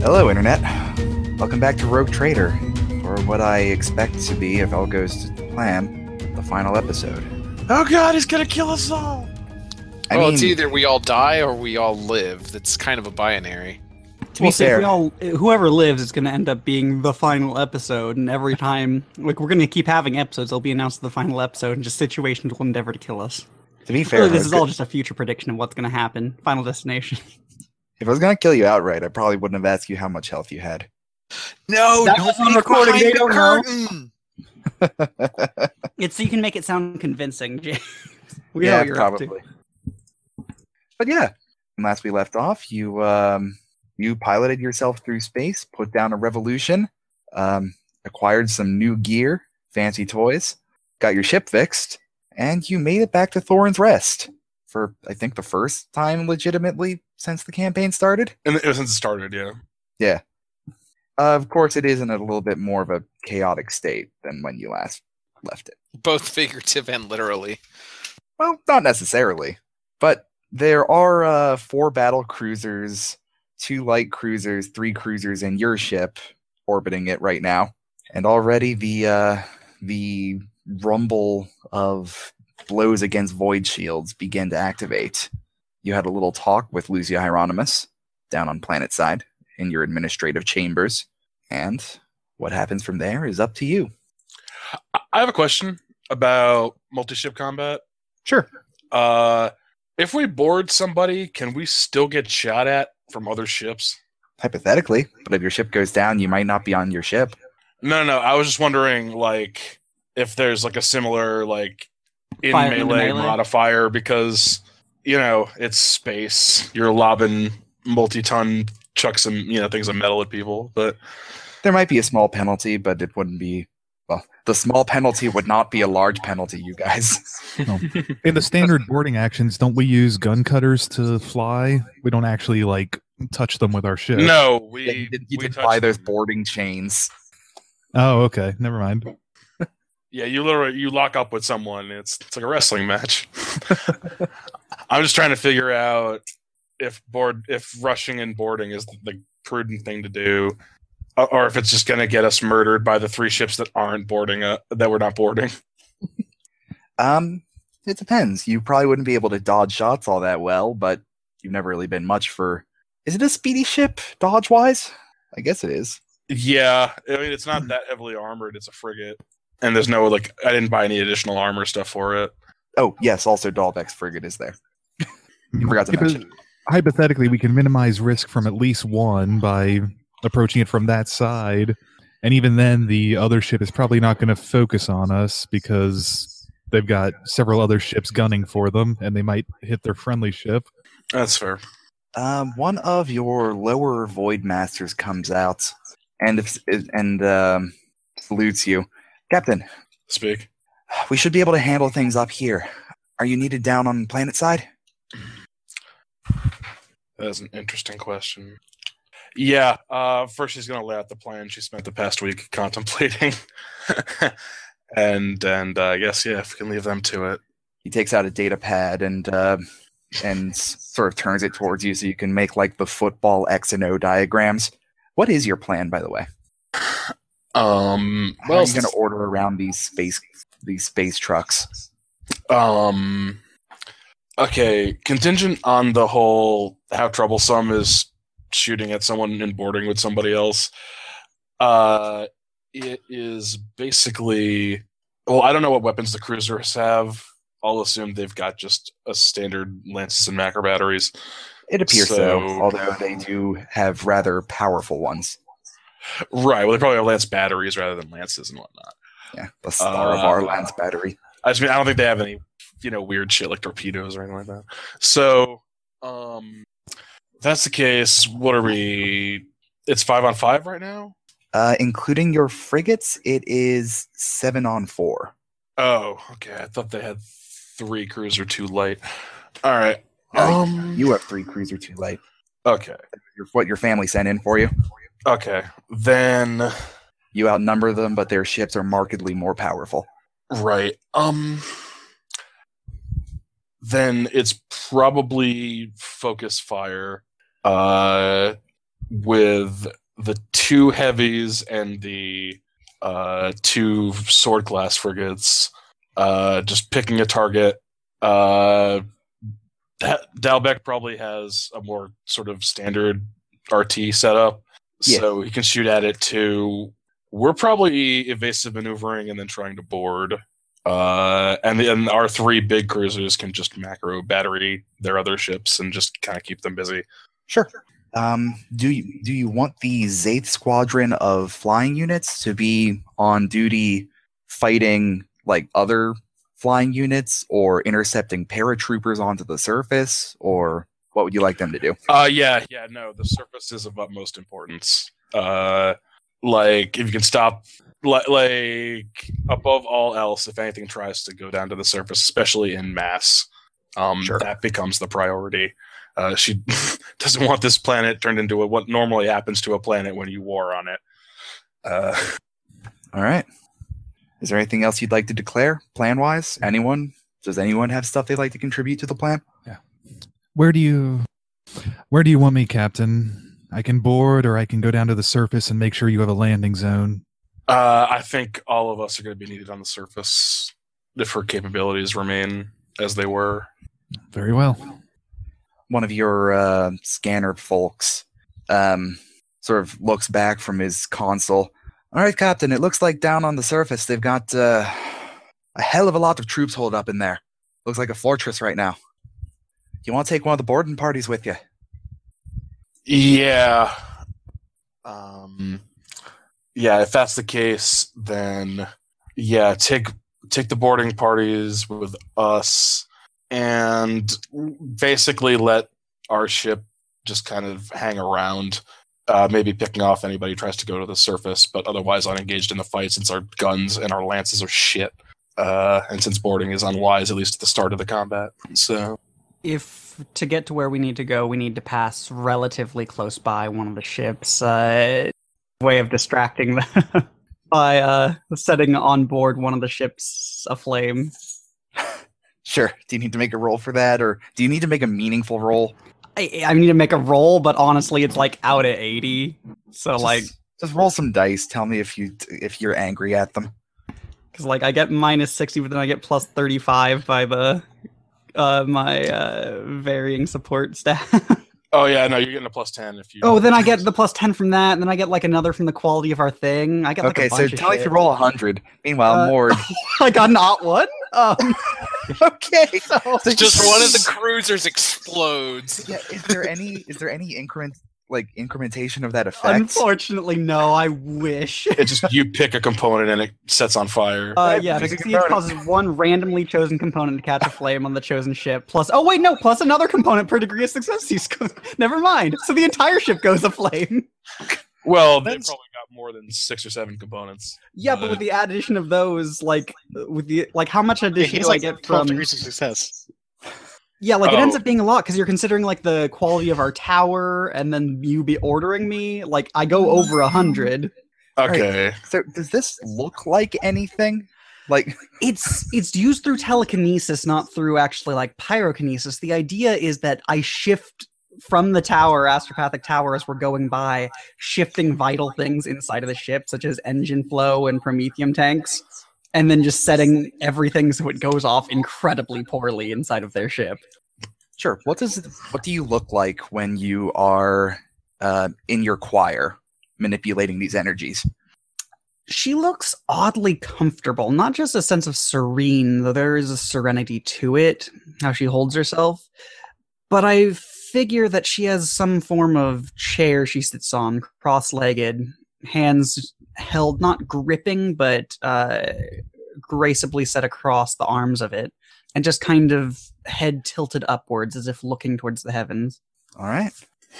Hello, Internet. Welcome back to Rogue Trader for what I expect to be, if all goes to plan, the final episode. Oh god, he's gonna kill us all. I well, mean, it's either we all die or we all live. That's kind of a binary. To be Well, safe, fair. we all, whoever lives is going to end up being the final episode, and every time, like, we're going to keep having episodes. They'll be announced as the final episode, and just situations will endeavor to kill us. to be fair, if Really, I this was is go- all just a future prediction of what's going to happen. Final destination. if I was going to kill you outright, I probably wouldn't have asked you how much health you had. No, That was on recording, they don't know. curtain. It's so you can make it sound convincing. Jay. we know yeah, what you're up to. probably. But yeah, when last we left off, you um, you piloted yourself through space, put down a revolution, um, acquired some new gear, fancy toys, got your ship fixed, and you made it back to Thorin's Rest for I think the first time legitimately since the campaign started. And it, since it started, yeah. Uh, of course, it is in a little bit more of a chaotic state than when you last left it. Both figurative and literally. Well, not necessarily, but there are uh, four battle cruisers, two light cruisers, three cruisers, and your ship orbiting it right now. And already the uh, the rumble of blows against void shields begin to activate. You had a little talk with Lucia Hieronymus down on planet side in your administrative chambers, and what happens from there is up to you. I- I have a question about multi-ship combat. Sure. Uh, if we board somebody, can we still get shot at from other ships? Hypothetically, but if your ship goes down, you might not be on your ship. No, no. I was just wondering, like, if there's like a similar like in Fire into melee, melee? modifier because you know it's space. You're lobbing multi-ton chucks and you know things of metal at people, but There might be a small penalty, but it wouldn't be. Well, the small penalty would not be a large penalty, you guys. In the standard boarding actions, don't we use gun cutters to fly? We don't actually like touch them with our ship. no, we Yeah, you did, you we did touched buy those them. boarding chains. Oh, okay. Never mind. Yeah, you literally you lock up with someone. and It's it's like a wrestling match. I'm just trying to figure out if board if rushing and boarding is the prudent thing to do, o- or if it's just going to get us murdered by the three ships that aren't boarding uh, that we're not boarding. Um, it depends. You probably wouldn't be able to dodge shots all that well, but you've never really been much for. Is it a speedy ship, dodge wise? I guess it is. Yeah, I mean it's not that heavily armored. It's a frigate, and there's no like I didn't buy any additional armor stuff for it. Oh, yes, also Dahlbeck's frigate is there. forgot to Hypo- mention. Hypothetically, we can minimize risk from at least one by approaching it from that side. And even then, the other ship is probably not going to focus on us because they've got several other ships gunning for them and they might hit their friendly ship. That's fair. Um, one of your lower void masters comes out and if, and um, salutes you, Captain. Speak. We should be able to handle things up here. Are you needed down on planet side? That is an interesting question. Yeah, uh, first she's going to lay out the plan she spent the past week contemplating, and and uh, I guess yeah, if we can leave them to it. He takes out a data pad and uh, and s- sort of turns it towards you so you can make like the football X and O diagrams. What is your plan, by the way? Um, How well, are you going to order around these space these space trucks? um, okay, contingent on the whole how troublesome is shooting at someone and boarding with somebody else. Uh, it is basically well, I don't know what weapons the cruisers have. I'll assume they've got just a standard lances and macro batteries. It appears so, So- although they do have rather powerful ones. Right. Well, they probably have lance batteries rather than lances and whatnot. Yeah, the star of Uh, our lance battery. I just mean I don't think they have any you know weird shit like torpedoes or anything like that. So, um, if that's the case. What are we? It's five on five right now. Uh, including your frigates, it is seven on four. Oh, okay. I thought they had three cruiser two light. All right. Uh, Um. You have three cruiser two light. okay. Your, what your family sent in for you. Okay. Then You outnumber them, but their ships are markedly more powerful. Right. Um then it's probably focus fire. Uh with the two heavies and the uh, two sword class frigates, uh, just picking a target. Uh, Da- Dalbeck probably has a more sort of standard RT setup, so he can shoot at it too. We're probably evasive maneuvering and then trying to board. Uh, and then our three big cruisers can just macro battery their other ships and just kind of keep them busy. Sure. Um, do you do you want the Zaith squadron of flying units to be on duty fighting like other flying units or intercepting paratroopers onto the surface or what would you like them to do? Uh, yeah, yeah, no, the surface is of utmost importance. Uh, like if you can stop, li- like above all else, if anything tries to go down to the surface, especially in mass, um, Sure. that becomes the priority. Uh, she doesn't want this planet turned into a, what normally happens to a planet when you war on it. Uh, All right. Is there anything else you'd like to declare plan wise? Anyone? Does anyone have stuff they'd like to contribute to the plan? Where do you where do you want me, Captain? I can board or I can go down to the surface and make sure you have a landing zone. uh, I think all of us are going to be needed on the surface if her capabilities remain as they were. Very well. One of your uh, scanner folks um, sort of looks back from his console. All right, Captain, it looks like down on the surface they've got uh, a hell of a lot of troops holed up in there. Looks like a fortress right now. You want to take one of the boarding parties with you? Yeah. Um yeah, if that's the case, then yeah, take take the boarding parties with us and basically let our ship just kind of hang around. Uh, maybe picking off anybody who tries to go to the surface, but otherwise unengaged in the fight since our guns and our lances are shit. Uh, and since boarding is unwise, at least at the start of the combat. So, If to get to where we need to go, we need to pass relatively close by one of the ships. Uh, way of distracting them by uh, setting on board one of the ships aflame. Sure. Do you need to make a roll for that, or do you need to make a meaningful roll? I, I need to make a roll, but honestly, it's like out at eighty. So Just- like, just roll some dice. Tell me if you if you're angry at them. because like I get minus sixty, but then I get plus thirty five by the uh, my uh, varying support staff. oh yeah, no, you're getting a plus ten if you. Oh, then I get the plus ten from that, and then I get like another from the quality of our thing. I got like, Okay, a so bunch of tell me if shit. you roll a hundred. Meanwhile, Uh, Mord. I got not one. Um, okay. So Just one of the cruisers explodes. Yeah, is there any is there any increment like incrementation of that effect? unfortunately, no. I wish. It's just you pick a component and it sets on fire. Uh, Right, yeah, because because it's it component. causes one randomly chosen component to catch a flame on the chosen ship. Plus, oh wait, no, plus another component per degree of success. You sc- Never mind. So the entire ship goes aflame. well, they that's- probably got more than six or seven components. Yeah, but with the addition of those, like with the like, how much addition He's do like I get 12 from? degrees of success. Yeah, like it ends Oh. up being a lot because you're considering like the quality of our tower, and then you be ordering me. Like I go over a hundred. Okay. So does this look like anything? Like It's it's used through telekinesis, not through actually like pyrokinesis. The idea is that I shift from the tower, astropathic tower, as we're going by, shifting vital things inside of the ship, such as engine flow and promethium tanks, and then just setting everything so it goes off incredibly poorly inside of their ship. sure. What does what do you look like when you are uh, in your choir manipulating these energies? she looks oddly comfortable, not just a sense of serene, though there is a serenity to it, how she holds herself. But I figure that she has some form of chair she sits on, cross legged, hands held, not gripping, but uh, graceably set across the arms of it, and just kind of head tilted upwards as if looking towards the heavens. All right.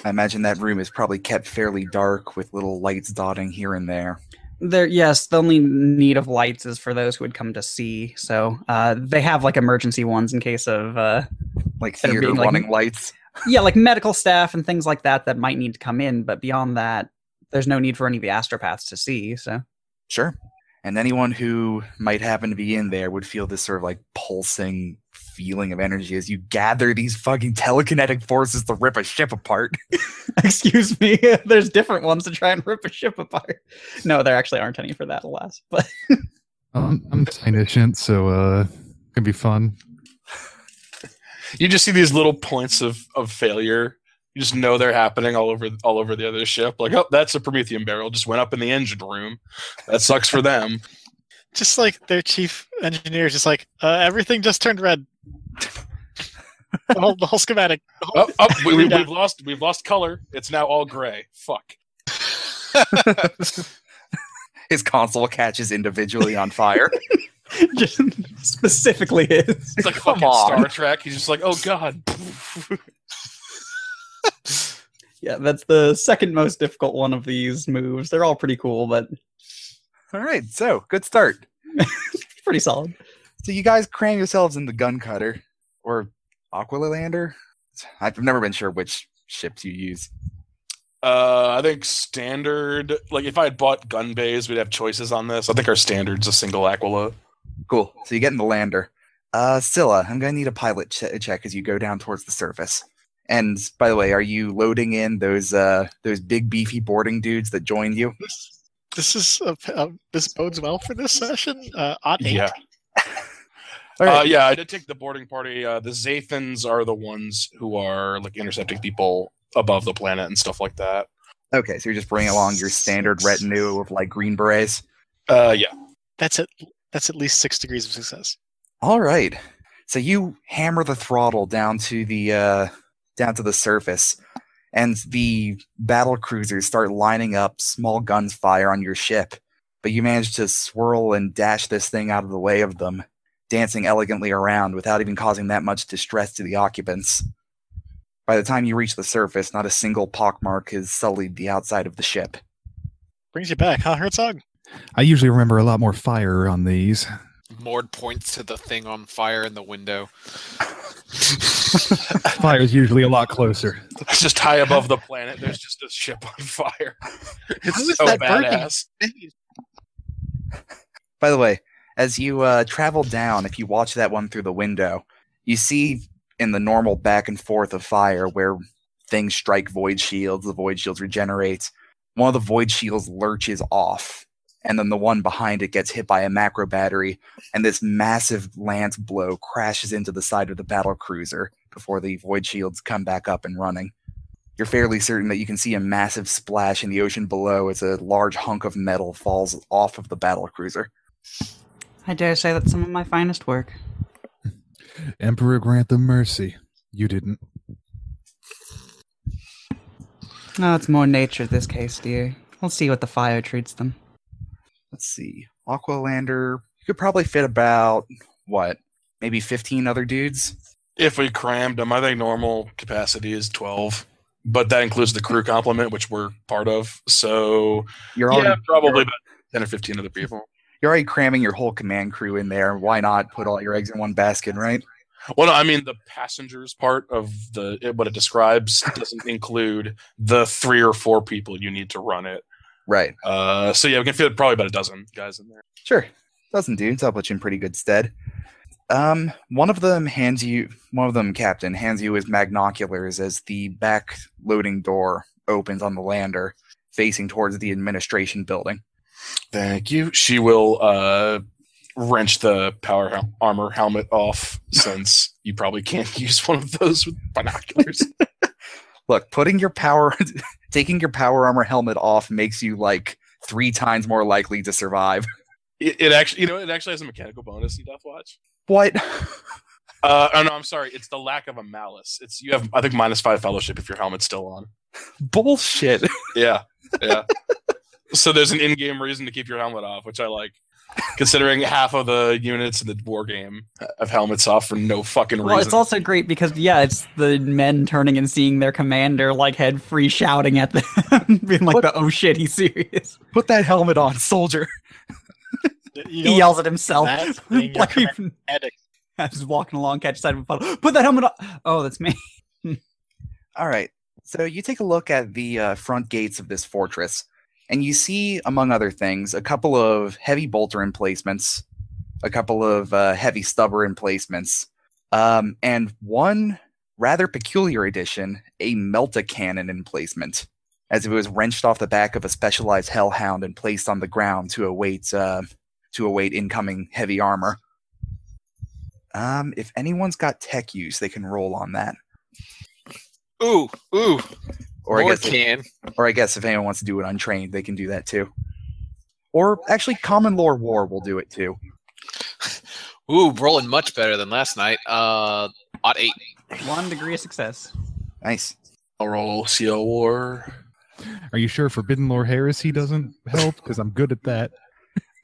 I imagine that room is probably kept fairly dark with little lights dotting here and there. There, yes, the only need of lights is for those who would come to see. So uh, they have like emergency ones in case of, uh, like There theater being, like, running lights. yeah, like medical staff and things like that that might need to come in. But beyond that, there's no need for any of the astropaths to see. So Sure. And anyone who might happen to be in there would feel this sort of like pulsing, fe- feeling of energy as you gather these fucking telekinetic forces to rip a ship apart. Excuse me. There's different ones to try and rip a ship apart. No, there actually aren't any for that, alas. But Um, I'm tinishant, so uh, it's gonna be fun. You just see these little points of, of failure. You just know they're happening all over all over the other ship. Like, oh, that's a Promethean barrel just went up in the engine room. That sucks for them. Just like their chief engineer is just like, uh, everything just turned red. the, whole, the whole schematic. The whole- Oh, oh we, we, we've lost we've lost color. It's now all gray. Fuck. His console catches individually on fire. just specifically his. It's like Come fucking on. Star Trek. He's just like, oh god. Yeah, that's the second most difficult one of these moves. They're all pretty cool, but All right, so good start. pretty solid. So you guys cram yourselves in the gun cutter or Aqualilander. I've never been sure which ships you use. Uh, I think standard. Like, if I had bought gun bays, we'd have choices on this. I think our standard's a single Aquila. Cool. So you get in the lander. Uh, Scylla, I'm gonna need a pilot che- check as you go down towards the surface. And by the way, are you loading in those uh those big beefy boarding dudes that joined you? This, this is a, uh, this bodes well for this session. Uh, odd eight. Yeah. All Uh, right. yeah, I did take the boarding party. Uh, the Zathans are the ones who are like intercepting people above the planet and stuff like that. Uh, okay, so you're just bringing along your standard retinue of like green berets. Uh, yeah. That's at that's at least six degrees of success. All right. So you hammer the throttle down to the uh, down to the surface, and the battle cruisers start lining up small guns fire on your ship. But you manage to swirl and dash this thing out of the way of them, dancing elegantly around without even causing that much distress to the occupants. By the time you reach the surface, not a single pockmark has sullied the outside of the ship. Brings you back, huh, Herzog? I usually remember a lot more fire on these. Mord points to the thing on fire in the window. Fire is usually a lot closer. It's just high above the planet. There's just a ship on fire. How It's is so that burning? badass. By the way, as you uh, travel down, if you watch that one through the window, you see in the normal back and forth of fire where things strike void shields, the void shields regenerate. One of the void shields lurches off, and then the one behind it gets hit by a macro battery, and this massive lance blow crashes into the side of the battle cruiser before the void shields come back up and running. You're fairly certain that you can see a massive splash in the ocean below as a large hunk of metal falls off of the battle cruiser. I dare say that's some of my finest work. Emperor grant them mercy. You didn't. No, it's more nature this case, dear. We'll see what the fire treats them. let's see, Aqualander. You could probably fit about what, maybe fifteen other dudes. If we crammed them, I think normal capacity is 12, but that includes the crew complement, which we're part of. So, You're yeah, already probably about 10 or 15 other people. you're already cramming your whole command crew in there. Why not put all your eggs in one basket, right? Well, no, I mean the passengers part of the it, what it describes doesn't include the three or four people you need to run it. Right. Uh, so yeah, we can fit probably about a dozen guys in there. Sure. Dozen dudes. I'll put you in pretty good stead. Um, one of them hands you one of them, Captain, hands you his magnoculars as the back loading door opens on the lander, facing towards the administration building. Thank you. She will uh, wrench the power hel- armor helmet off since you probably can't use one of those with binoculars. look, putting your power, taking your power armor helmet off makes you like three times more likely to survive. it, it actually, you know, it actually has a mechanical bonus in Death Watch. What? Uh, oh no, I'm sorry. It's the lack of a malice. It's you have I think minus five fellowship if your helmet's still on. Bullshit. Yeah, yeah. so there's an in-game reason to keep your helmet off, which I like, considering half of the units in the war game have helmets off for no fucking reason. Well, it's also great because yeah, it's the men turning and seeing their commander like head free shouting at them, being like, What? "The oh shit, he's serious." Put that helmet on, soldier. You He know, yells at himself. that's being like your he- medic. I was walking along, catch side of a puddle. Put that helmet on. Oh, that's me. All right. So you take a look at the uh, front gates of this fortress, and you see, among other things, a couple of heavy bolter emplacements, a couple of uh, heavy stubber emplacements, um, and one rather peculiar addition, a Melta cannon emplacement, as if it was wrenched off the back of a specialized hellhound and placed on the ground to await uh, to await incoming heavy armor. Um, if anyone's got tech use, they can roll on that. Ooh, ooh. Or I more guess if- can. or I guess if anyone wants to do it untrained, they can do that too. Or actually, Common Lore War will do it too. Ooh, rolling much better than last night. Uh, odd eight. One degree of success. Nice. I'll roll CL War. Are you sure Forbidden Lore Heresy doesn't help? Because I'm good at that.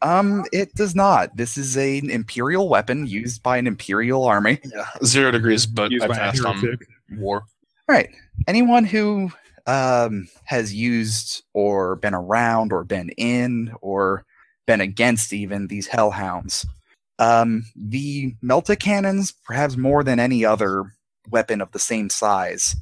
Um, it does not. This is an Imperial weapon used by an Imperial army. Yeah, zero degrees, but Use I my passed on heretic. war. All right. Anyone who um, has used or been around or been in or been against even these hellhounds. Um, the Melta cannons, perhaps more than any other weapon of the same size,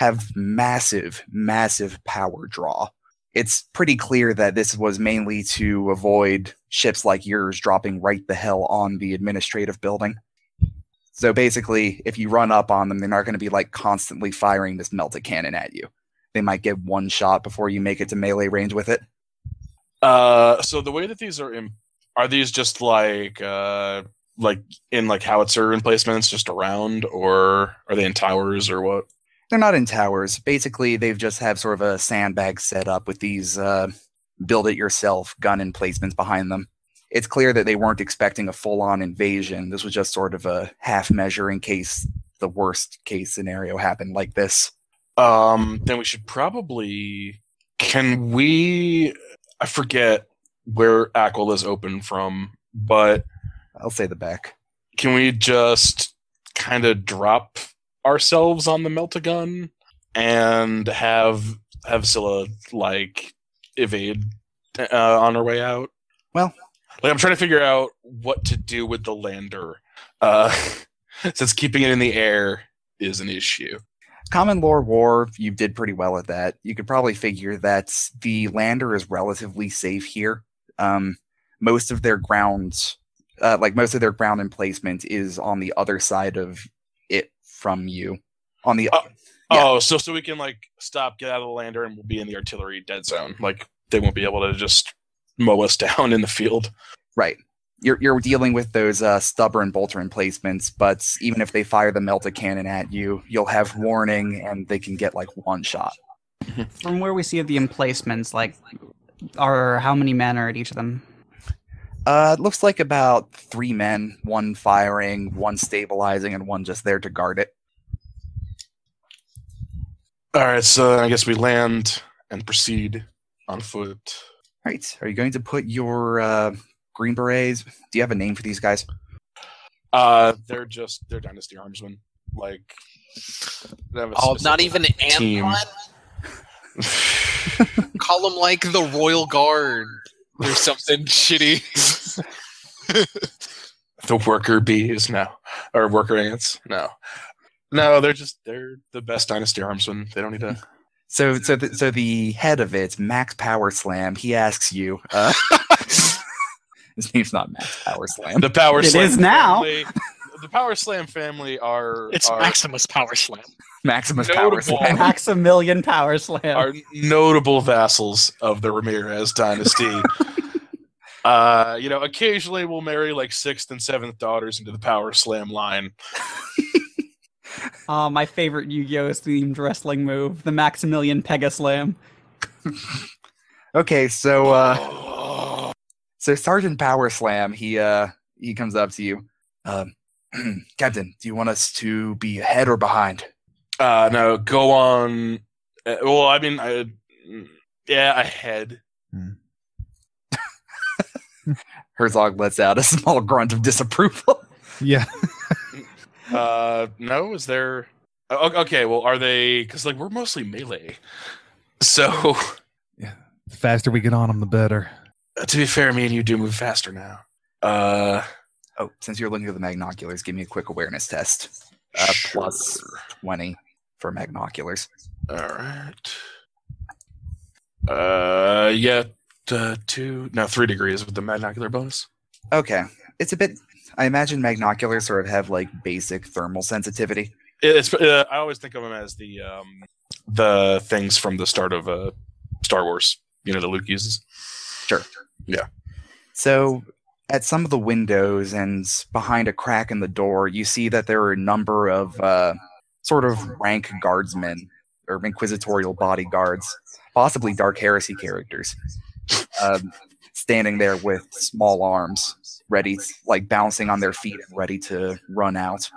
have massive, massive power draw. It's pretty clear that this was mainly to avoid ships like yours dropping right the hell on the administrative building. So basically, if you run up on them, they're not going to be like constantly firing this melted cannon at you. They might get one shot before you make it to melee range with it. Uh, so the way that these are in, are these just like uh like in like howitzer emplacements just around or are they in towers or what? They're not in towers. Basically, they've just have sort of a sandbag set up with these uh, build it yourself gun emplacements behind them. It's clear that they weren't expecting a full on invasion. This was just sort of a half measure in case the worst case scenario happened like this. Um, then we should probably can we I forget where Aquil is open from, but I'll say the back. can we just kind of drop ourselves on the meltagun and have have Scylla like evade uh, on her way out? Well- like I'm trying to figure out what to do with the lander, uh, since keeping it in the air is an issue. Common lore war, you did pretty well at that. You could probably figure that the lander is relatively safe here. Um, most of their ground, uh, like most of their ground emplacement, is on the other side of it from you. On the Oh. Yeah. Oh, so so we can like stop, get out of the lander, and we'll be in the artillery dead zone. Like they won't be able to just mow us down in the field. right, you're you're dealing with those uh, stubborn bolter emplacements. But even if they fire the melta cannon at you, you'll have warning, and they can get like one shot. From where we see the emplacements, like, are how many men are at each of them? Uh, it looks like about three men, one firing, one stabilizing, and one just there to guard it. All right, so I guess we land and proceed on foot. All right. Are you going to put your uh, green berets? Do you have a name for these guys? Uh, they're just they're dynasty armsmen. Like, they have a Oh, not specific- even an Team. Anton. Call them like the Royal Guard or something shitty. the worker bees. No, or worker ants. No, no, they're just they're the best dynasty armsmen. They don't need to. So, so, the, so the head of it, Max Power Slam. He asks you. Uh, his name's not Max Power Slam. The power It slam is now. Family, the power slam family are It's are, Maximus Power Slam. Maximus Power Notable. Slam. Maximilian Power Slam. are notable vassals of the Ramirez dynasty. uh, you know, occasionally we'll marry like sixth and seventh daughters into the power slam line. Uh, my favorite Yu-Gi-Oh! themed wrestling move, the Maximilian Pegaslam. Okay, so uh so Sergeant Power Slam, he uh he comes up to you. Um Captain, do you want us to be ahead or behind? Uh, no, go on. Uh, well, I mean, I, yeah, ahead. Herzog lets out a small grunt of disapproval. Yeah. Uh, no, is there? o- Okay, well, are they? Because like we're mostly melee. So The faster we get on them, the better. to be fair, me and you do move faster now. Uh, Oh, since you're looking at the magnoculars, give me a quick awareness test. Uh, plus sure. 20 for magnoculars. All right. Uh, yeah, uh, two, no, three degrees with the magnocular bonus. Okay. It's a bit I imagine magnoculars sort of have like basic thermal sensitivity. It's, uh, I always think of them as the um, the things from the start of uh, Star Wars. You know, that Luke uses. Sure. So, at some of the windows and behind a crack in the door, you see that there are a number of uh, sort of rank guardsmen or inquisitorial bodyguards, possibly Dark Heresy characters, um, standing there with small arms, ready, like bouncing on their feet and ready to run out.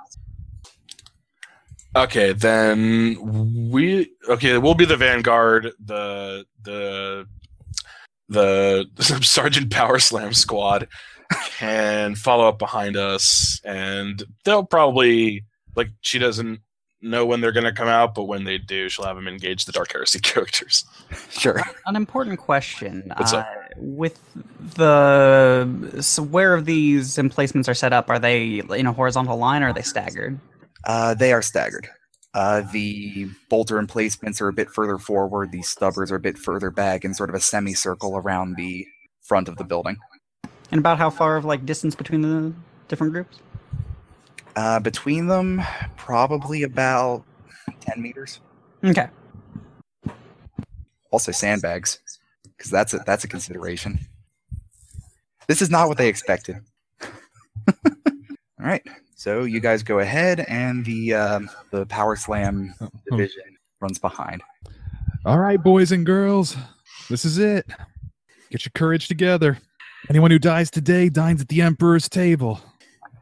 Okay, then we okay. We'll be the vanguard. The the the Sergeant Power Slam squad can follow up behind us, and they'll probably like she doesn't know when they're gonna come out, but when they do, she'll have them engage the Dark Heresy characters. Sure. An important question. What's uh, with the so where these emplacements are set up, are they in a horizontal line or are they staggered? Uh, they are staggered. Uh, the bolter emplacements are a bit further forward. The stubbers are a bit further back in sort of a semicircle around the front of the building. And about how far of like distance between the different groups? Uh, between them, probably about 10 meters. Okay. Also sandbags, because that's a, that's a consideration. This is not what they expected. All right, so you guys go ahead, and the um, the power slam Hmm. division runs behind. All right, boys and girls, this is it. Get your courage together. Anyone who dies today dines at the Emperor's table,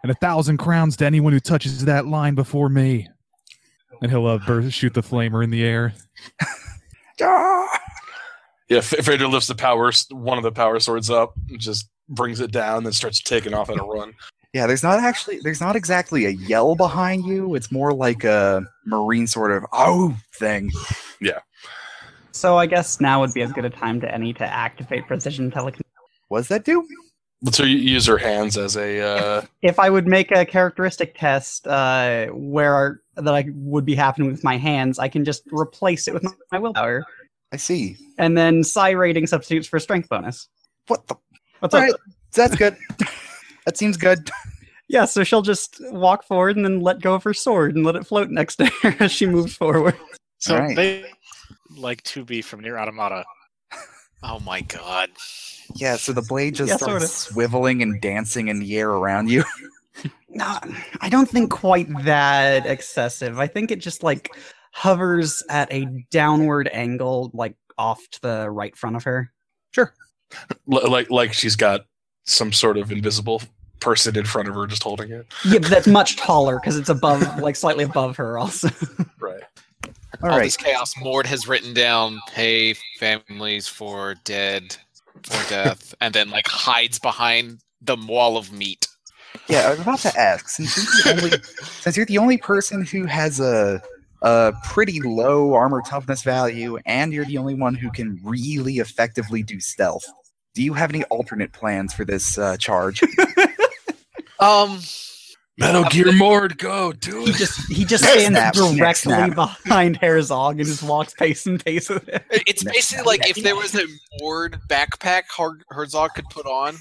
and a thousand crowns to anyone who touches that line before me. And he'll uh, burst, shoot the flamer in the air. Ah! Yeah, F- Vader lifts the power s- one of the power swords up, and just brings it down, then starts taking off at a run. Yeah, there's not actually there's not exactly a yell behind you. It's more like a marine sort of oh thing. So I guess now would be as good a time to any to activate precision telekinesis. What does that do? So you use her hands as a uh, If I would make a characteristic test uh, where that I would be happening with my hands, I can just replace it with my willpower, I see. and then psi rating substitutes for strength bonus. What the? What's All up? right, that's good. that seems good. Yeah, so she'll just walk forward and then let go of her sword and let it float next to her as she moves forward. So Alright. they like to be from near automata. Oh my god. Yeah, so the blade just Yeah, starts sorta. swiveling and dancing in the air around you. No, I don't think quite that excessive. I think it just like hovers at a downward angle, like off to the right front of her. li- like like she's got some sort of invisible person in front of her just holding it. Yeah, but that's much taller because it's above, like slightly above her. Also, Right. All All right, this chaos. Mord has written down pay families for dead for death, and then like hides behind the wall of meat. yeah, I was about to ask since you're the only since you're the only person who has a a pretty low armor toughness value, and you're the only one who can really effectively do stealth. Do you have any alternate plans for this uh, charge? Um, Metal Gear Mord, go do he it. just he just Neck stands snap, neck directly snap. behind Herzog and just walks pace and pace with him. it- it's Neck basically snap, like neck if there was a Mord backpack Her- Herzog could put on.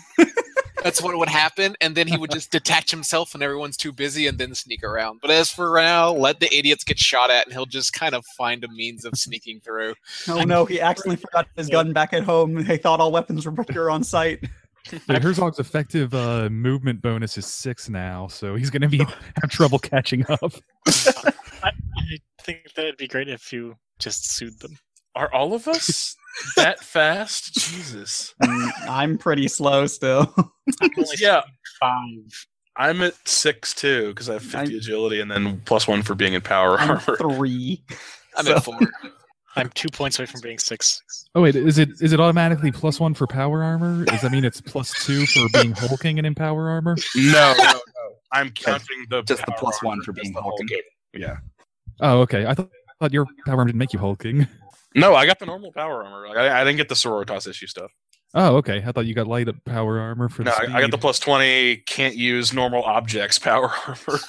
That's what would happen, and then he would just detach himself when everyone's too busy, and then sneak around. But as for now, let the idiots get shot at, and he'll just kind of find a means of sneaking through. Oh no, he accidentally forgot his gun back at home. They thought all weapons were procured on site. Yeah, Herzog's effective uh, movement bonus is six now, so he's going to be have trouble catching up. I think that'd be great if you just sued them. Are all of us that fast? Jesus. Mm, I'm pretty slow still. I'm only Yeah, five. I'm at six too because I have 50 I'm- agility and then plus one for being in power I'm armor. three. I'm So- at four. I'm two points away from being six. Oh wait, is it is it automatically plus one for power armor? Does that mean it's plus two for being hulking and in power armor? No, no, no. I'm counting the Just the power plus armor, one for just being the whole Vulcan. game. Yeah. Oh, okay. I thought, thought your power armor didn't make you hulking. No, I got the normal power armor. Like, I, I didn't get the Sororitas issue stuff. Oh, okay. I thought you got light up power armor for No, the I, I got the speed. plus twenty. Can't use normal objects power armor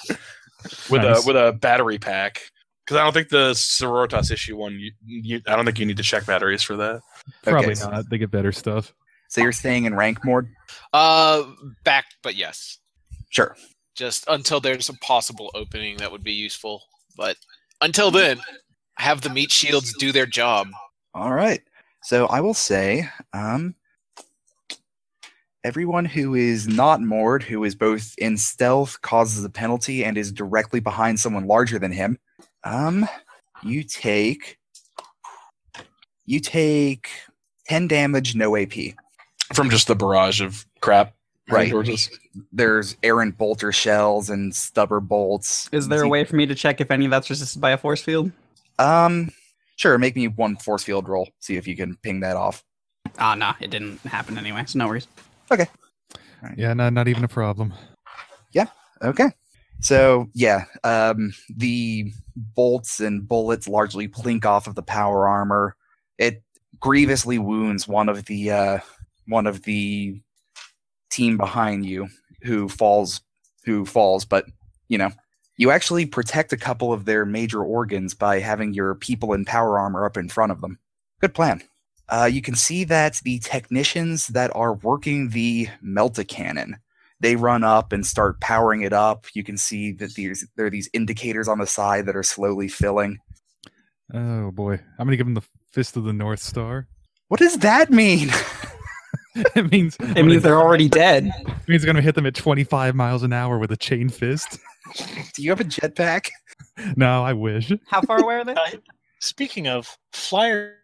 with Nice. a with a battery pack because I don't think the Sororitas issue one. You, you, I don't think you need to check batteries for that. Probably Okay. not. They get better stuff. so you're staying in rank mode. Uh, back, but yes. Sure. just until there's a possible opening that would be useful. But until then, have the meat shields do their job. All right. So I will say, um, everyone who is not moored, who is both in stealth, causes a penalty, and is directly behind someone larger than him, um, you take you take ten damage, no AP. from just the barrage of crap. Right. Or just- There's errant bolter shells and stubber bolts. Is there a way for me to check if any of that's resisted by a force field? Um, sure. Make me one force field roll. See if you can ping that off. Ah, nah, it didn't happen anyway, so no worries. Yeah, no, not even a problem. Okay. So yeah, um, the bolts and bullets largely plink off of the power armor. It grievously wounds one of the uh, one of the team behind you who falls who falls, but you know you actually protect a couple of their major organs by having your people in power armor up in front of them. Good plan. Uh, you can see that the technicians that are working the melta cannon they run up and start powering it up. You can see that there's there are these indicators on the side that are slowly filling. Oh boy, I'm gonna give him the fist of the North Star. What does that mean? it means It means they're already dead. it means I'm gonna hit them at 25 miles an hour with a chain fist. Do you have a jetpack? No, I wish. How far away are they? Speaking of flyer,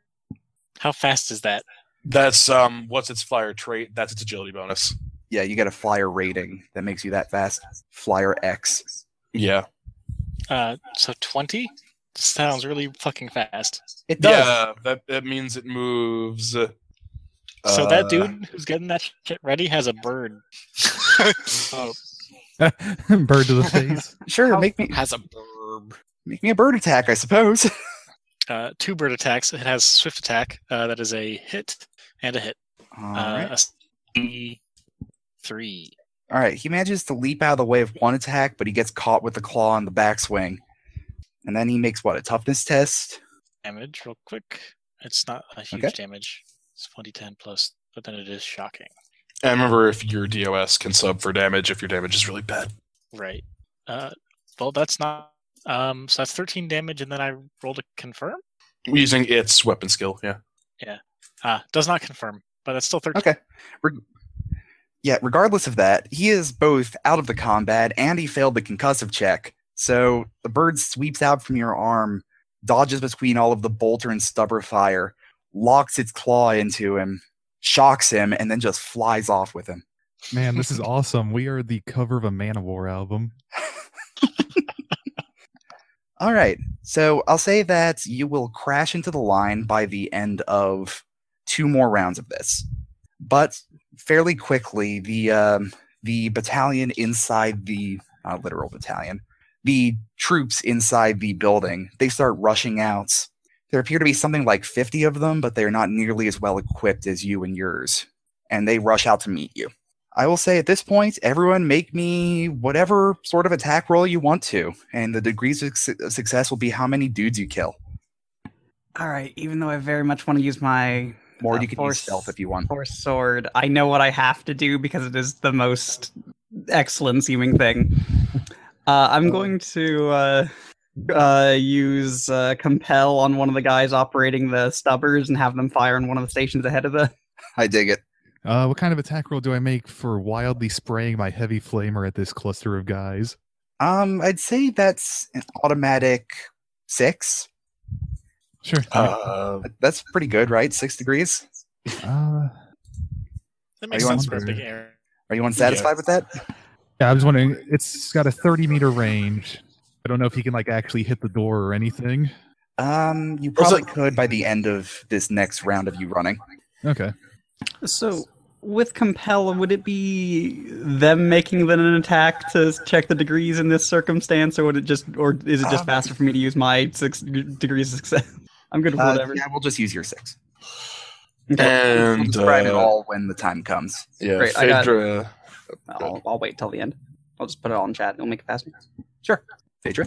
how fast is that? that's um, what's its flyer trait? That's its agility bonus. Yeah, you get a flyer rating that makes you that fast. Flyer X. Yeah. Uh, so twenty sounds really fucking fast. It does. Yeah. That that means it moves. uh, Uh, So that dude who's getting that shit ready has a Oh, bird. Bird to the face. Sure, make me Has a burb. make me a bird attack, I suppose. Uh, two bird attacks. It has swift attack. Uh, that is a hit and a hit. All Uh, right. a s- three. All right, he manages to leap out of the way of one attack, but he gets caught with the claw in the backswing. And then he makes what, a toughness test? damage real quick. It's not a huge Okay. damage. It's 1d10 plus, but then it is shocking. And remember, if your DOS can sub for damage, if your damage is really bad. Right. Uh, well, that's not. Um, so that's 13 damage, and then I rolled a confirm. Using its weapon skill. Yeah. Ah, does not confirm, but that's still 13. Okay. Yeah, regardless of that, he is both out of the combat and he failed the concussive check. So the bird sweeps out from your arm, dodges between all of the bolter and stubber fire, locks its claw into him, shocks him, and then just flies off with him. Man, this is awesome. We are the cover of a Man of War album. All right, so I'll say that you will crash into the line by the end of two more rounds of this, but fairly quickly the um, the battalion inside the not literal battalion, the troops inside the building they start rushing out. There appear to be something like fifty of them, but they are not nearly as well equipped as you and yours, and they rush out to meet you. I will say at this point, everyone make me whatever sort of attack roll you want to, and the degrees of su- of success will be how many dudes you kill. All right, even though I very much want to use my Or Uh, you can force- use stealth if you want. force sword, I know what I have to do because it is the most excellent seeming thing. Uh, I'm going to uh, uh, use uh, compel on one of the guys operating the stubbers and have them fire on one of the stations ahead of the. I dig it. Uh, what kind of attack roll do I make for wildly spraying my heavy flamer at this cluster of guys? Um, I'd say that's an automatic six. Sure. Uh, That's pretty good, right? Six degrees. uh, That makes you on sense for a bird? big error. Are you unsatisfied with that? yeah, I was wondering. It's got a 30 meter range. I don't know if he can like actually hit the door or anything. Um, you Also- probably could by the end of this next round of you running. Okay. So with compel, would it be them making then an attack to check the degrees in this circumstance, or would it just, or is it just Um, faster for me to use my six degrees of success? I'm good with Uh, whatever. yeah, we'll just use your six. Uh, We'll and describe it uh, all when the time comes. Yeah. Great, I got- Phaedra- I'll, I'll wait till the end. I'll just put it all in chat. It'll make it faster. Phaedra,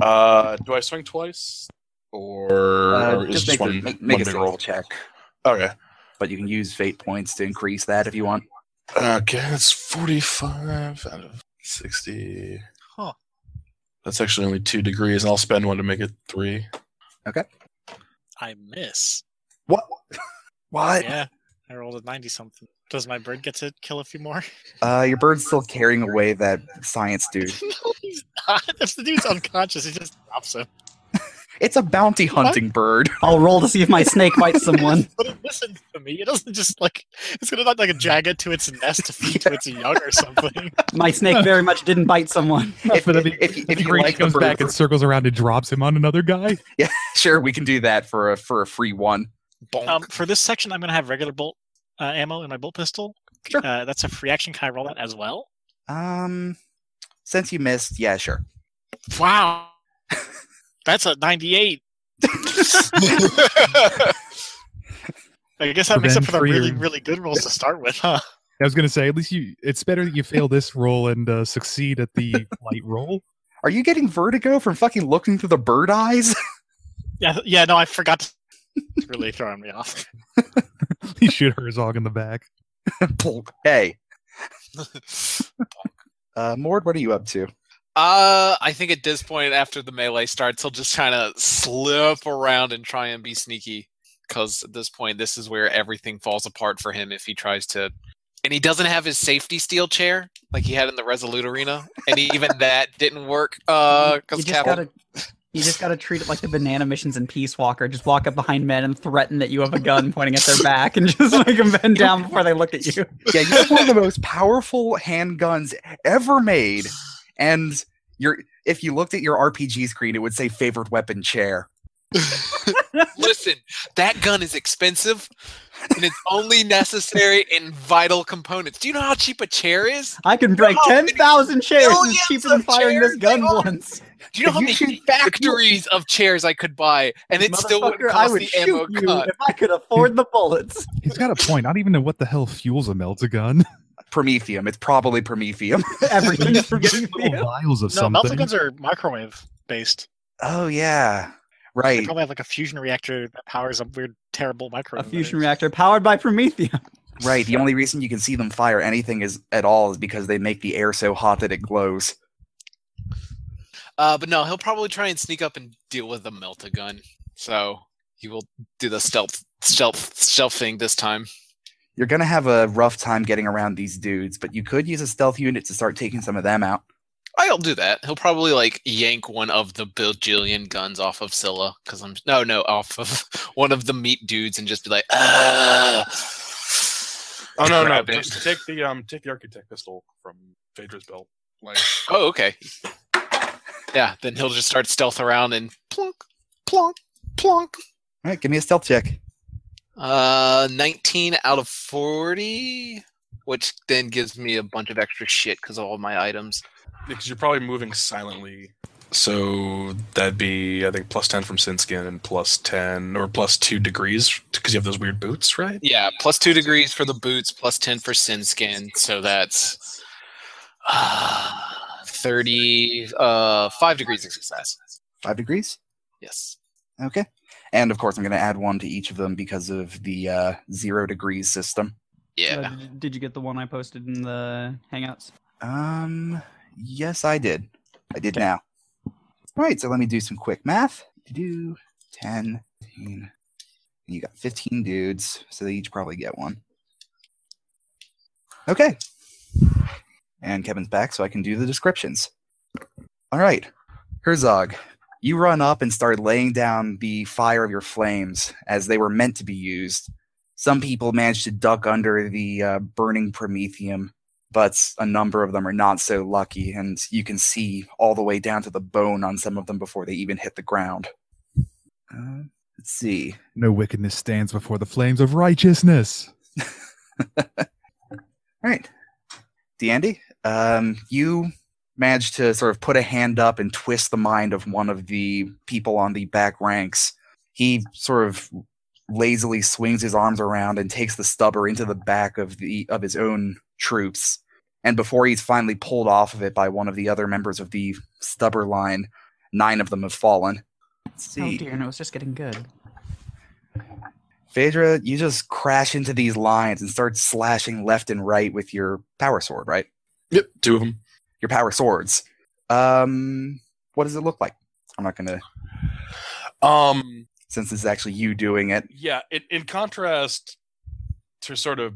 Uh, do I swing twice, or, uh, or is just make, just, one a, make, one make a big stealth roll? check, Okay. but you can use fate points to increase that if you want. Okay, that's forty-five out of 60. Huh. That's actually only two degrees, and I'll spend one to make it three. I miss. What? What? Yeah, I rolled a ninety something. Does my bird get to kill a few more? Uh, your bird's still carrying away that science dude. no, he's not. If the dude's unconscious, he just drops him. It's a bounty hunting bird. I'll roll to see if my snake bites someone. But it listens to me. It doesn't just like it's gonna not like a jagged to its nest to feed to its young or something. My snake very much didn't bite someone. If, But if, I mean, if, If if he you like the comes bird, back and circles around and drops him on another guy. sure, we can do that for a for a free one. Bonk. Um, for this section, I'm gonna have regular bolt uh, ammo in my bolt pistol. Sure. Uh, that's a free action. Can I roll that as well? Um, since you missed, yeah, sure. Wow, that's a ninety-eight. I guess that makes up for the Prevent really, freer. really good rolls to start with, huh? I was gonna say, at least you. It's better that you fail this roll and uh, succeed at the light roll. Are you getting vertigo from fucking looking through the bird eyes? Yeah, yeah. No, I forgot. To... It's really throwing me off. You shoot Herzog in the back. Bonk. hey, uh, Mord, what are you up to? Uh, I think at this point, after the melee starts, he'll just kind of slip around and try and be sneaky. Because at this point, this is where everything falls apart for him if he tries to. And he doesn't have his safety steel chair like he had in the Resolute Arena, and even that didn't work. Uh, you because just gotta, you just gotta treat it like the banana missions in Peace Walker. Just walk up behind men and threaten that you have a gun pointing at their back, and just make them bend down before they look at you. Yeah, you have one of the most powerful handguns ever made, and your if you looked at your RPG screen, it would say favorite weapon chair. listen, that gun is expensive, and it's only necessary in vital components. Do you know how cheap a chair is? I can break Oh, ten thousand chairs. millions It's cheaper than of firing chairs this gun they are. once. Do you know If how you many shoot- if you- factories of chairs I could buy, and it still wouldn't Motherfucker, cost I would the shoot ammo you cut? if I could afford the bullets. He's got a point. I don't even know what the hell fuels a melta gun. Promethium. It's probably Promethium. Everything's from getting Little vials of No, something. melted guns are microwave based. Oh yeah, They right. probably have like a fusion reactor that powers a weird, terrible a microwave. fusion reactor powered by Prometheum. Right. The only reason you can see them fire anything is at all is because they make the air so hot that it glows. Uh, but no, he'll probably try and sneak up and deal with the melta gun. So he will do the stealth, stealth, stealth thing this time. You're gonna have a rough time getting around these dudes, but you could use a stealth unit to start taking some of them out. I'll do that. He'll probably like yank one of the bajillion guns off of Scylla because I'm no, no, off of one of the meat dudes and just be like, ah. Oh no, no! Grab it. Just take the um, take the architect pistol from Phaedra's belt. Like, Oh, okay. Yeah, then he'll just start stealth around and plonk, plonk, plonk. All right, give me a stealth check. Uh, 19 out of 40, which then gives me a bunch of extra shit because of all my items. because you're probably moving silently. So that'd be I think plus ten from sin skin and plus ten or plus two degrees because you have those weird boots, right? Yeah, plus two degrees for the boots, plus 10 for sin skin. So that's uh, 30, uh, five degrees of success. Five degrees. Yes. Okay. And of course, I'm gonna add one to each of them because of the uh, zero degrees system. Yeah. Uh, did- did you get the one I posted in the Hangouts? Um. Yes, I did. I did now. All right. So let me do some quick math. Do 10, 15. You got 15 dudes, so they each probably get one. Okay. And Kevin's back, so I can do the descriptions. All right. Herzog, you run up and start laying down the fire of your flames as they were meant to be used. Some people manage to duck under the uh, burning promethium, but a number of them are not so lucky, and you can see all the way down to the bone on some of them before they even hit the ground. Uh, let's see. No wickedness stands before the flames of righteousness. All right. Dandy, um, you managed to sort of put a hand up and twist the mind of one of the people on the back ranks. He sort of lazily swings his arms around and takes the stubber into the back of the of his own troops. And before he's finally pulled off of it by one of the other members of the stubber line, nine of them have fallen. Let's see. Oh dear, no, it's just getting good. Phaedra, you just crash into these lines and start slashing left and right with your power sword, right? Yep, two of them. your power swords. Um, what does it look like? I'm not gonna Um, since this is actually you doing it. yeah, in, in contrast to sort of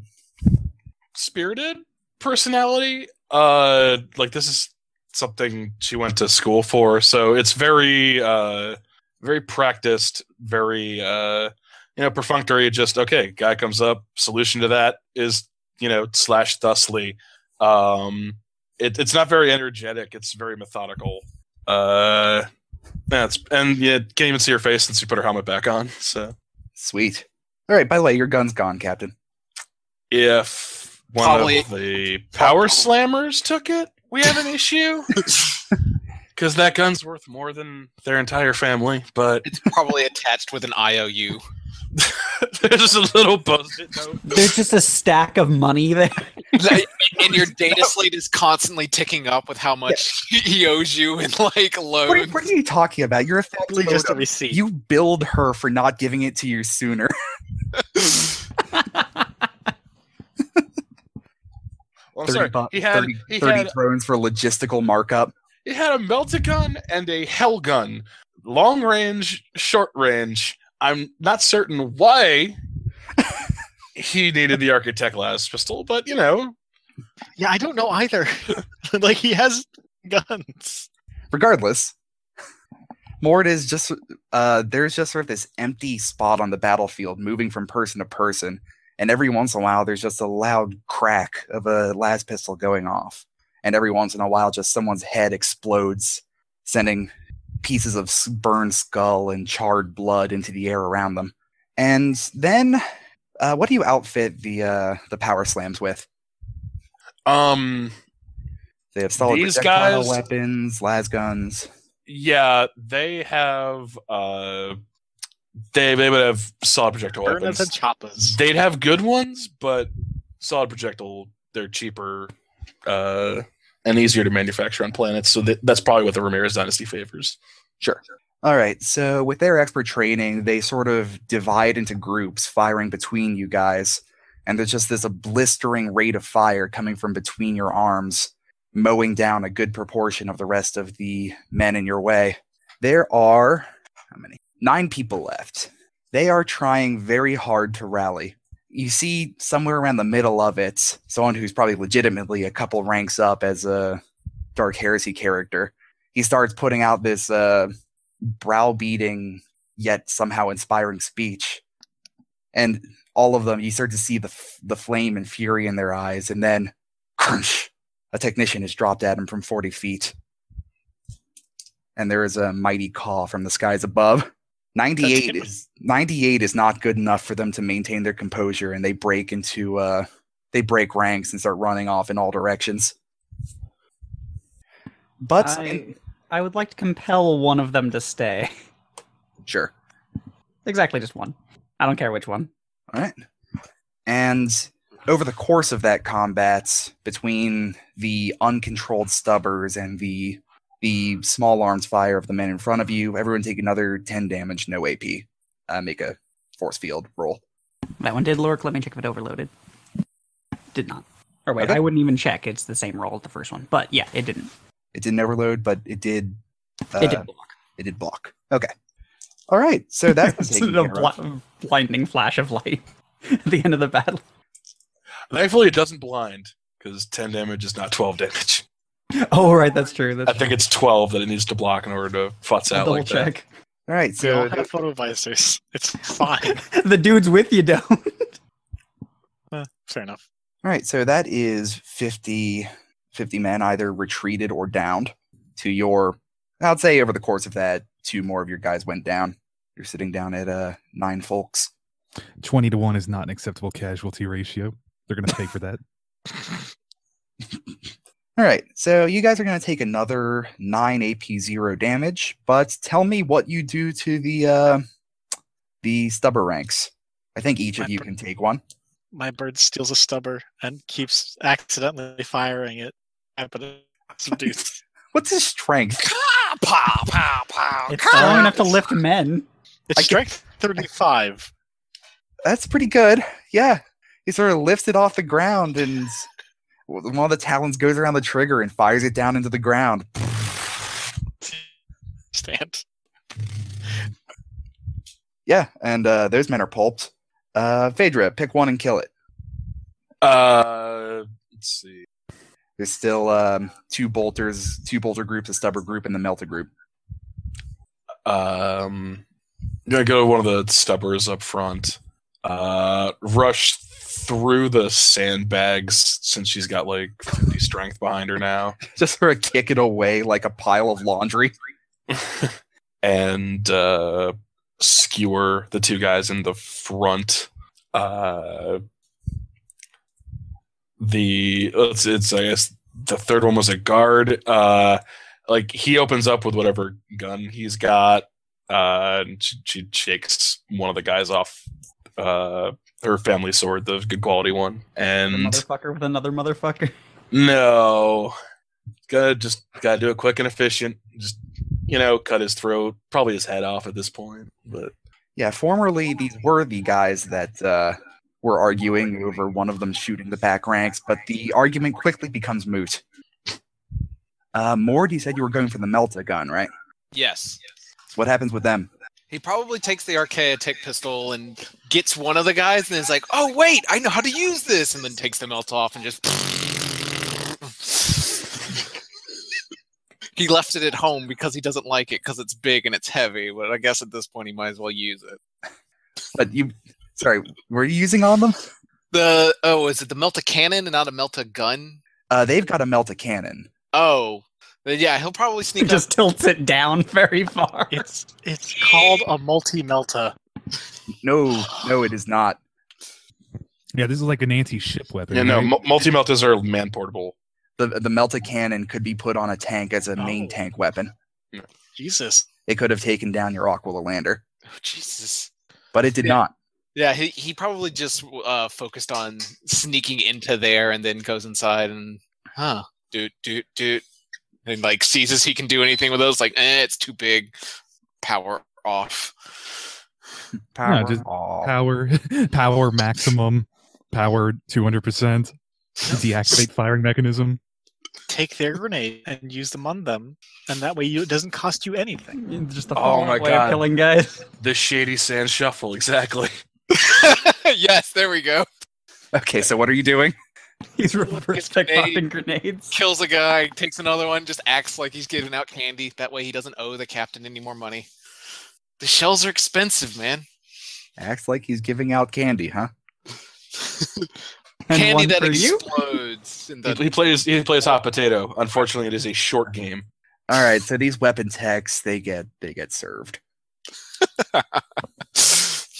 spirited personality, uh, like this is something she went to school for, so it's very, uh, very practiced, very, uh, you know, perfunctory. Just okay, guy comes up. Solution to that is you know slash thusly. Um, it, it's not very energetic. It's very methodical. Uh, that's and yeah, can't even see her face since she put her helmet back on. So. Sweet. All right. By the way, your gun's gone, Captain. if one Probably- of the power slammers took it, we have an issue. Because that gun's worth more than their entire family, but It's probably attached with an IOU. there's just a little post-it note. There's just a stack of money there. and your data slate is constantly ticking up with how much he owes you and like What are, loans. what are you talking about? You're effectively Probably just a modem. receipt. you build her for not giving it to you sooner. Well, I'm 30 sorry, bu- he had 30 he 30 had thrones for logistical markup. he had a meltagun and a hell gun, long range, short range. I'm not certain why he needed the architect last pistol, but you know, yeah, I don't know either. like he has guns. regardless, Mord is just uh, there's just sort of this empty spot on the battlefield, moving from person to person, and every once in a while there's just a loud crack of a las pistol going off, and every once in a while just someone's head explodes, sending pieces of s- burned skull and charred blood into the air around them, and then. Uh, what do you outfit the uh, the power slams with? um, They have solid These projectile guys- weapons, las guns. Yeah, they have uh they they would have solid projectile Burners and weapons. choppas. They'd have good ones, but solid projectile they're cheaper uh and easier to manufacture on planets, so that, that's probably what the Ramirez dynasty favors. All right. So with their expert training, they sort of divide into groups, firing between you guys, and there's just this a blistering rate of fire coming from between your arms, mowing down a good proportion of the rest of the men in your way. There are how many? Nine people left. They are trying very hard to rally. You see, somewhere around the middle of it, someone who's probably legitimately a couple ranks up as a Dark Heresy character. He starts putting out this uh, browbeating yet somehow inspiring speech. And all of them, you start to see the f- the flame and fury in their eyes, and then crunch, a technician is dropped at him from forty feet, and there is a mighty call from the skies above. Ninety eight is ninety eight is not good enough for them to maintain their composure, and they break into uh, they break ranks and start running off in all directions. But I, I would like to compel one of them to stay. sure. Exactly, just one. I don't care which one. All right. And over the course of that combat between the uncontrolled stubbers and the the small arms fire of the men in front of you, everyone take another 10 damage, no AP. Uh, make a force field roll. That one did lurk. Let me check if it overloaded. Did not. Or wait, Okay. I wouldn't even check. It's the same roll as the first one. But yeah, it didn't. It didn't overload, but it did. Uh, It did block. It did block. Okay. All right. So that's It's taken a care of. bl- blinding flash of light at the end of the battle. Thankfully it doesn't blind, because ten damage is not twelve damage. Oh right, that's true. That's I think it's twelve that it needs to block in order to futz I'll out double like that. check. All right. They all So have photo visors. It's fine. the dudes with you don't. Uh, Fair enough. All right, so that is 50, 50 men either retreated or downed to your. I'd say over the course of that, two more of your guys went down. You're sitting down at uh, nine folks. 20 to 1 is not an acceptable casualty ratio. They're going to pay for that. All right, so you guys are going to take another nine AP zero damage, but tell me what you do to the uh, the stubber ranks. I think each of you can take one. My bird steals a stubber and keeps accidentally firing it. But it's reduced. What's his strength? Ah, pow, pow, pow. It's long enough to lift men. It's I get- strength 35. That's pretty good. Yeah, he sort of lifts it off the ground and One of the talons goes around the trigger and fires it down into the ground. Stand. Yeah, and uh, those men are pulped. Uh, Phaedra, pick one and kill it. Uh, let's see. There's still um, two bolters, two bolter groups, a stubber group, and the melter group. Um, I'm gonna go one of the stubbers up front. Uh, rush through the sandbags since she's got like 50 strength behind her now, Just sort of kick it away like a pile of laundry. and uh, skewer the two guys in the front. Uh, the it's, it's I guess the third one was a guard. Uh, like he opens up with whatever gun he's got. Uh, and she, she shakes one of the guys off. Uh, her family sword, the good quality one, The and motherfucker with another motherfucker. no. Gotta just gotta do it quick and efficient. Just you know, cut his throat, probably his head off at this point. But Yeah, formerly these were the guys that uh, were arguing over one of them shooting the back ranks, but the argument quickly becomes moot. Uh, Mord, you said you were going for the Melta gun, right? Yes. So what happens with them? He probably takes the Archaea Tech pistol and gets one of the guys and is like, oh, wait, I know how to use this. And then takes the melt off and just. he left it at home because he doesn't like it because it's big and it's heavy. But I guess at this point, he might as well use it. But you, sorry, were you using on them? The. Oh, is it the Melta cannon and not a Melta gun? Uh, they've got a Melta cannon. Oh. Then Yeah, he'll probably He sneak up. just tilts it down very far. It's it's called a multi melta. No, no, it is not. Yeah, this is like an anti-ship weapon. you know, right? m- multi melters are man portable. The the Melta cannon could be put on a tank as a main Oh. tank weapon. Jesus. It could have taken down your Aquila lander, Oh, Jesus. but it did Yeah. not. Yeah, he, he probably just uh, focused on sneaking into there and then goes inside and huh, doot doot doot, and like seizes he can do anything with those. Like, eh, it's too big. Power off. Power. just off. power, power maximum, power two hundred percent. Deactivate firing mechanism. Take their grenade and use them on them, and that way you, it doesn't cost you anything. Just a Oh fallout my way God. of killing guys. The shady sand shuffle, exactly. yes, there we go. Okay, so what are you doing? He's reverse Grenade. pickpocketing grenades. Kills a guy, takes another one, just acts like he's giving out candy. That way, he doesn't owe the captain any more money. The shells are expensive, man. Acts like he's giving out candy, huh? And candy one that for you. explodes. In the, He, he plays he plays hot potato. Unfortunately, it is a short game. All right, so these weapon techs they get they get served.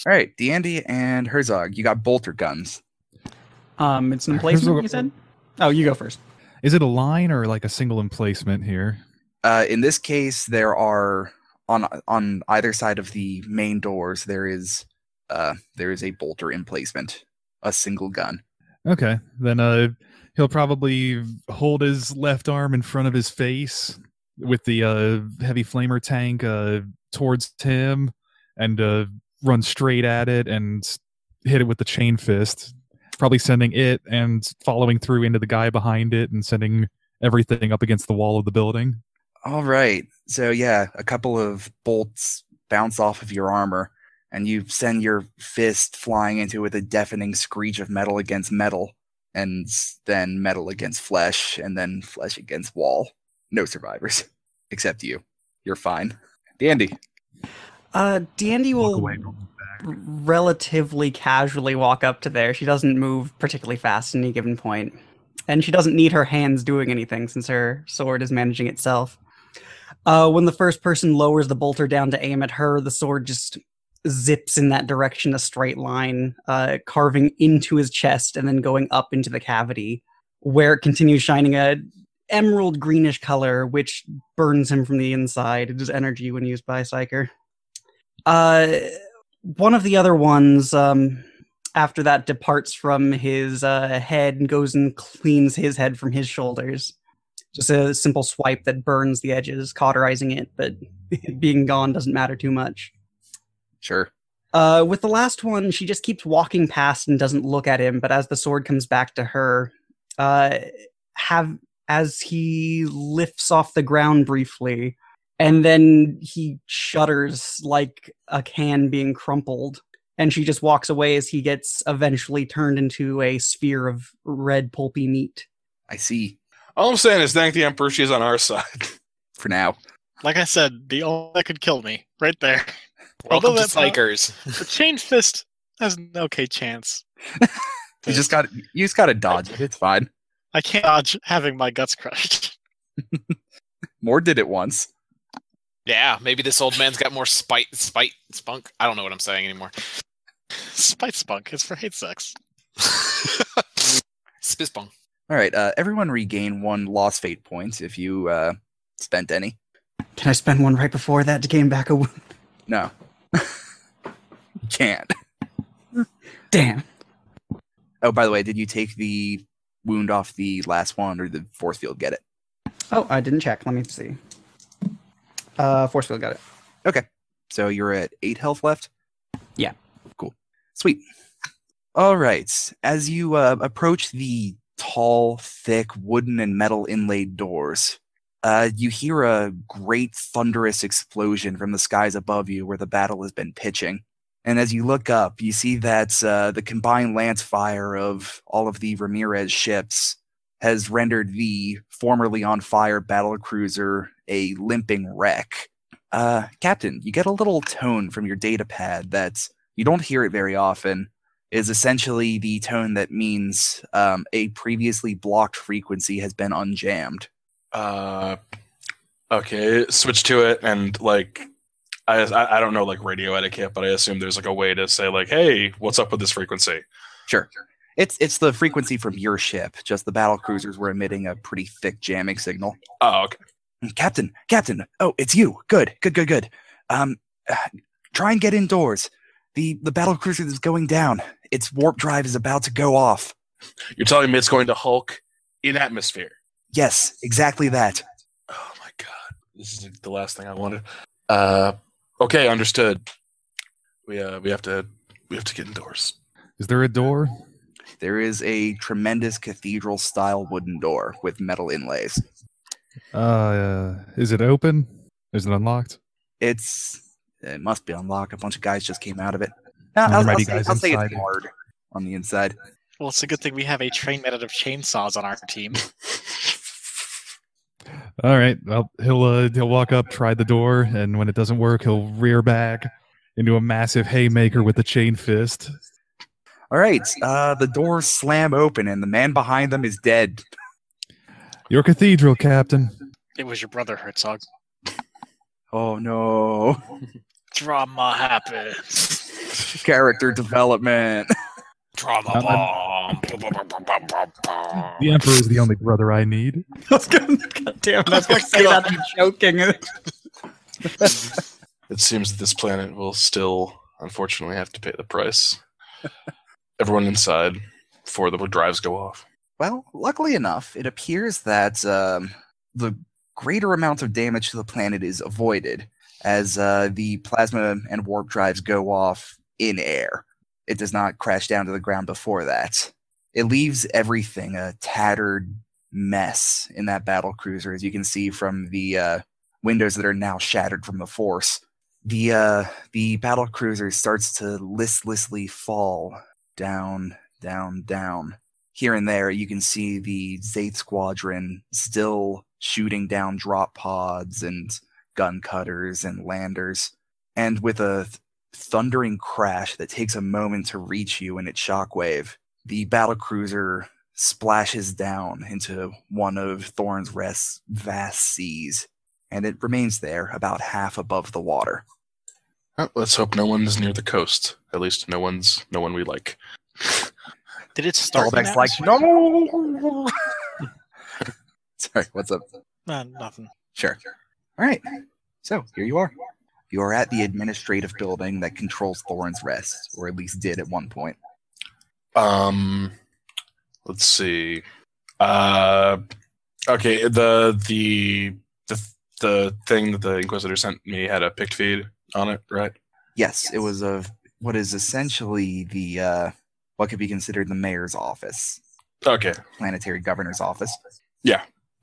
All right, Dandy and Herzog, you got bolter guns. Um, it's an Here's emplacement. what- You said. Oh, you go first. Is it a line or like a single emplacement here? Uh, in this case, there are on on either side of the main doors there is uh, there is a bolter emplacement, a single gun. Okay, then uh, he'll probably hold his left arm in front of his face with the uh, heavy flamer tank uh, towards him and uh, run straight at it and hit it with the chain fist. Probably sending it and following through into the guy behind it and sending everything up against the wall of the building. All right, so yeah, a couple of bolts bounce off of your armor, and you send your fist flying into it with a deafening screech of metal against metal, and s- then metal against flesh, and then flesh against wall. No survivors, except you. You're fine, Dandy. Uh, Dandy will relatively casually walk up to there. She doesn't move particularly fast at any given point, and she doesn't need her hands doing anything since her sword is managing itself. Uh, when the first person lowers the bolter down to aim at her, the sword just zips in that direction a straight line, uh, carving into his chest and then going up into the cavity, where it continues shining a emerald greenish color, which burns him from the inside. It is energy when used by Psyker. Uh, one of the other ones um, after that departs from his uh, head and goes and cleans his head from his shoulders. Just a simple swipe that burns the edges, cauterizing it, but being gone doesn't matter too much. Sure. Uh, with the last one, she just keeps walking past and doesn't look at him, but as the sword comes back to her, uh, have as he lifts off the ground briefly, and then he shudders like a can being crumpled. And she just walks away as he gets eventually turned into a sphere of red pulpy meat. I see. All I'm saying is thank the Emperor, she's on our side. For now, Like I said, the only that could kill me right there. Welcome Although to that pro- Psychers. The chain fist has an okay chance. you just got you just got to dodge it. It's fine. I can't dodge having my guts crushed. Moore did it once. Yeah, maybe this old man's got more spite, spite, spunk. I don't know what I'm saying anymore. Spite spunk is for hate sex. Spispunk. All right, uh, everyone regain one lost fate point if you uh, spent any. Can I spend one right before that to gain back a wound? No, you can't. Damn. Oh, by the way, did you take the wound off the last one, or did the force field get it? Oh, I didn't check. Let me see. Uh, force field got it. So you're at eight health left? Yeah. Cool. Sweet. All right. As you uh, approach the tall, thick, wooden and metal inlaid doors, uh, you hear a great thunderous explosion from the skies above you where the battle has been pitching. And as you look up, you see that uh, the combined lance fire of all of the Ramirez ships has rendered the formerly on fire battle cruiser a limping wreck. Uh, Captain, you get a little tone from your data pad that you don't hear it very often. Is essentially the tone that means um, a previously blocked frequency has been unjammed. Uh, okay, switch to it, and like, I I I don't know like radio etiquette, but I assume there's like a way to say like, hey, what's up with this frequency? Sure, it's it's the frequency from your ship. Just the battle cruisers were emitting a pretty thick jamming signal. Oh, okay. Captain, Captain, oh, it's you. Good, good, good, good. Um, uh, try and get indoors. The the battle cruiser is going down. Its warp drive is about to go off. You're telling me it's going to Hulk in atmosphere? Yes, exactly that. Oh my god, this is the last thing I wanted. Uh, okay, understood. We uh we have to we have to get indoors. Is there a door? There is a tremendous cathedral style wooden door with metal inlays. Uh, is it open? Is it unlocked? It's it must be unlocked. A bunch of guys just came out of it. No, I'll, I'll, Alrighty, say, guys, I'll say it's inside. hard on the inside. Well, it's a good thing we have a train made out of chainsaws on our team. All right. Well, he'll uh, he'll walk up, try the door, and when it doesn't work, he'll rear back into a massive haymaker with the chain fist. All right, uh, the doors slam open and the man behind them is dead. Your cathedral, Captain. It was your brother, Herzog. Oh no! Drama happens. Character development. Trauma Um, bomb. bomb. The Emperor is the only brother I need. God damn, I was gonna say that. I'm joking. It seems that this planet will still, unfortunately, have to pay the price. Everyone inside before the drives go off. Well, luckily enough, it appears that um, the greater amount of damage to the planet is avoided as uh, the plasma and warp drives go off in air. It does not crash down to the ground before that. It leaves everything a tattered mess in that battle cruiser, as you can see from the uh, windows that are now shattered from the force. The uh, the battle cruiser starts to listlessly fall down, down, down here and there you can see the Zaith squadron still shooting down drop pods and gun cutters and landers and with a th- thundering crash that takes a moment to reach you in its shockwave the battlecruiser splashes down into one of thorn's rest's vast seas and it remains there about half above the water Well, Oh, let's hope no one's near the coast. At least no one's no one we like. Did it start? in Stallback's like atmosphere? no sorry what's up Nah, nothing. Sure. All right. So here you are. You are at the administrative building that controls Thorin's Rest, or at least did at one point. Um, let's see. Uh, okay. The the the the thing that the Inquisitor sent me had a picked feed on it, right? Yes, it was of what is essentially the uh, what could be considered the mayor's office. Okay. planetary governor's office.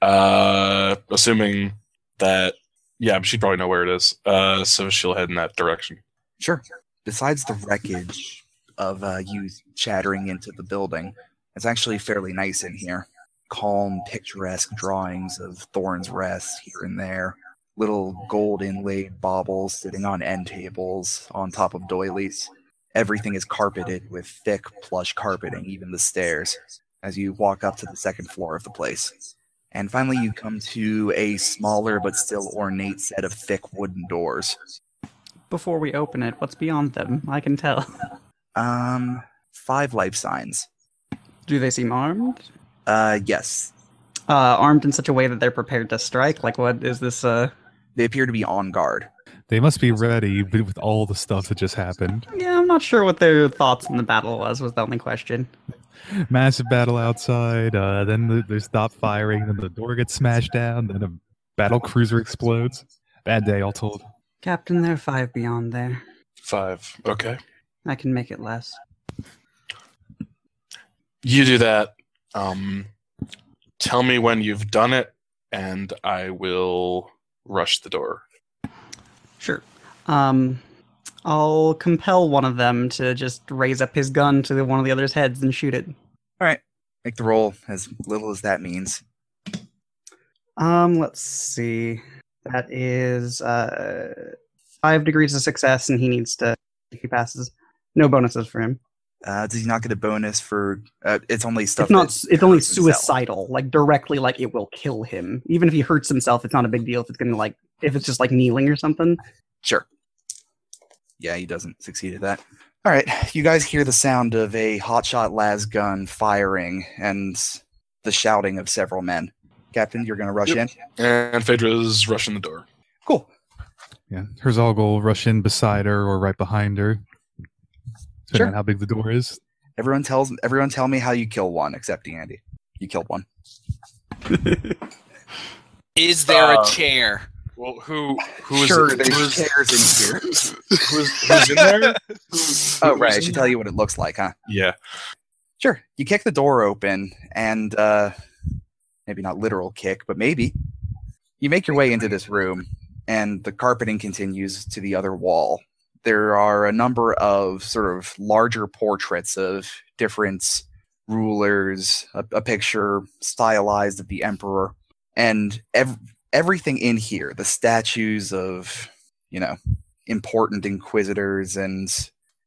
Uh, assuming that, yeah, she'd probably know where it is. Uh, so she'll head in that direction. Sure. Besides the wreckage of uh, you shattering into the building, it's actually fairly nice in here. Calm, picturesque drawings of Thorn's Rest here and there, little gold inlaid baubles sitting on end tables on top of doilies. Everything is carpeted with thick plush carpeting, even the stairs, as you walk up to the second floor of the place. And finally, you come to a smaller but still ornate set of thick wooden doors. Before we open it, what's beyond them? I can tell. Um, five life signs. Do they seem armed? Uh, yes, Uh, armed in such a way that they're prepared to strike? Like, what is this? Uh, they appear to be on guard. They must be ready but with all the stuff that just happened. yeah, I'm not sure what their thoughts in the battle was. Was the only question. Massive battle outside. Uh, then the, they stop firing. Then the door gets smashed down. Then a battle cruiser explodes. Bad day, all told. Captain, there are five beyond there. Five. Okay. I can make it less. You do that. Um, tell me when you've done it, and I will rush the door. Sure. Um, I'll compel one of them to just raise up his gun to one of the other's heads and shoot it. Make the roll as little as that means. Um, let's see. That is uh, five degrees of success, and he needs to. If he passes, no bonuses for him. Uh, does he not get a bonus for? Uh, it's only stuff. It's not. that It's only hurts himself. suicidal, like directly, like it will kill him. Even if he hurts himself, it's not a big deal. If it's gonna like, if it's just like kneeling or something. Sure. Yeah, he doesn't succeed at that. All right, you guys hear the sound of a hotshot las gun firing and the shouting of several men. Captain, you're going to rush in. And Phaedra's rushing the door. Cool. Yeah, Herzog will rush in beside her or right behind her. Depending Sure. on how big the door is. Everyone tells everyone tell me how you kill one except Andy. You killed one. Is there Uh, a chair? Well, who who is sure, it- there's who is- chairs in here. who's, who's in there? Oh, right. I should tell you what it looks like, huh? Yeah. Sure. You kick the door open and uh maybe not literal kick, but maybe. You make your way into this room and the carpeting continues to the other wall. There are a number of sort of larger portraits of different rulers, a, a picture stylized of the emperor, and ev- everything in here, the statues of, you know, important inquisitors and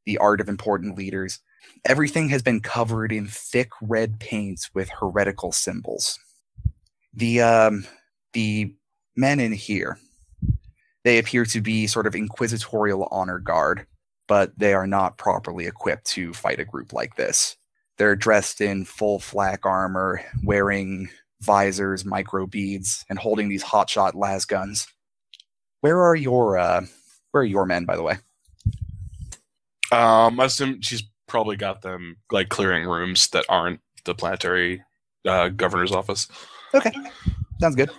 the art of important leaders everything has been covered in thick red paints with heretical symbols. The um, the men in here, they appear to be sort of inquisitorial honor guard, but they are not properly equipped to fight a group like this. They're dressed in full flak armor, wearing visors, micro beads, and holding these hotshot las guns. Where are your uh, where are your men, by the way? Um, I assume she's probably got them like clearing rooms that aren't the planetary uh, governor's office. Sounds good.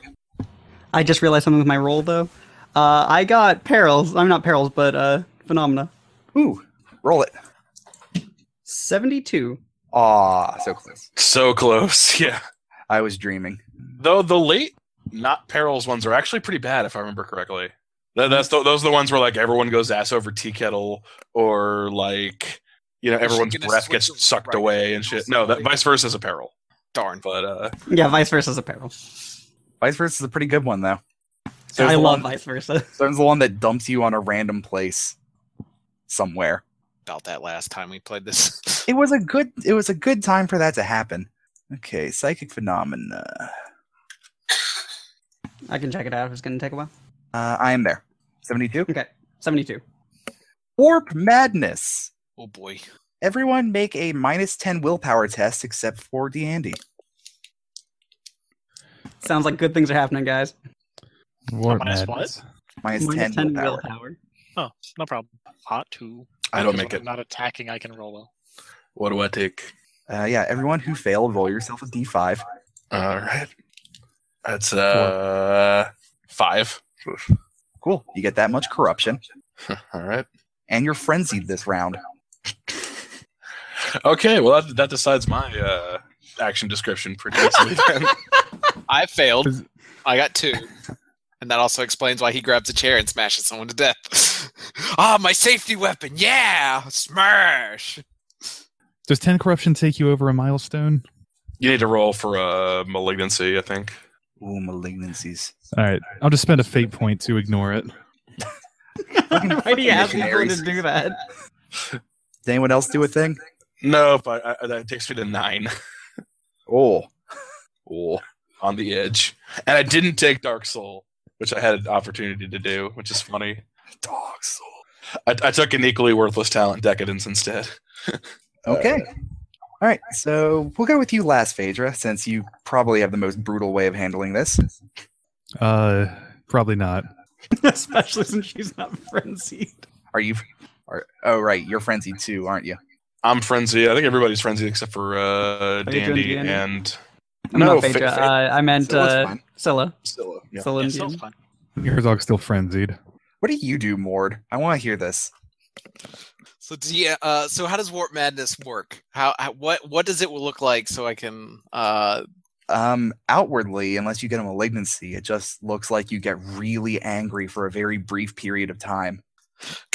I just realized something with my roll though. Uh, I got perils. I'm not perils, but uh, phenomena. Ooh, roll it. Seventy-two. Ah, so close. So close. Yeah. I was dreaming. Though the late not perils ones are actually pretty bad, if I remember correctly. That, that's the, those are the ones where like everyone goes ass over tea kettle, or like you know Is she everyone's gonna breath switch gets to sucked right away now and or shit. No, that something? vice versa is a peril. Darn. But uh, Yeah, vice versa is a peril. Vice versa is a pretty good one though. I the one, love vice versa. There's the one that dumps you on a random place somewhere. About that last time we played this. It was a good. It was a good time for that to happen. Okay, psychic phenomena. I can check it out if it's gonna take a while. Uh, I am there. Seventy-two. Okay, seventy-two. Warp madness. oh boy. Everyone make a minus ten willpower test except for D'Andy. Sounds like good things are happening, guys. Warp minus what? madness. Minus, Minus 10, willpower. Oh, No problem. Hot two. I don't Because make it. when I'm not attacking. I can roll low. What do I take? Uh, yeah, everyone who failed, roll yourself a d5. All right, that's uh five. Cool. You get that much corruption, All right. and you're frenzied this round. Okay, well that, that decides my uh, action description pretty easily. Then. I failed. Is- I got two. And that also explains why he grabs a chair and smashes someone to death. ah, my safety weapon. Yeah. Smash. Does 10 corruption take you over a milestone? You need to roll for a malignancy, I think. Ooh, malignancies. All right. I'll just spend a fate point to ignore it. Why do you ask people to Missionaries. do that? Did anyone else do a thing? No, but I, I, that takes me to nine Oh. Oh. on the edge, and I didn't take Dark Soul, which I had an opportunity to do, which is funny. Dog soul. I, I took an equally worthless talent, Decadence, instead. Okay. All right. So we'll go with you last, Phaedra, since you probably have the most brutal way of handling this. Uh, probably not. Especially since she's not frenzied. Are you? Are, oh, right. You're frenzied too, aren't you? I'm frenzied. I think everybody's frenzied except for uh, you doing Dandy Dandy? and I'm No, not Phaedra. Pha- Pha- uh, I meant So it's uh, fine. Scylla. Scylla. Yeah. Scylla Yeah, and sounds Dean. fun. Herzog's still frenzied. What do you do, Mord? I want to hear this. So do you- uh, so how does warp madness work? How, how what what does it look like so I can uh Um, outwardly, unless you get a malignancy, it just looks like you get really angry for a very brief period of time.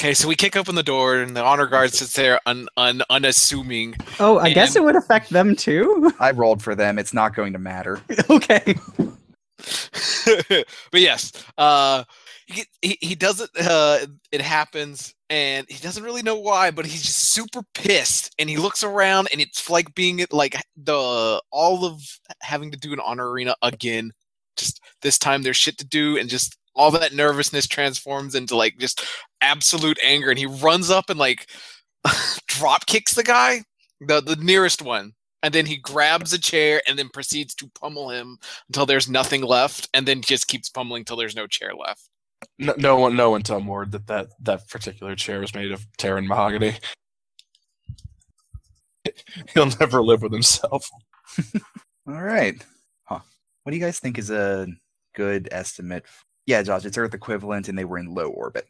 Okay, so we kick open the door and the honor guard sits there un, un unassuming. Oh, I guess And- it would affect them too. I rolled for them. It's not going to matter. okay. but yes, uh, he, he he doesn't. Uh, it happens, and he doesn't really know why, but he's just super pissed, and he looks around, and it's like being at, like the all of having to do an honor arena again. Just this time, there's shit to do, and just all that nervousness transforms into like just absolute anger, and he runs up and like drop kicks the guy, the the nearest one. And then he grabs a chair and then proceeds to pummel him until there's nothing left, and then just keeps pummeling till there's no chair left. No, no one, no one tell Mord that, that that particular chair is made of Terran mahogany. He'll never live with himself. All right. Huh. What do you guys think is a good estimate? f- Yeah, Josh, it's Earth equivalent, and they were in low orbit.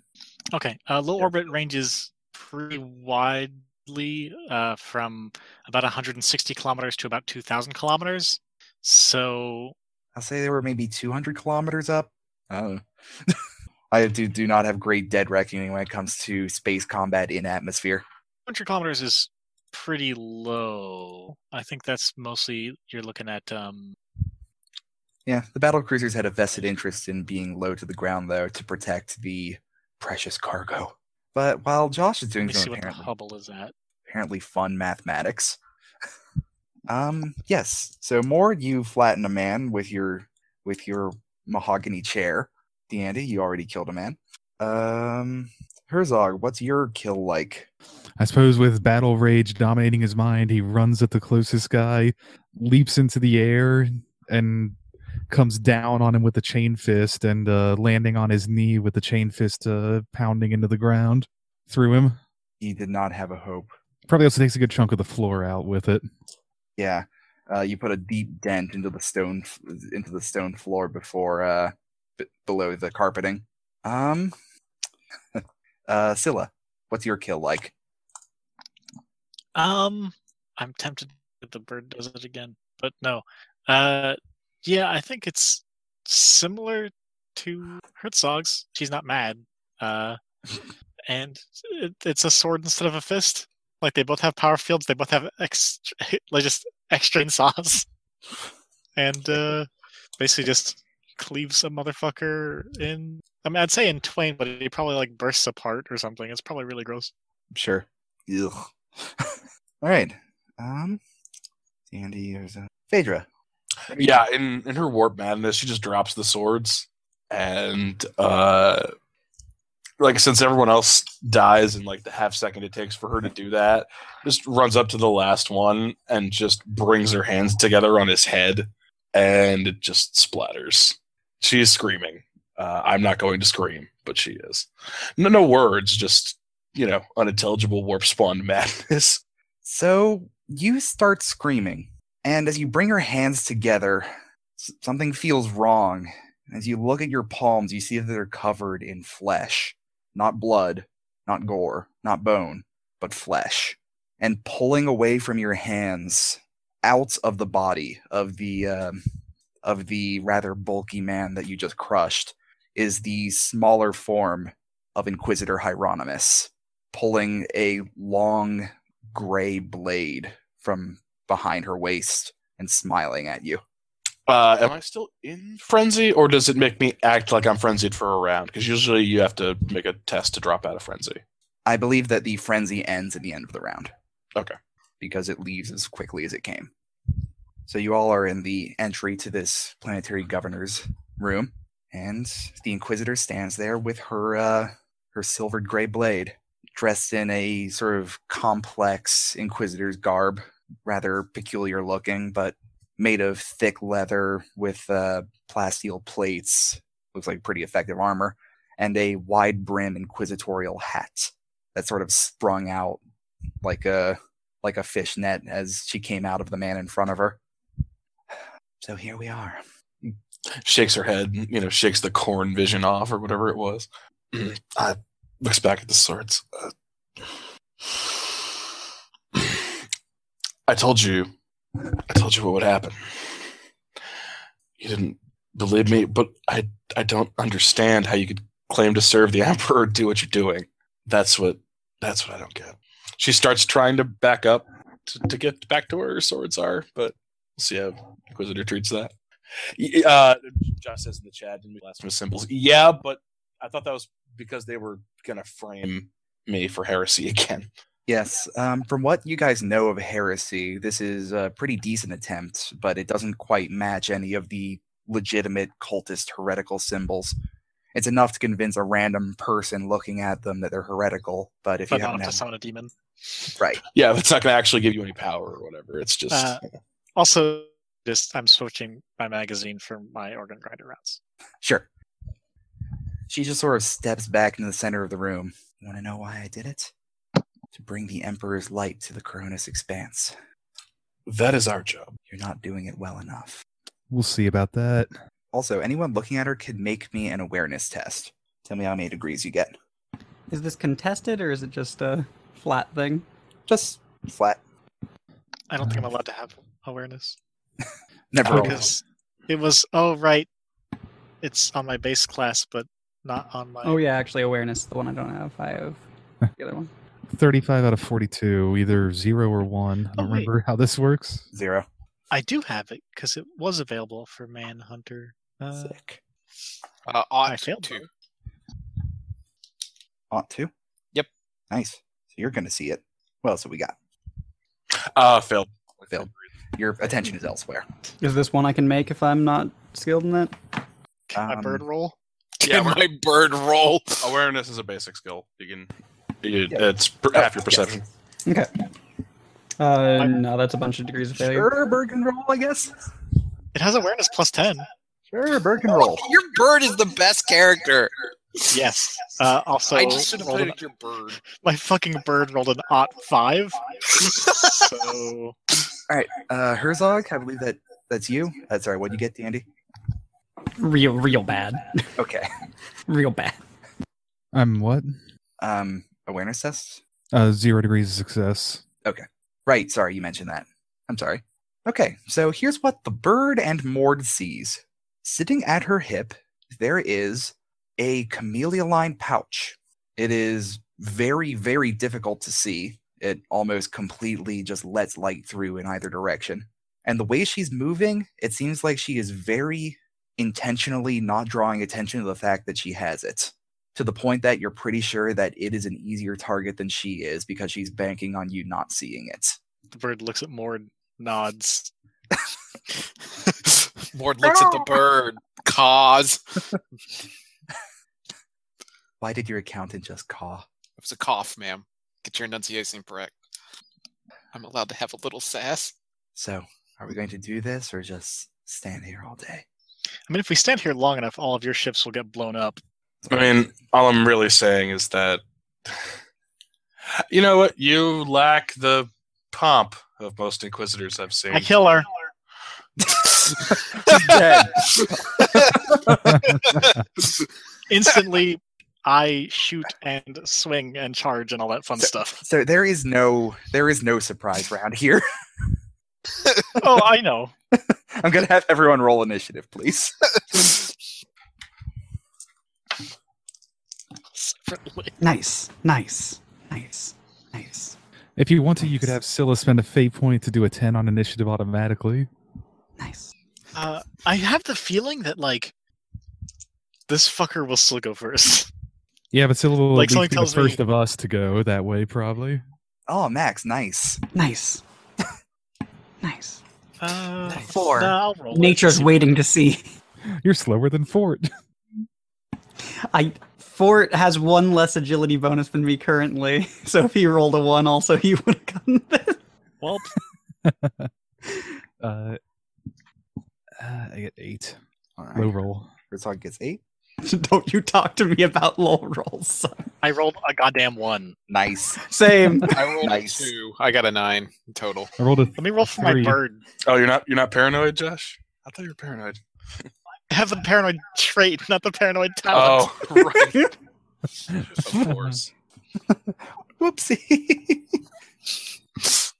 Okay, uh, low orbit ranges pretty widely uh, from about 160 kilometers to about 2,000 kilometers. So I'll say they were maybe 200 kilometers up. I Oh. don't know. I do, do not have great dead reckoning when it comes to space combat in atmosphere. 200 kilometers is pretty low. I think that's mostly you're looking at. Um, Yeah, the battle cruisers had a vested interest in being low to the ground, though, to protect the precious cargo. But while Josh is let doing me some see what the apparently, Hubble is at. apparently fun mathematics, um, yes. So more you flatten a man with your with your mahogany chair. Dandy, you already killed a man. Um, Herzog, what's your kill like? I suppose with battle rage dominating his mind, he runs at the closest guy, leaps into the air, and comes down on him with a chain fist and uh, landing on his knee with the chain fist uh, pounding into the ground through him. He did not have a hope. Probably also takes a good chunk of the floor out with it. Yeah, uh, you put a deep dent into the stone f- into the stone floor before uh, b- below the carpeting. Um, uh, Scylla, what's your kill like? Um, I'm tempted that the bird does it again, but no. Uh, yeah, I think it's similar to Herzog's. She's not mad. Uh, and it, it's a sword instead of a fist. Like they both have power fields. They both have extra, like just extra sauce, and uh, basically just cleaves a motherfucker in. I mean, I'd say in twain, but he probably like bursts apart or something. It's probably really gross. Sure. Ugh. All right. Um, Andy, there's a Phaedra. what do you Yeah, in in her warp madness, she just drops the swords, and uh, like since everyone else dies in like the half second it takes for her to do that, just runs up to the last one and just brings her hands together on his head, and it just splatters. She is screaming. Uh, I'm not going to scream, but she is. No, no words, just you know, unintelligible warp spawn madness. So you start screaming, and as you bring your hands together, s- something feels wrong. As you look at your palms, you see that they're covered in flesh, not blood, not gore, not bone, but flesh. And pulling away from your hands, out of the body of the um, of the rather bulky man that you just crushed is the smaller form of Inquisitor Hieronymus, pulling a long gray blade from behind her waist and smiling at you. Uh, am I still in frenzy, or does it make me act like I'm frenzied for a round? Because usually you have to make a test to drop out of frenzy. I believe that the frenzy ends at the end of the round. Okay. Because it leaves as quickly as it came. So you all are in the entry to this planetary governor's room, and the Inquisitor stands there with her uh, her silvered gray blade, dressed in a sort of complex Inquisitor's garb, rather peculiar looking, but made of thick leather with uh, plasteel plates. Looks like pretty effective armor, and a wide brim inquisitorial hat that sort of sprung out like a like a fishnet as she came out of the man in front of her. So here we are. Shakes her head, you know, shakes the corn vision off or whatever it was. I looks back at the swords. Uh, I told you, I told you what would happen. You didn't believe me, but I I don't understand how you could claim to serve the emperor and do what you're doing. That's what that's what I don't get. She starts trying to back up to, to get back to where her swords are, but we'll see how Inquisitor treats that. Y- Uh, Josh says in the chat, didn't we last with symbols? Yeah, but I thought that was because they were gonna frame me for heresy again. Yes, um, from what you guys know of heresy, this is a pretty decent attempt, but it doesn't quite match any of the legitimate cultist heretical symbols. It's enough to convince a random person looking at them that they're heretical, but if but you not haven't enough to had- summon a demon. right, Yeah, but it's not gonna actually give you any power or whatever. It's just Uh, Also, just I'm switching my magazine for my organ grinder rounds. sure. She just sort of steps back into the center of the room. Want to know why I did it? To bring the Emperor's light to the Coronis expanse. that is our job. You're not doing it well enough. We'll see about that. Also, anyone looking at her could make me an awareness test. Tell me how many degrees you get. Is this contested or is it just a flat thing? Just flat. I don't think I'm allowed to have awareness Never. Oh. mind. because it was oh right, it's on my base class, but not on my. Oh yeah, actually awareness is the one I don't have. I have the other one. 35 out of 42, either zero or one. I Oh, don't wait. remember how this works. Zero. I do have it because it was available for Manhunter. Uh, Sick. Uh, ought I failed to. though. Ought to? Yep. Nice. So you're going to see it. What else have we got? Uh failed. Failed. Your attention is elsewhere. Is this one I can make if I'm not skilled in that? can my um, bird roll. Yeah, Can my bird roll. Awareness is a basic skill. You can. You, Yeah. It's per, half your perception. Uh, no, that's a bunch of degrees of failure. Sure, Berg and roll, I guess. It has awareness plus ten. Sure, Berg and roll. Your bird is the best character. Yes. Uh, also, I just should have rolled played an, with your bird. my fucking bird rolled an ot five. so Uh, Herzog, I believe that that's you. That's sorry. What'd you get, Dandy? Real, real bad. Okay. Real bad. I'm what? Um, awareness test? Uh, zero degrees of success. Right. Sorry, you mentioned that. I'm sorry. Okay, so here's what the bird and Mord sees. Sitting at her hip, there is a camellia lined pouch. It is very, very difficult to see. It almost completely just lets light through in either direction. And the way she's moving, it seems like she is very intentionally not drawing attention to the fact that she has it. To the point that you're pretty sure that it is an easier target than she is because she's banking on you not seeing it. the bird looks at Mord, nods. Mord looks at the bird. Cause it Why did your accountant just caw? was a cough, ma'am. Get your enunciation correct. I'm allowed to have a little sass. So, are we going to do this or just stand here all day? I mean, if we stand here long enough, all of your ships will get blown up. I mean, all I'm really saying is that. You know what? You lack the pomp of most inquisitors I've seen. I kill her. Instantly, I shoot and swing and charge and all that fun stuff. So there is no there is no surprise round here. oh, I know. I'm gonna have everyone roll initiative, please. Separately. Nice, nice, nice, nice, If you want to, you could have Scylla spend a fate point to do a 10 on initiative automatically. nice. Uh, I have the feeling that like this fucker will still go first. Yeah, but Scylla will Like, at least be someone the tells me- first of us to go that way, probably. oh, Max, nice. Nice. nice. Uh, Four. nah, I'll roll it. Nature's See- waiting to see. You're slower than Fort. I Fort has one less agility bonus than me currently, so if he rolled a one, also he would have gotten this. Well, Uh, uh, I get eight. All Low right. roll. Herzog gets eight. Don't you talk to me about low rolls. son. I rolled a goddamn one. Nice. Same. I rolled a Nice. two. I got a nine total. I rolled a. Let me roll for my Three. bird. Oh, you're not you're not paranoid, Josh? I thought you were paranoid. I have the paranoid trait, not the paranoid talent. Oh, right. of course. Whoopsie.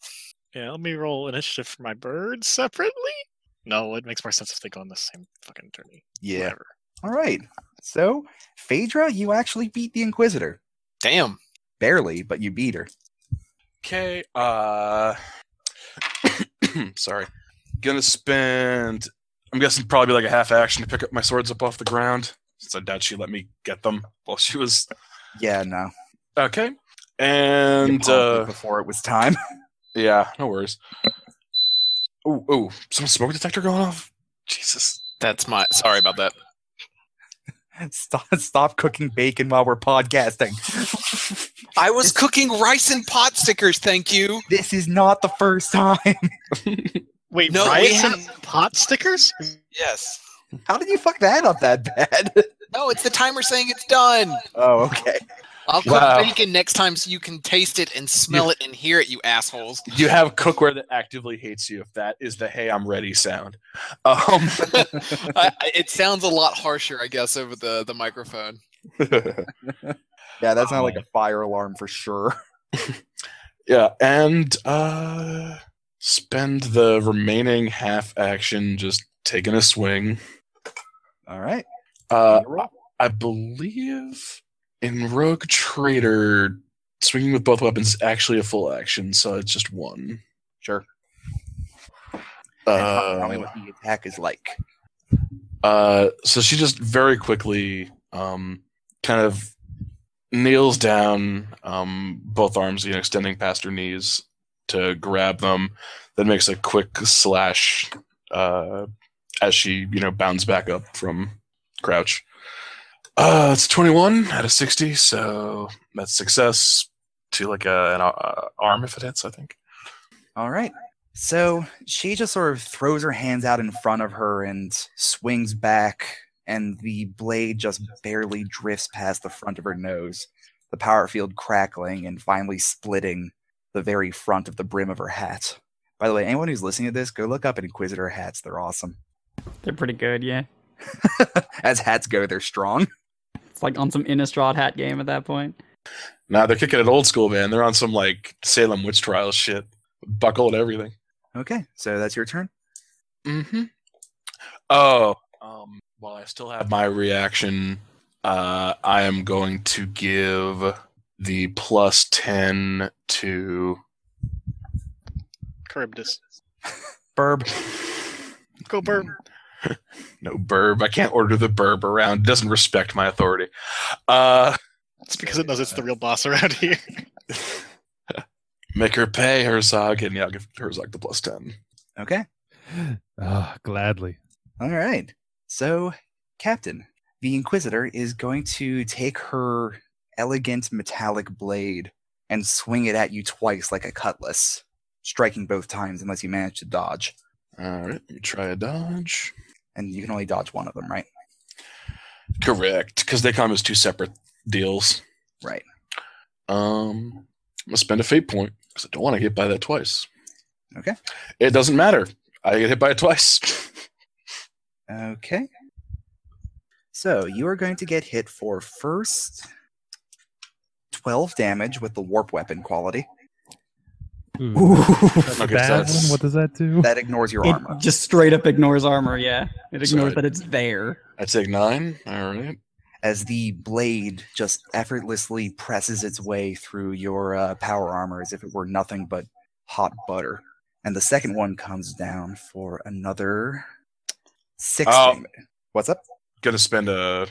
Oh. Yeah, let me roll initiative for my bird separately. No, it makes more sense if they go on the same fucking journey. yeah. Whatever. All right. So, Phaedra, you actually beat the Inquisitor. Damn. Barely, but you beat her. Okay. Uh, sorry. Gonna spend. I'm guessing probably like a half action to pick up my swords up off the ground, since I doubt she let me get them while she was Yeah, no. okay. You And popped it uh, before it was time. yeah, no worries. Oh, oh, some smoke detector going off. Jesus. That's my. Sorry about that. stop, stop cooking bacon while we're podcasting. I was cooking rice and pot stickers. Thank you. this is not the first time. Wait, No, we rice have- and pot stickers? Yes. How did you fuck that up that bad? No, it's the timer saying it's done. oh, okay. I'll cook Wow. bacon next time so you can taste it and smell it and hear it, you assholes. You have cookware that actively hates you. If that is the "Hey, I'm ready" sound. Um. I, I- it sounds a lot harsher, I guess, over the, the microphone. Yeah, that's not like a fire alarm for sure. Yeah, and uh spend the remaining half action just taking a swing. All right. Uh I believe in Rogue Trader, swinging with both weapons is actually a full action, so it's just one. Sure. Uh, Tell me what the attack is like. Uh, so she just very quickly um, kind of kneels down, um, both arms you know, extending past her knees to grab them, then makes a quick slash uh, as she you know bounds back up from crouch. Uh, it's 21 out of 60, so that's success to like a, an uh, arm if it hits, I think. All right. So she just sort of throws her hands out in front of her and swings back, and the blade just barely drifts past the front of her nose, the power field crackling and finally splitting the very front of the brim of her hat. By the way, anyone who's listening to this, go look up Inquisitor hats. They're awesome. They're pretty good, yeah. As hats go, they're strong. It's like on some Innistrad hat game at that point. Nah, they're kicking it old school, man. They're on some like Salem witch trial shit, buckle and everything. Okay, so that's your turn. Mm-hmm. Oh, um, while I still have my reaction, uh, I am going to give the plus ten to Charybdis. Burb. Go bird. no burb. I can't order the burb around. It doesn't respect my authority. Uh, It's because it knows it's the real boss around here. make her pay Herzog, and yeah, I'll give Herzog the plus ten. Okay. Ah, gladly. All right. So, Captain, the Inquisitor is going to take her elegant metallic blade and swing it at you twice like a cutlass, striking both times unless you manage to dodge. All right, let me try a dodge. And you can only dodge one of them, right? Correct, because they come as two separate deals. Right. Um, I'm gonna spend a fate point because I don't want to get by that twice. Okay. It doesn't matter. I get hit by it twice. Okay. So, you are going to get hit for first 12 damage with the warp weapon quality. Ooh, Ooh. that's a Okay, so bad that's- one. What does that do? That ignores your It armor. just straight up ignores armor, yeah. It ignores Sorry. that it's there. I take nine. All right. as the blade just effortlessly presses its way through your uh, power armor as if it were nothing but hot butter. And the second one comes down for another six. Oh. damage. What's up? Gonna spend a,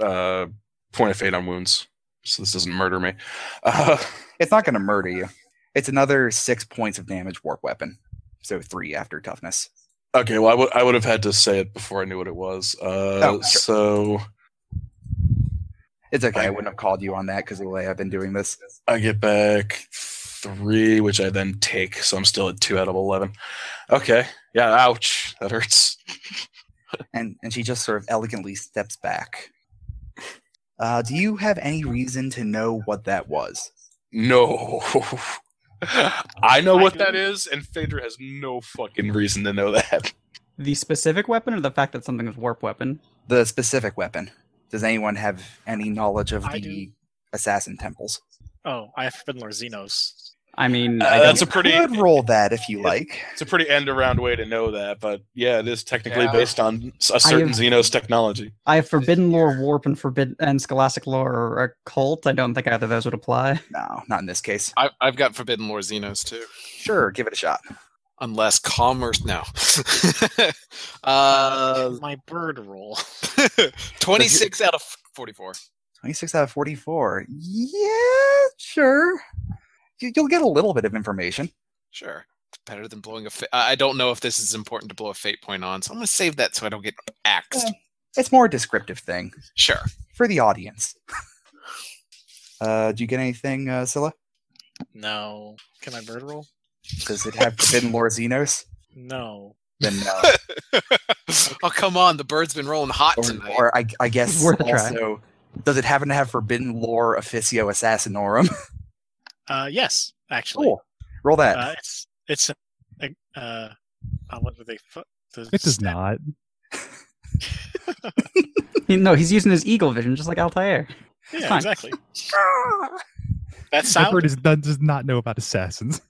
uh point of fate on wounds, so this doesn't murder me. Uh, It's not going to murder you. It's another six points of damage, warp weapon. So three after toughness. okay. Well, I would I would have had to say it before I knew what it was. Uh, Oh, sure. So It's okay. I Okay. wouldn't have called you on that because of the way I've been doing this. I get back three, which I then take. So I'm still at two out of eleven. Okay. Yeah. Ouch. That hurts. And, and she just sort of elegantly steps back. Uh, do you have any reason to know what that was? No. I know I what do. that is, and Phaedra has no fucking reason to know that. The specific weapon or the fact that something is warp weapon? the specific weapon. Does anyone have any knowledge of I the do. assassin temples? Oh, I have been Lorzinos. I mean, Uh, I that's don't, a pretty Could roll that if you it- like. it's a pretty end around way to know that, but yeah, it is technically Yeah. based on s- a certain have- Xenos technology. I have forbidden lore warp and forbid and scholastic lore or occult. I don't think either of those would apply. No, not in this case. I, I've got Forbidden Lore Xenos too. Sure, give it a shot. Unless commerce now. uh, my bird roll. 26 out of 44. 26 out of 44. Yeah, sure. You, you'll get a little bit of information. Sure. It's better than blowing a. Fa- I I don't know if this is important to blow a fate point on, so I'm going to save that so I don't get axed. It's more a descriptive thing Sure. for the audience. uh, do you get anything, uh, Scylla? No. Can I bird roll? Does it have Forbidden Lore Xenos? No. Then, uh, oh, come on. The bird's been rolling hot or, tonight. or I, I guess Worth a try. also, does it happen to have Forbidden Lore Officio Assassinorum? Uh, yes, actually. Cool. Roll that. Uh, it's it's uh, uh, what do they? fu- The It does stat- not. No, he's using his eagle vision just like Altair. Yeah, fine. exactly. That bird That sound. is, does does not know about assassins.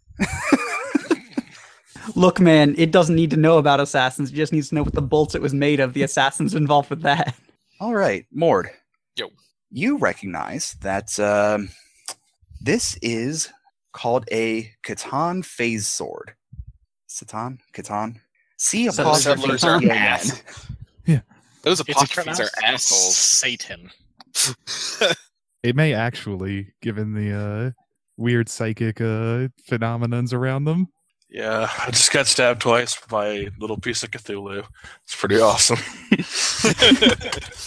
Look, man, it doesn't need to know about assassins. It just needs to know what the bolts it was made of. The assassins involved with that. All right, Mord. Yo. You recognize that um, this is called a Catan phase sword. Satan? Catan? See So apostrophe settlers are T A N. ass. Those It's apostrophes are pronounced assholes. Satan. It may actually, given the uh, weird psychic uh, phenomenons around them. Yeah, I just got stabbed twice by a little piece of Cthulhu. It's pretty awesome.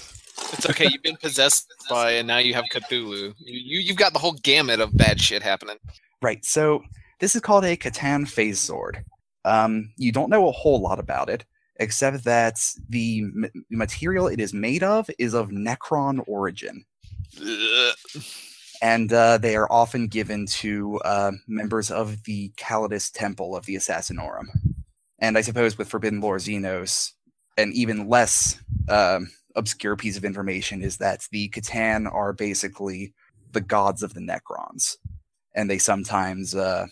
It's okay. You've been possessed by, and now you have Cthulhu. You, you you've got the whole gamut of bad shit happening. Right. So this is called a Catan phase sword. Um, you don't know a whole lot about it, except that the m- material it is made of is of Necron origin, Ugh. and uh, they are often given to uh, members of the Calidus Temple of the Assassinorum. And I suppose with Forbidden Lore Xenos, an even less um, obscure piece of information is that the Catan are basically the gods of the Necrons. And they sometimes, uh,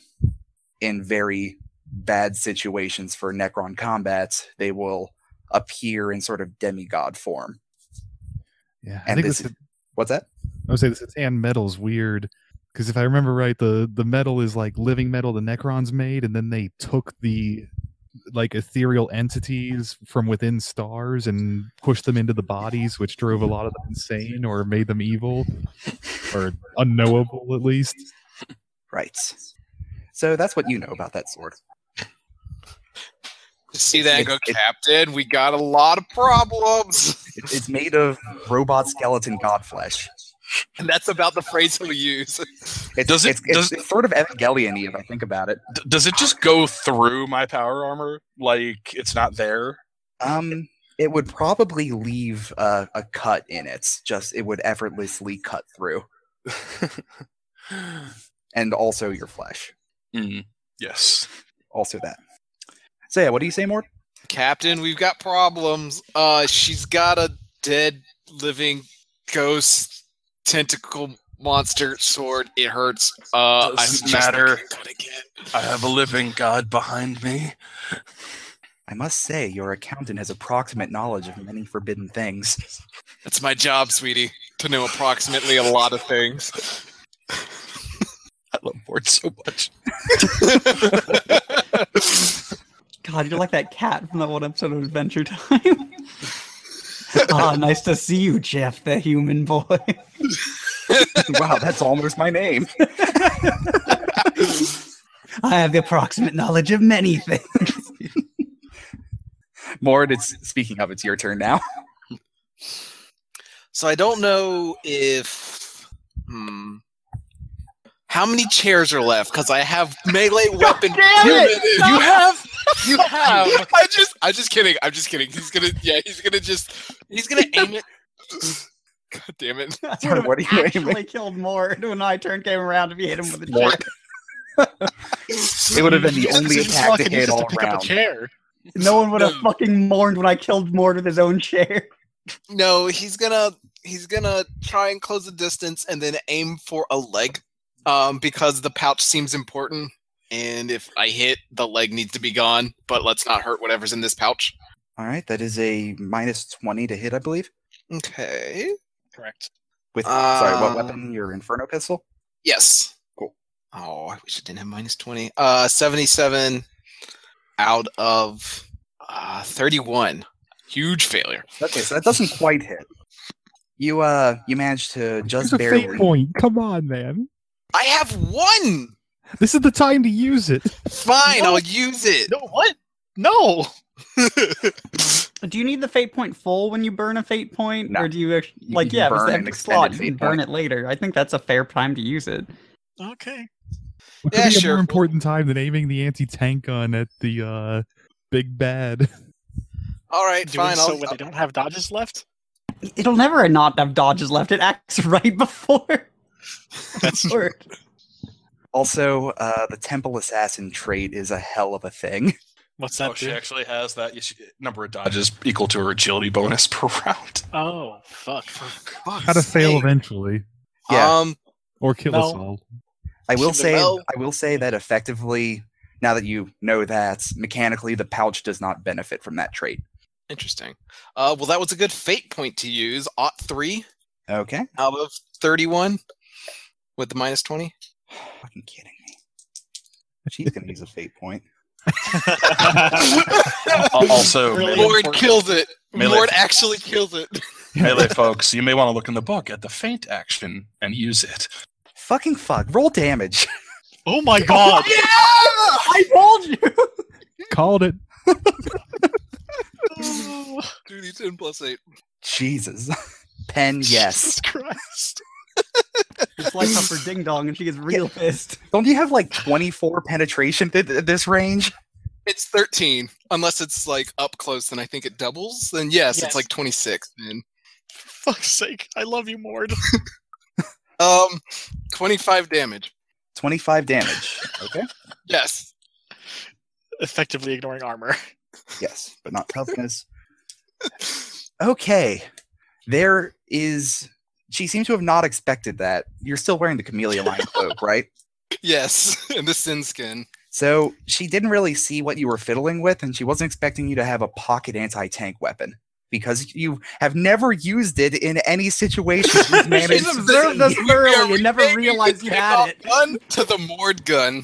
in very bad situations for Necron combats, they will appear in sort of demigod form. Yeah, I And think this this is- What's that? I would say the Satan metal's weird because if I remember right, the the metal is like living metal the Necrons made, and then they took the like ethereal entities from within stars and pushed them into the bodies, which drove a lot of them insane or made them evil or unknowable at least. Right. So that's what you know about that sword. See that and go, It- it- Captain. We got a lot of problems, It- It's made of robot skeleton god flesh. and that's about the phrase he'll use. It's, Does it- it's, it's, does- it's sort of Evangelion-y if I think about it. D- does it just go through my power armor like it's not there? Um, it would probably leave uh, a cut in it. Just it would effortlessly cut through, and also your flesh. Mm, yes. Also that. So yeah, what do you say, Mort? Captain, we've got problems. Uh, she's got a dead, living ghost tentacle monster sword. It hurts. Uh, I Doesn't suggest I matter. can't do it again. I have a living god behind me. I must say, your accountant has approximate knowledge of many forbidden things. That's my job, sweetie, to know approximately a lot of things. I love Mort so much. God, you're like that cat from that one episode of Adventure Time. ah, nice to see you, Jeff, the human boy. wow, that's almost my name. I have the approximate knowledge of many things. Mord, it's speaking of, it's your turn now. So I don't know if. Hmm. How many chairs are left? Because I have melee weapon. damn it! You have. You have. I just. I'm just kidding. I'm just kidding. He's gonna. Yeah. He's gonna just. He's gonna aim it. God damn it! I Sorry, would've what are you aiming? actually killed Mord when I turned came around if you hit him with a Mort. chair. It would have been the Because only it's attack to fucking useless hit all to pick up a round. chair. No one would have fucking mourned when I killed Mord with his own chair. No, he's gonna. He's gonna try and close the distance and then aim for a leg, um, because the pouch seems important. And if I hit, the leg needs to be gone. But let's not hurt whatever's in this pouch. All right, that is a minus 20 to hit, I believe. Okay. Correct. With, sorry, what Um, weapon? Your Inferno Pistol? Yes. Cool. Oh, I wish it didn't have minus 20. Uh, 77 out of uh, 31. Huge failure. Okay, so that doesn't quite hit. You uh, you managed to It's just a barely. fate point. Come on, man. I have one. This is the time to use it. Fine, No. I'll use it. No, what? No. Do you need the fate point full when you burn a fate point, No. or do you actually, You like can yeah, if it's burn the an empty extended slot, you can fate burn point. it later. I think that's a fair time to use it. Okay. What could Yeah, be a sure. more important time than aiming the anti-tank gun at the uh, big bad? All right, Doing fine. so I'll, when they don't have dodges left. It'll never not have dodges left. It acts right before. That's Or- Also, uh, the Temple Assassin trait is a hell of a thing. What's that? Oh, she do? actually has that yes, she- number of dodges equal to her agility bonus per round. Oh fuck. How to fail eventually Yeah. Um, or kill us No. all? I will say, Well- I will say that effectively, now that you know that, mechanically the pouch does not benefit from that trait. interesting. Uh, well, that was a good fate point to use. Ot 3 Okay. out of 31 with the minus 20. Fucking kidding me. She's gonna use a fate point. Al- also, melee, Really? Lord kills it. Melee. Lord actually kills it. melee folks, you may want to look in the book at the feint action and use it. Fucking fuck. Roll damage. oh my god. I told you. Called it. Dude, he's 10 plus 8. Jesus. Pen, yes. Jesus Christ. It's like up for ding dong, and she gets real pissed. Don't you have like 24 penetration th- th- this range? It's 13. Unless it's like up close, then I think it doubles. Then yes, Yes. it's like 26 then. For fuck's sake. I love you, Mord. Um 25 damage. 25 damage. Okay. Yes. Effectively ignoring armor. Yes, but not toughness. Okay. There is. She seems to have not expected that. You're still wearing the Camellia Lion cloak, right? Yes. And the sin skin. So she didn't really see what you were fiddling with, and she wasn't expecting you to have a pocket anti tank weapon because you have never used it in any situation. You've managed She's to observed see. us thoroughly and Everything never you realized could you pick had off it. Gun to the Mord gun.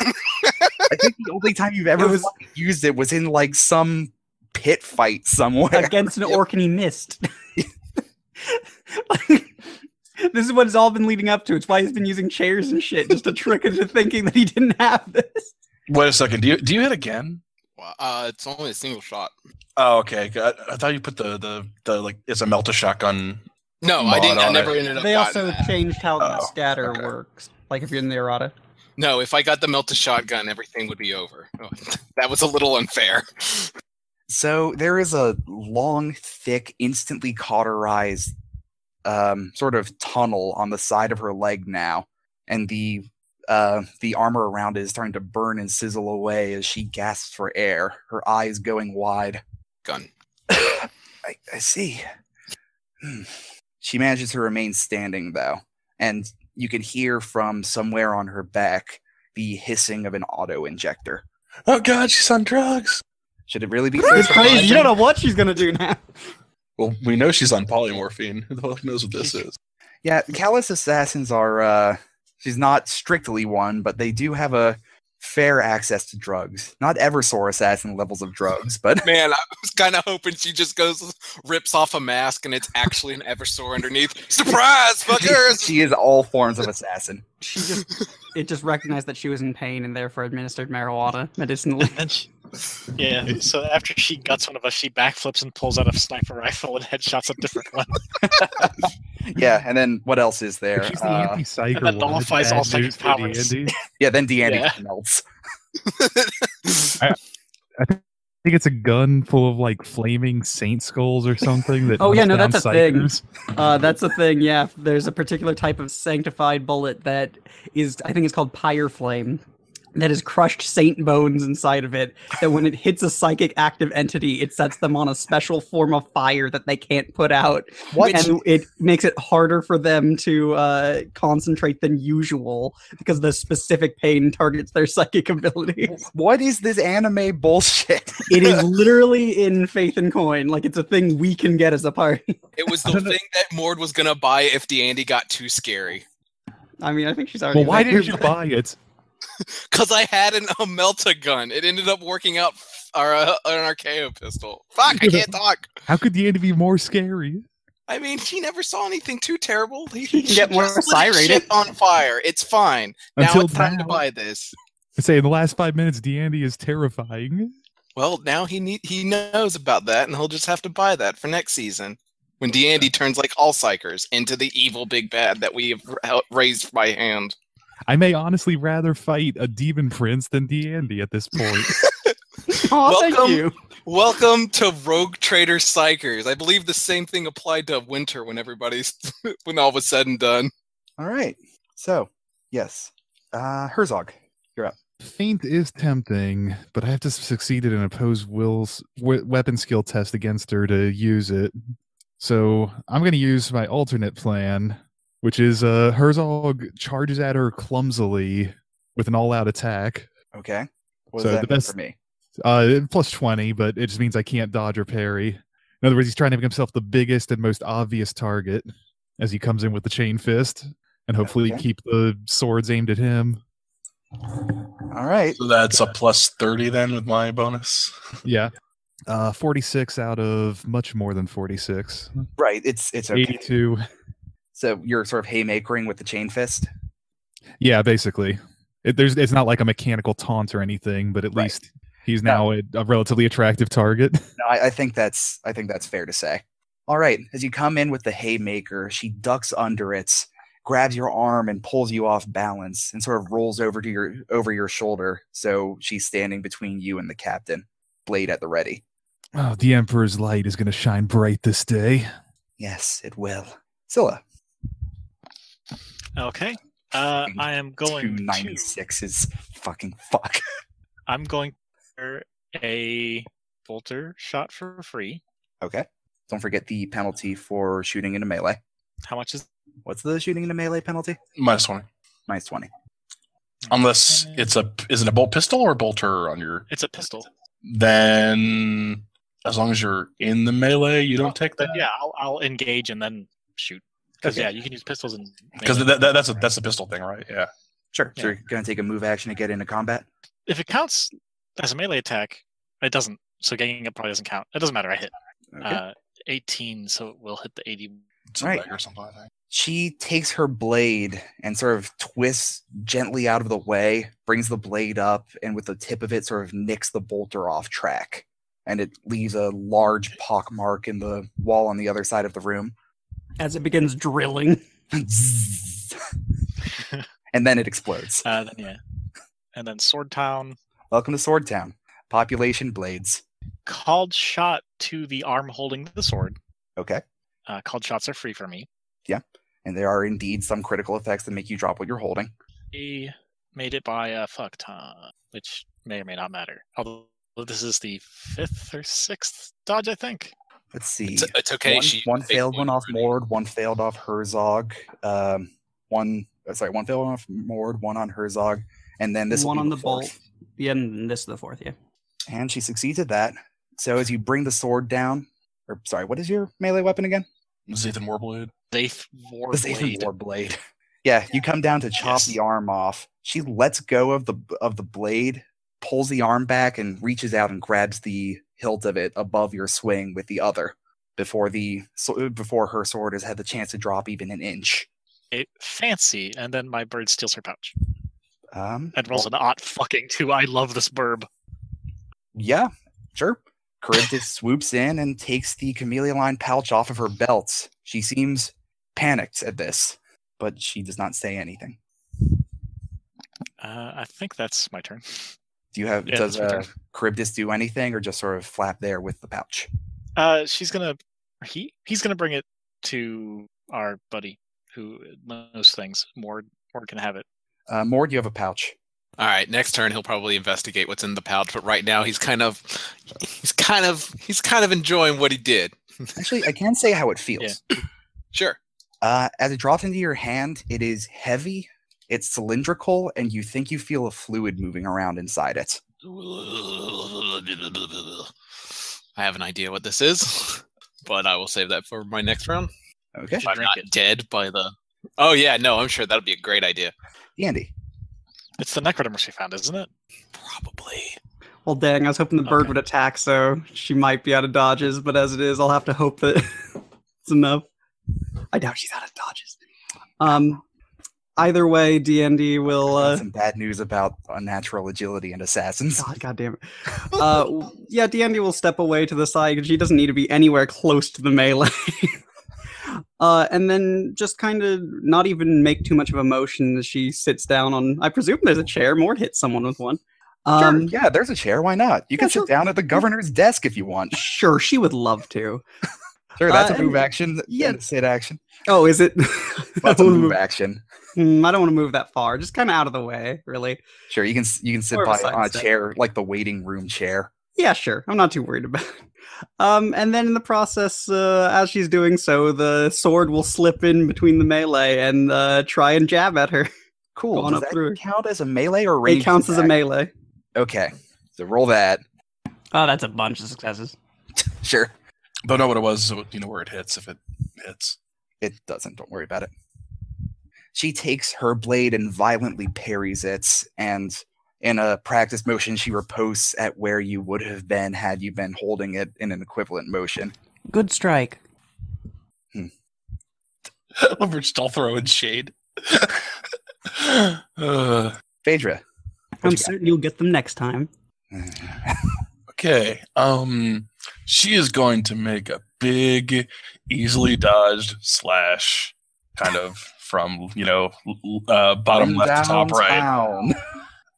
I think the only time you've ever It was- fucking used it was in like some pit fight somewhere. against an Yep. orc and he missed. this is what it's all been leading up to. It's why he's been using chairs and shit just to trick into thinking that he didn't have this. Wait a second. Do you do you hit again? Wow, Uh, it's only a single shot. Oh, okay. I, I thought you put the the the like it's a melt a shotgun. No, I Mod didn't. I on never ended up. They gotten also that. changed how the Oh, scatter okay. works. Like if you're in the errata. No, if I got the melted shotgun, everything would be over. Oh, that was a little unfair. So there is a long, thick, instantly cauterized um, sort of tunnel on the side of her leg now, and the uh, the armor around it is starting to burn and sizzle away as she gasps for air, her eyes going wide. Gun. I, I see. Hmm. She manages to remain standing though, and you can hear from somewhere on her back the hissing of an auto injector. Oh God, she's on drugs. Should it really be It's crazy. You don't surprising? know what she's gonna do now. Well, we know she's on polymorphine. Who the fuck knows what this is? Yeah, Callous Assassins are, uh, she's not strictly one, but they do have a fair access to drugs. Not Eversor Assassin levels of drugs, but Man, I was kind of hoping she just goes, rips off a mask, and it's actually an Eversor underneath. Surprise, fuckers! she is all forms of assassin. She just it just recognized that she was in pain and therefore administered marijuana medicinally. And then she, yeah. So after she guts one of us, she backflips and pulls out a sniper rifle and headshots a different one. Yeah, and then what else is there? She's the Uh, anti-psycho and that one. That's nullifies all bad psychic news for powers. D&D. yeah, then Deanna Yeah. melts. I think it's a gun full of like flaming saint skulls or something. That Oh, yeah, hunts no, down that's a thing. psychers. Uh, that's a thing, yeah. There's a particular type of sanctified bullet that is, I think it's called pyre flame, that has crushed saint bones inside of it. That when it hits a psychic active entity, it sets them on a special form of fire that they can't put out. What? And it makes it harder for them to uh, concentrate than usual because the specific pain targets their psychic abilities. What is this anime bullshit? it is literally in Faith and Coin. Like, it's a thing we can get as a party. It was the I don't know. thing that Mord was gonna buy if DeAndy got too scary. I mean, I think she's already. Well, why there, did you but- buy it? Cause I had an Amelta gun. It ended up working out f- or uh, an Archaeo pistol. Fuck, I can't talk. How could the end be more scary? I mean, she never saw anything too terrible. He, She can get more just lit syrated. shit on fire. It's fine. Now Until it's time to now. buy this. I say in the last five minutes, Deandy is terrifying. Well, now he need, he knows about that, and he'll just have to buy that for next season when DeAndy turns like all psychers into the evil big bad that we have ra- raised by hand. I may honestly rather fight a demon prince than Deandy at this point. Aw, thank Welcome. you. Welcome to Rogue Trader Psychers. I believe the same thing applied to Winter when everybody's when all was said and done. All right. So, yes. Uh, Herzog. Feint is tempting, but I have to succeed at an opposed will's we- weapon skill test against her to use it. So I'm going to use my alternate plan, which is uh, Herzog charges at her clumsily with an all-out attack, Okay. What So does that the mean best- for me? uh, plus 20, but it just means I can't dodge or parry. In other words, he's trying to make himself the biggest and most obvious target as he comes in with the chain fist, and hopefully Okay. keep the swords aimed at him. All right. So that's a plus thirty then with my bonus. Yeah. Uh, 46 out of much more than 46. Right. It's it's okay. 82. So you're sort of haymakering with the chain fist. Yeah, basically. It, there's it's not like a mechanical taunt or anything, but at Right. least he's No. now a, a relatively attractive target. No, I, I think that's I think that's fair to say. All right. As you come in with the haymaker, she ducks under it, grabs your arm and pulls you off balance, and sort of rolls over to your over your shoulder. So she's standing between you and the captain, blade at the ready. Oh, the Emperor's light is going to shine bright this day. Yes, it will. Scylla, Okay. Uh, I am two going ninety to. six is fucking fuck. I'm going for a bolter shot for free. Okay. Don't forget the penalty for shooting into melee. How much is? What's the shooting into melee penalty? Minus twenty. Minus twenty. Unless it's a is it a bolt pistol or a bolter on your It's a pistol. then as long as you're in the melee, you don't take that. Then yeah, I'll, I'll engage and then shoot. Because Okay. yeah, you can use pistols and. Because that, that, that's a that's a pistol thing, right? Yeah. Sure. So Yeah. you're gonna take a move action to get into combat. if it counts as a melee attack, it doesn't. So ganging up probably doesn't count. It doesn't matter. I hit Okay. uh, 18, so it will hit the 80. It's a Right. dagger or something. I think. she takes her blade and sort of twists gently out of the way, brings the blade up, and with the tip of it, sort of nicks the bolter off track. And it leaves a large pock mark in the wall on the other side of the room. As it begins drilling. and then it explodes. Uh, then yeah, and then Sword Town Welcome to Sword Town. Population blades. called shot to the arm holding the sword. Okay. Uh, called shots are free for me. And there are indeed some critical effects that make you drop what you're holding. He made it by a fuck ton, which may or may not matter. Although this is the fifth or sixth dodge, I think. Let's see. It's, it's okay. one, she one faked failed one off already. Mord, one failed off Herzog. Um, one uh, sorry, one fail on Mord, one on Herzog, and then this will one be on the fourth. bolt. Yeah, and this is the fourth. Yeah. And she succeeded that. So as you bring the sword down, or sorry, what is your melee weapon again? Zathan Warblade. Zaith Warblade. The Zathan Warblade. Yeah, you come down to chop Yes. the arm off. She lets go of the of the blade, pulls the arm back, and reaches out and grabs the hilt of it above your swing with the other before the so- before her sword has had the chance to drop even an inch. Okay, fancy, and then my bird steals her pouch Um, and rolls an odd fucking two. I love this burb. Yeah, sure. Charybdis swoops in and takes the camellia line pouch off of her belt. She seems panicked at this, but she does not say anything. Uh, I think that's my turn. Do you have Yeah, does that's my uh, Charybdis do anything or just sort of flap there with the pouch? Uh, she's gonna or he he's gonna bring it to our buddy who knows things. Mord Mord can have it. Uh, Mord, you have a pouch. All right, next turn he'll probably investigate what's in the pouch, but right now he's kind of he's kind of he's kind of enjoying what he did. Actually, I can say how it feels. Yeah. Sure. Uh, as it drops into your hand, it is heavy, it's cylindrical, and you think you feel a fluid moving around inside it. I have an idea what this is, but I will save that for my next round. Okay, If I'm Drink not dead by the. Oh yeah, no, I'm sure that'll be a great idea. Andy. It's the Necrodomer she found, isn't it? Probably. Well, dang, I was hoping the bird Okay. would attack, so she might be out of dodges. But as it is, I'll have to hope that it's enough. I doubt she's out of dodges. Um, either way, DND will. Got Uh, some bad news about unnatural agility and assassins. God, God damn it. Uh, w- yeah, Dandy will step away to the side because she doesn't need to be anywhere close to the melee. uh, and then just kind of not even make too much of a motion as she sits down on, I presume there's a chair. Mort hits someone with one. Um, sure, yeah, there's a chair. Why not? You yeah, can sit sure. down at the governor's desk if you want. Sure, she would love to. Sure, that's Uh, a move and- action. yeah. Yeah, sit action. Oh, is it? That's a I wanna move move- action. Hmm, I don't want to move that far. Just kind of out of the way, really. Sure, you can s- you can sit More of a by side on a step. chair like the waiting room chair. Yeah, sure. I'm not too worried about it. Um, and then in the process, uh, as she's doing so, the sword will slip in between the melee and uh, try and jab at her. Cool. Going Does up that through. count as a melee or It ranged counts as a attack? melee. Okay, so roll that. Oh, that's a bunch of successes. Sure, Don't know what it was, so you know where it hits if it hits. it doesn't. Don't worry about it. She takes her blade and violently parries it, and in a practice motion, she riposts at where you would have been had you been holding it in an equivalent motion. Good strike. Leveraged all throw in shade. Uh, Phaedra. I'm you got? certain you'll get them next time. okay. Um she is going to make a big, easily dodged slash kind of from, you know, l- l- uh bottom left to top right. Down.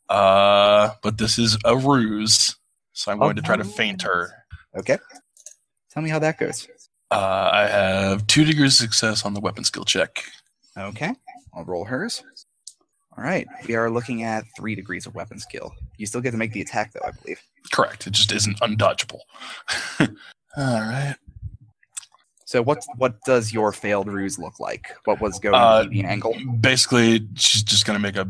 Uh, but this is a ruse, so I'm A going to try to feint ruse. her. Okay. Tell me how that goes. Uh, I have two degrees of success on the weapon skill check. Okay. I'll roll hers. All right. We are looking at three degrees of weapon skill. You still get to make the attack, though, I believe. Correct. It just isn't undodgeable. All right. So what what does your failed ruse look like? What was going Uh, to be the angle? Basically, she's just going to make a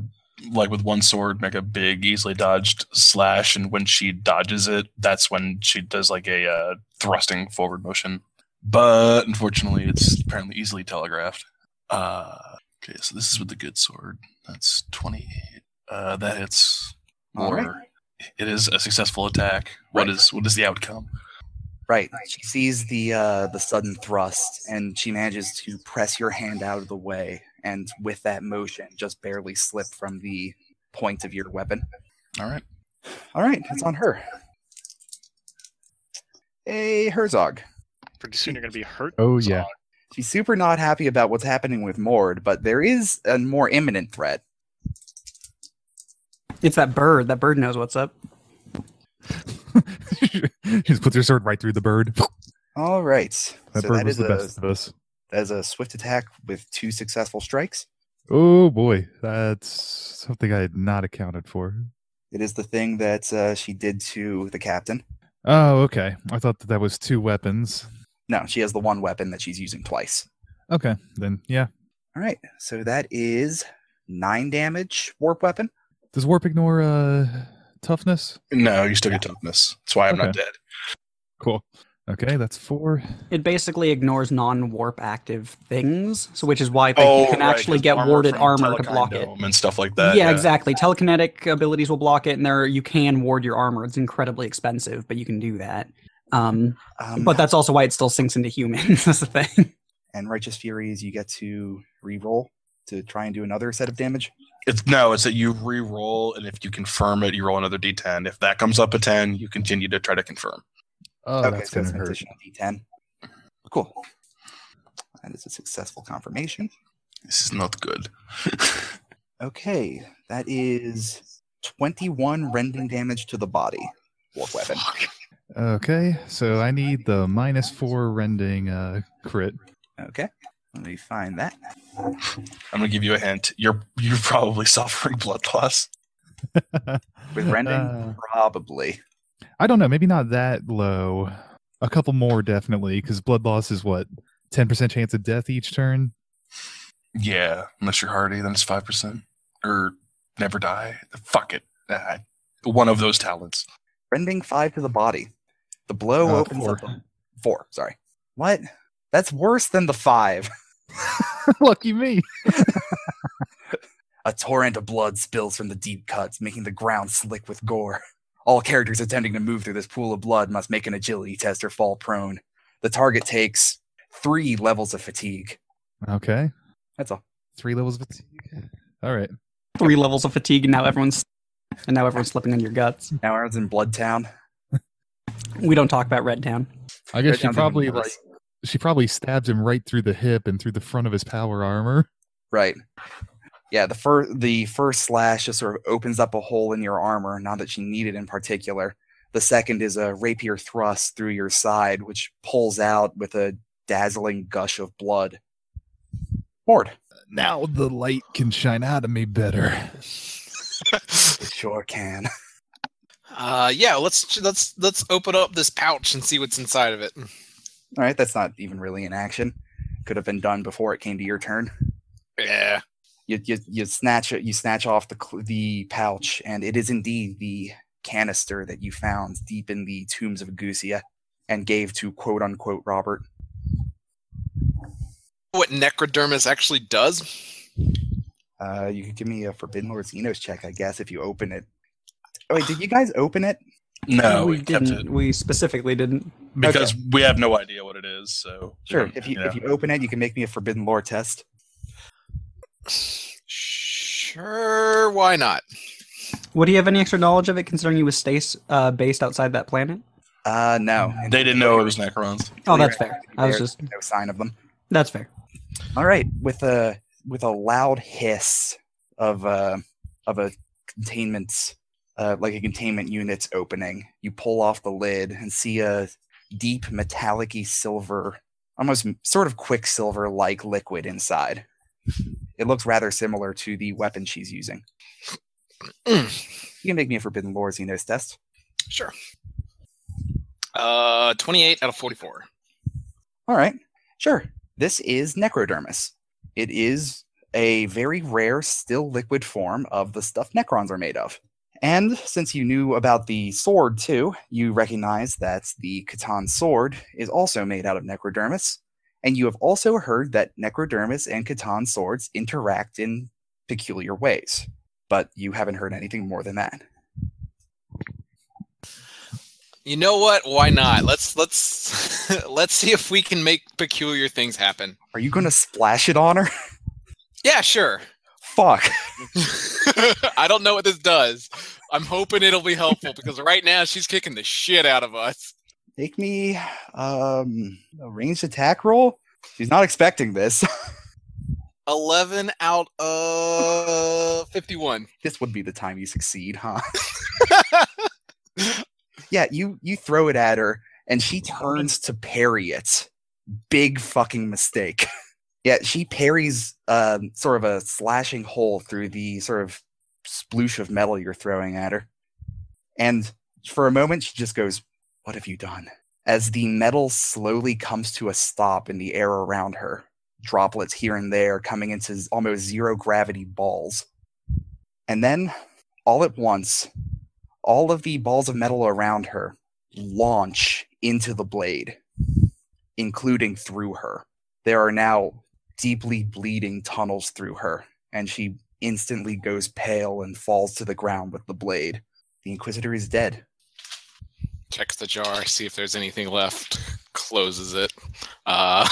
like with one sword, make a big, easily dodged slash, and when she dodges it, that's when she does like a uh, thrusting forward motion. But unfortunately, it's apparently easily telegraphed. Uh, okay, so this is with the good sword. That's twenty-eight. Uh, that hits. All Or right. it is a successful attack. What Right. is what is the outcome? Right. She sees the uh, the sudden thrust, and she manages to press your hand out of the way, and with that motion, just barely slip from the point of your weapon. All right. All right, it's on her. Hey, Herzog. Pretty soon you're gonna be hurt. Oh, so- yeah. She's super not happy about what's happening with Mord, but there is a more imminent threat. It's that bird. That bird knows what's up. she just puts her sword right through the bird. All right. That so bird that was is, the a, best of us. that is a swift attack with two successful strikes. Oh boy, that's something I had not accounted for. It is the thing that uh, she did to the captain. Oh, okay. I thought that that was two weapons. No, she has the one weapon that she's using twice. Okay, then yeah. All right, so that is nine damage warp weapon. Does warp ignore uh, toughness? No, you still get toughness. That's why I'm not dead. Cool. Okay, that's four. It basically ignores non-warp active things, so which is why like, you can Oh, right, actually 'cause get warded from armor to Telekind block it. Dome and stuff like Yeah, that. exactly. Telekinetic abilities will block it, and there you can ward your armor. It's incredibly expensive, but you can do that. Um, Um, but that's also why it still sinks into humans. That's the thing. and righteous fury is you get to reroll to try and do another set of damage. It's no, it's that you re-roll, and if you confirm it, you roll another d10. If that comes up a 10, you continue to try to confirm. Oh, okay, that's so gonna it's an hurt. additional d10. Cool. That is a successful confirmation. This is not good. Okay, that is 21 rending damage to the body. Warp weapon. Fuck. Okay, so I need the minus four rending uh, crit. Okay, let me find that. I'm gonna give you a hint. You're you're probably suffering blood loss. With rending? Uh, Probably. I don't know. Maybe not that low. A couple more definitely, because blood loss is what ten percent chance of death each turn. Yeah, unless you're hardy, then it's five percent or never die. Fuck it. Ah, one of those talents. Rending five to the body. The blow Uh, Oh, opens four. up. the- Four, sorry. What? That's worse than the five. Lucky me. A torrent of blood spills from the deep cuts, making the ground slick with gore. All characters attempting to move through this pool of blood must make an agility test or fall prone. The target takes three levels of fatigue. Okay, That's all. three levels of fatigue. All right. Three levels of fatigue, and now everyone's and now everyone's slipping on your guts. Now I was in Blood Town. We don't talk about Red Town. I guess Red Town's she even probably worse. like she probably stabbed him right through the hip and through the front of his power armor. Right. Yeah, the first the first slash just sort of opens up a hole in your armor, not that she needed in particular. The second is a rapier thrust through your side, which pulls out with a dazzling gush of blood. Mord. Now the light can shine out of me better. It sure can. Uh, yeah, let's let's let's open up this pouch and see what's inside of it. All right, that's not even really an action. Could have been done before it came to your turn. Yeah. You you, you snatch it, you snatch off the cl- the pouch, and it is indeed the canister that you found deep in the tombs of Gusia, and gave to quote unquote Robert. What necrodermis actually does? Uh, you could give me a Forbidden Lord Xenos check, I guess, if you open it. Oh, wait, did you guys open it? No, we we kept didn't. it We specifically didn't. because we have no idea what it is. So Sure. If you Yeah. if you open it, you can make me a Forbidden Lore test. Sure, why not? Would he have any extra knowledge of it, considering he was stays, uh, based outside that planet? Uh, no. they didn't know it was Necrons. Oh, that's fair. I was There's just no sign of them. that's fair. All right, with a with a loud hiss of uh of a containment uh like a containment unit's opening, you pull off the lid and see a deep metallic-y silver, almost m- sort of quicksilver-like liquid inside. It looks rather similar to the weapon she's using. Mm, You can make me a Forbidden Lore Xenos test. sure. Uh, 28 out of 44. All right, sure. This is Necrodermis. It is a very rare, still liquid form of the stuff Necrons are made of. And since you knew about the sword too, you recognize that the Catan sword is also made out of Necrodermis. And you have also heard that Necrodermis and Catan swords interact in peculiar ways. But you haven't heard anything more than that. You know what? Why not? Let's let's let's see if we can make peculiar things happen. Are you going to splash it on her? Yeah, sure. Fuck. I don't know what this does. I'm hoping it'll be helpful because right now she's kicking the shit out of us. Make me um, a ranged attack roll. She's not expecting this. 11 out of 51. this would be the time you succeed, huh? yeah, you you throw it at her, and she turns to parry it. Big fucking mistake. yeah, she parries um, sort of a slashing hole through the sort of sploosh of metal you're throwing at her, and for a moment she just goes, "What have you done?" As the metal slowly comes to a stop in the air around her, droplets here and there coming into z- almost zero gravity balls. And then, all at once, all of the balls of metal around her launch into the blade, including through her. There are now deeply bleeding tunnels through her, and she instantly goes pale and falls to the ground with the blade. The Inquisitor is dead. Checks the jar, see if there's anything left. Closes it. Uh,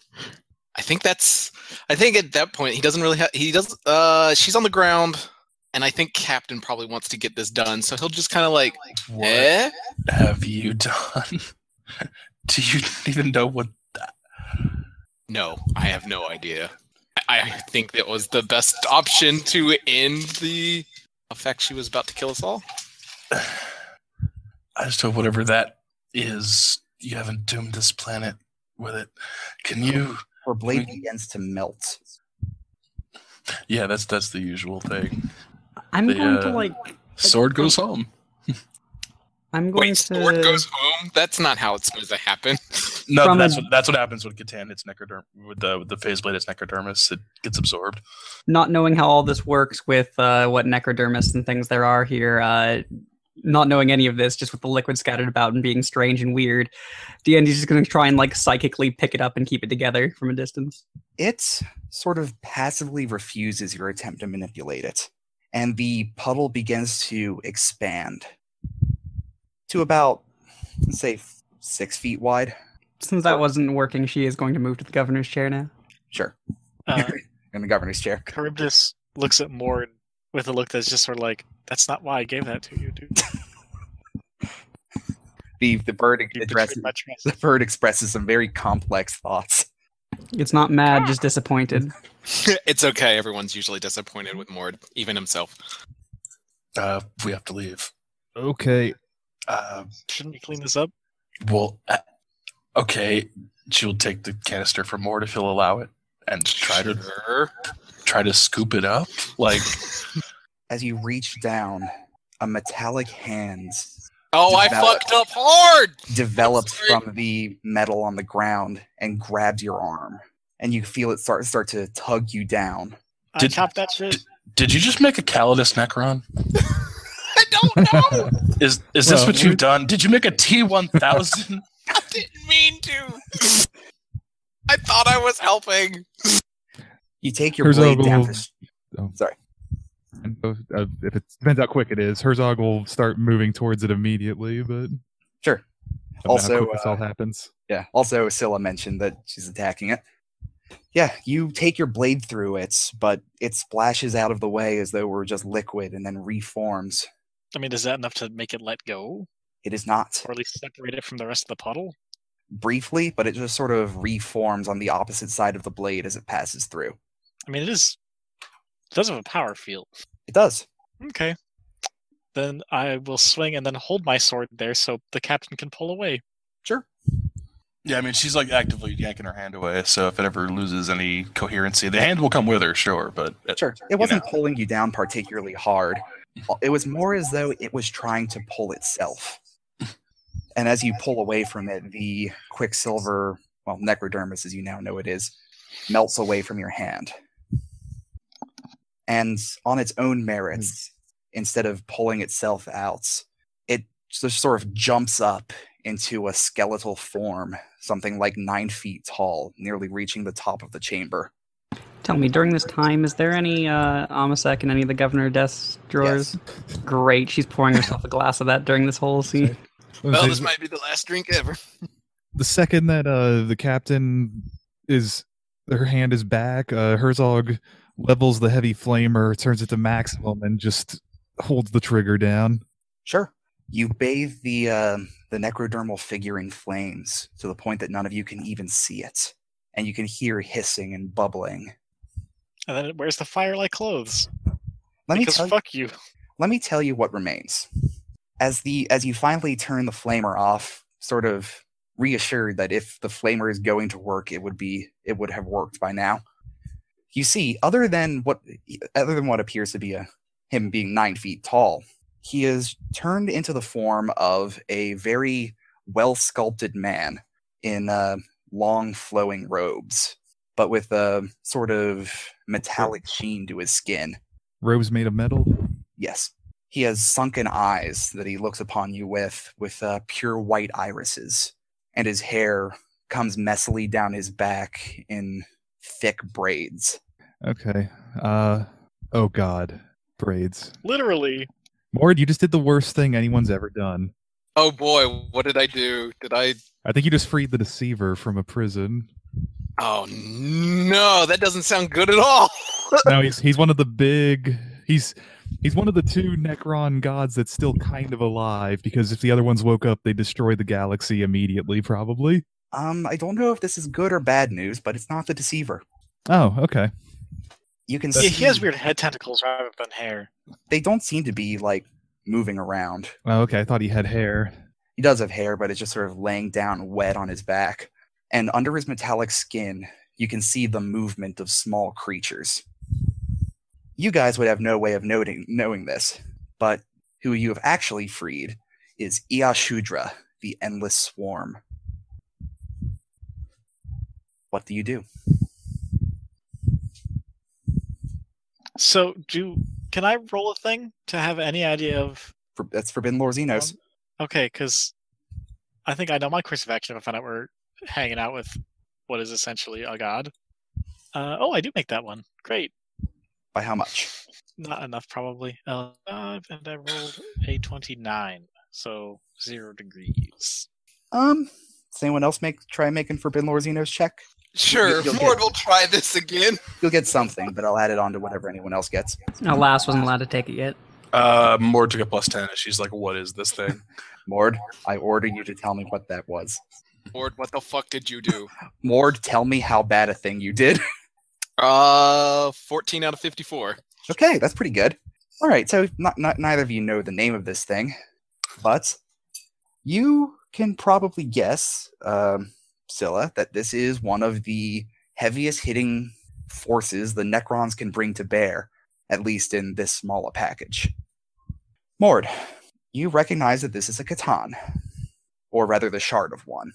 I think that's. I think at that point he doesn't really have. He does. Uh, she's on the ground, and I think Captain probably wants to get this done, so he'll just kind of like, What eh? have you done? Do you even know what? No, I have no idea. I, I think that was the best option to end the effect. She was about to kill us all. I just hope whatever that is, you haven't doomed this planet with it. Can you? Her blade Mhm. begins to melt. Yeah, that's that's the usual thing. I'm The, going to uh, like. Sword goes home. I'm going Wait, to. sword goes home. That's not how it's supposed to happen. No, From that's a- what that's what happens when Catan hits necroderm with the with the phase blade. It's necrodermis. It gets absorbed. not knowing how all this works with uh, what necrodermis and things there are here, uh, not knowing any of this, just with the liquid scattered about and being strange and weird, D&D's just going to try and like psychically pick it up and keep it together from a distance. It sort of passively refuses your attempt to manipulate it, and the puddle begins to expand to about, let's say, f- six feet wide. Since that wasn't working, she is going to move to the governor's chair now. Sure, Uh, in the governor's chair. Charybdis looks at Mord with a look that's just sort of like, that's not why I gave that to you, dude. The the bird You betrayed addresses my trust. the bird expresses some very complex thoughts. It's not mad, just disappointed. it's okay. Everyone's usually disappointed with Mord, even himself. Uh, we have to leave. Okay. Uh, Shouldn't we clean this up? well, uh, okay. She'll take the canister for Mord if he'll allow it, and try to Sure. try to scoop it up. Like, As you reach down, a metallic hand Oh, I Develop. fucked up hard. develops Sorry. from the metal on the ground and grabs your arm, and you feel it start start to tug you down. Did- I chopped that shit. did you just make a Calidus Necron? I don't know. Is is Well, this what we- you've done? Did you make a T one thousand? I didn't mean to. I thought I was helping. You take your Here's a blade down. little- To, And so, uh, if it depends how quick it is, Herzog will start moving towards it immediately. But Sure. I don't know Also, uh, how quick this all happens. Yeah. Also, Scylla mentioned that she's attacking it. Yeah, you take your blade through it, but it splashes out of the way as though it were just liquid and then reforms. I mean, is that enough to make it let go? It is not Or at least separate it from the rest of the puddle? briefly, but it just sort of reforms on the opposite side of the blade as it passes through. I mean, it is. It does have a power field. It does. Okay. Then I will swing and then hold my sword there so the captain can pull away. Sure. Yeah, I mean she's like actively yanking her hand away, so if it ever loses any coherency, the hand will come with her, sure, but Sure. you It wasn't know. pulling you down particularly hard. It was more as though it was trying to pull itself. And as you pull away from it, the quicksilver, well, necrodermis, as you now know it is, melts away from your hand. And on its own merits, Hmm. instead of pulling itself out, it just sort of jumps up into a skeletal form, something like nine feet tall, nearly reaching the top of the chamber. Tell me, during this time, is there any uh, Amasek in any of the governor desk drawers? Great, she's pouring herself a glass of that during this whole scene. Well, this might be the last drink ever. the second that uh the captain is her hand is back uh herzog levels the heavy flamer turns it to maximum and just holds the trigger down Sure. You bathe the uh, the necrodermal figure in flames to the point that none of you can even see it, and you can hear hissing and bubbling. And then it wears the fire like clothes. Let me because tell fuck you. let me tell you what remains. As the as you finally turn the flamer off, sort of reassured that if the flamer is going to work, it would be it would have worked by now. You see, other than what other than what appears to be a him being nine feet tall, he is turned into the form of a very well sculpted man in uh, long flowing robes. but with a sort of metallic sheen to his skin. Robes made of metal. Yes. He has sunken eyes that he looks upon you with, with uh, pure white irises, and his hair comes messily down his back in thick braids. Okay. Uh. Oh God. Braids. Literally, Mord, you just did the worst thing anyone's ever done. Oh boy, what did I do? Did I? I think you just freed the deceiver from a prison. Oh no, that doesn't sound good at all. No, he's he's one of the big. He's he's one of the two Necron gods that's still kind of alive because if the other ones woke up, they destroyed the galaxy immediately, probably. Um, I don't know if this is good or bad news, but it's not the deceiver. Oh, okay. You can yeah, see he has weird head tentacles rather than hair. they don't seem to be like moving around. Oh, okay. I thought he had hair. He does have hair, but it's just sort of laying down wet on his back. And under his metallic skin, you can see the movement of small creatures. You guys would have no way of noting, knowing this, but who you have actually freed is Iashudra, the Endless Swarm. What do you do? So do can I roll a thing to have any idea of? um, For, that's Forbidden Lorzinos. Okay, because I think I know my course of action if I find out we're hanging out with what is essentially a god. Uh, oh, I do make that one. Great. By how much? Not enough, probably. Uh, five, and I rolled a twenty-nine, so zero degrees. Um, does anyone else make try making Forbidden Lorzinos check? Sure, You'll get- Mord will try this again. You'll get something, but I'll add it on to whatever anyone else gets. Alas, wasn't allowed to take it yet. Uh, Moore took a plus 10, and she's like, What is this thing? Mord, I order you to tell me what that was. Mord, what the fuck did you do? Mord, tell me how bad a thing you did. Uh, fourteen out of fifty-four. okay, that's pretty good. All right, so not, not neither of you know the name of this thing, but you can probably guess, um, Scylla, that this is one of the heaviest hitting forces the Necrons can bring to bear, at least in this small a package. Mord, you recognize that this is a Catan, or rather the shard of one.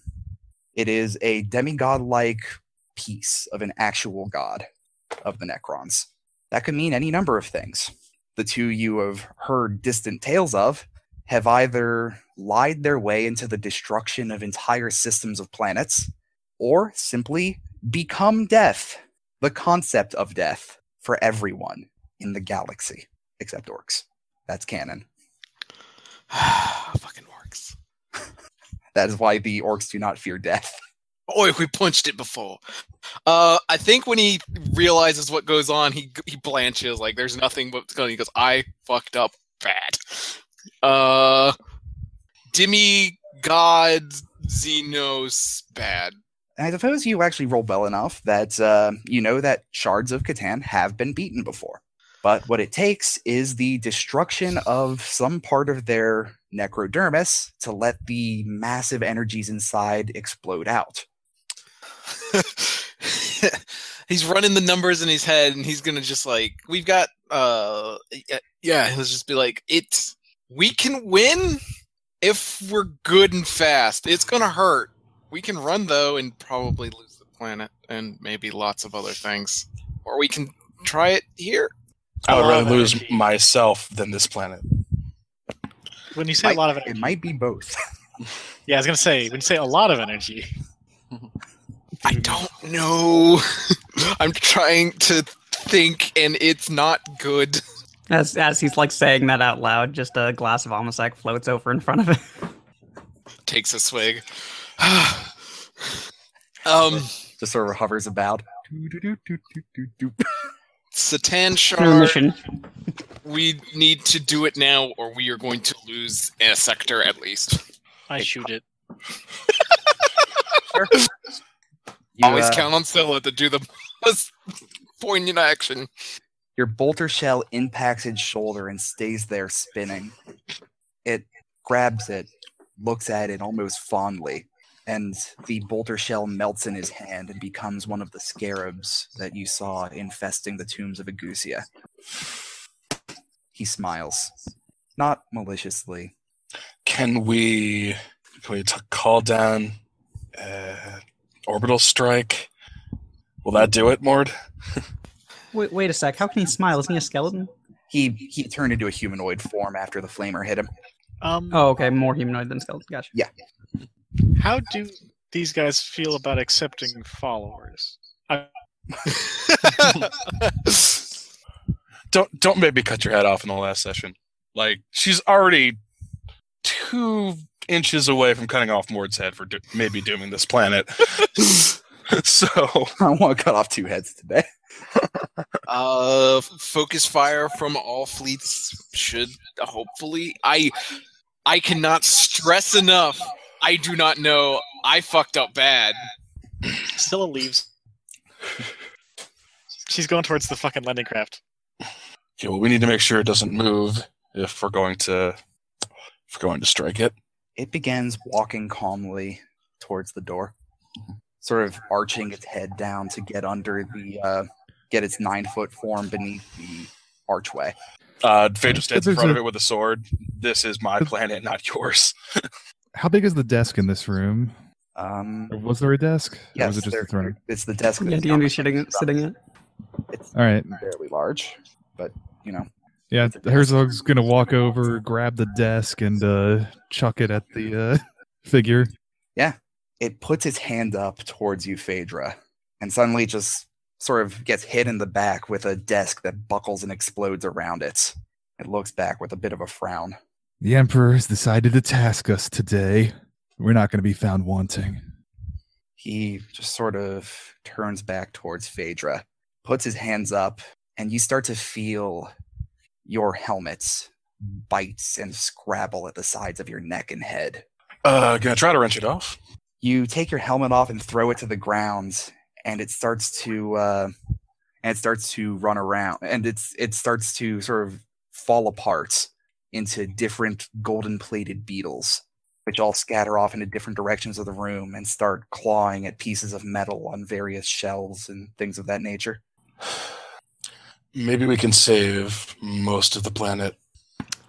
It is a demigod-like piece of an actual god of the Necrons. That could mean any number of things. The two you have heard distant tales of have either lied their way into the destruction of entire systems of planets, or simply become death, the concept of death for everyone in the galaxy, except orcs. That's canon. Fucking works. That is why the orcs do not fear death. Boy, we punched it before. Uh, I think when he realizes what goes on, he he blanches. Like there's nothing but he goes, "I fucked up bad." Uh, Demi God Xenos bad. And I suppose you actually roll well enough that uh, you know that shards of Catan have been beaten before. But what it takes is the destruction of some part of their necrodermis to let the massive energies inside explode out. he's running the numbers in his head and he's gonna just like we've got uh y- yeah he'll just be like it's we can win if we're good and fast it's gonna hurt we can run though and probably lose the planet and maybe lots of other things or we can try it here I would A lot of rather lose energy. myself than this planet. When you say a lot of It energy, might be both. yeah, I was gonna say when you say a lot of energy, i don't know i'm trying to think and it's not good As as he's like saying that out loud, just a glass of Amasac floats over in front of him. takes a swig um Just sort of hovers about. satan Through shard mission. we need to do it now or we are going to lose a sector at least I shoot uh, it. You, always uh, count on Scylla to do the most poignant action Your bolter shell impacts his shoulder and stays there spinning. It grabs it, looks at it almost fondly, and the bolter shell melts in his hand and becomes one of the scarabs that you saw infesting the tombs of Agusia. He smiles, not maliciously. Can we can we t- call down uh, orbital strike? Will that do it, Mord? Wait, wait a sec. How can he smile? Isn't he a skeleton? He he turned into a humanoid form after the flamer hit him. Um, Oh, okay. More humanoid than skeleton. Gotcha. How do these guys feel about accepting followers? don't don't maybe cut your head off in the last session. Like she's already two inches away from cutting off Mord's head for do- maybe dooming this planet. so I want to cut off two heads today. Uh, f- focus fire from all fleets should hopefully. I I cannot stress enough. I do not know. I fucked up bad. Stella leaves. She's going towards the fucking landing craft. okay, well, we need to make sure it doesn't move if we're going to if we're going to strike it. It begins walking calmly towards the door, sort of arching its head down to get under the uh, get its nine foot form beneath the archway. Uh, Phaedra stands in There's front of a- it with a sword. This is my planet, not yours. How big is the desk in this room? Um, Or was there a desk? or yes, was it just there- a throne? it's the desk. Yeah, that's D and D not- sitting sitting in. It's All right. fairly large, but you know, Yeah, It's a desk. Herzog's gonna walk over, grab the desk, and uh, chuck it at the uh, figure. it puts its hand up towards you, Phaedra, and suddenly just sort of gets hit in the back with a desk that buckles and explodes around it. It looks back with a bit of a frown. The Emperor has decided to task us today. We're not gonna be found wanting. He just sort of turns back towards Phaedra, puts his hands up, and you start to feel your helmet bites and scrabble at the sides of your neck and head. Uh, gonna try to wrench it off. you take your helmet off and throw it to the ground and it starts to uh and it starts to run around and it's it starts to sort of fall apart into different golden plated beetles which all scatter off into different directions of the room and start clawing at pieces of metal on various shelves and things of that nature Maybe we can save most of the planet.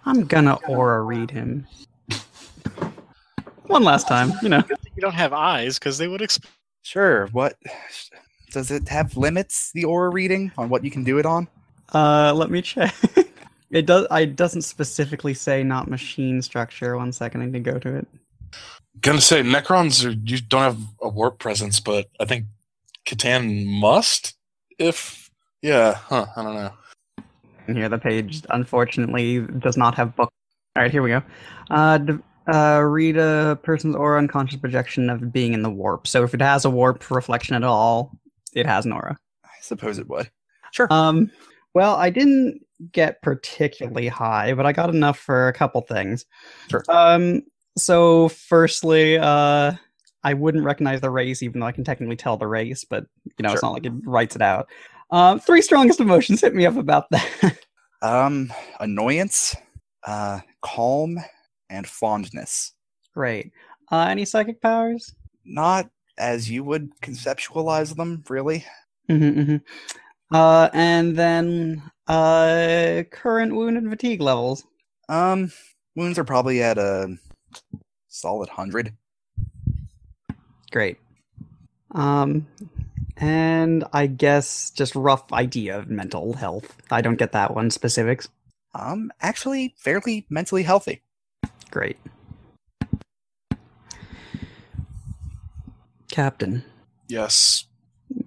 I'm gonna aura read him. One last time, you know. You don't have eyes because they would explode. sure what does it have limits the aura reading on what you can do it on Uh, let me check. It does. I doesn't specifically say not machine structure. One second, I need to go to it. Gonna say Necrons are, you don't have a warp presence, but I think Catan must. If yeah, huh? I don't know. And here, the page unfortunately does not have book. All right, here we go. Uh, d- uh, read a person's aura unconscious projection of being in the warp. So if it has a warp reflection at all, it has an aura. i suppose it would sure Um, well, I didn't get particularly high, but I got enough for a couple things. Sure. Um, so firstly, uh, I wouldn't recognize the race, even though I can technically tell the race, but you know, it's Sure. not like it writes it out. Um, three strongest emotions hit me up about that. Um, annoyance, uh, calm, and fondness. Great. Uh, any psychic powers? Not as you would conceptualize them, really. Mm-hmm, Uh, and then uh, current wound and fatigue levels. Um, wounds are probably at a solid hundred. Great. Um, and I guess just rough idea of mental health. I don't get that one specifics. Um, actually, fairly mentally healthy. Great. Captain, Yes,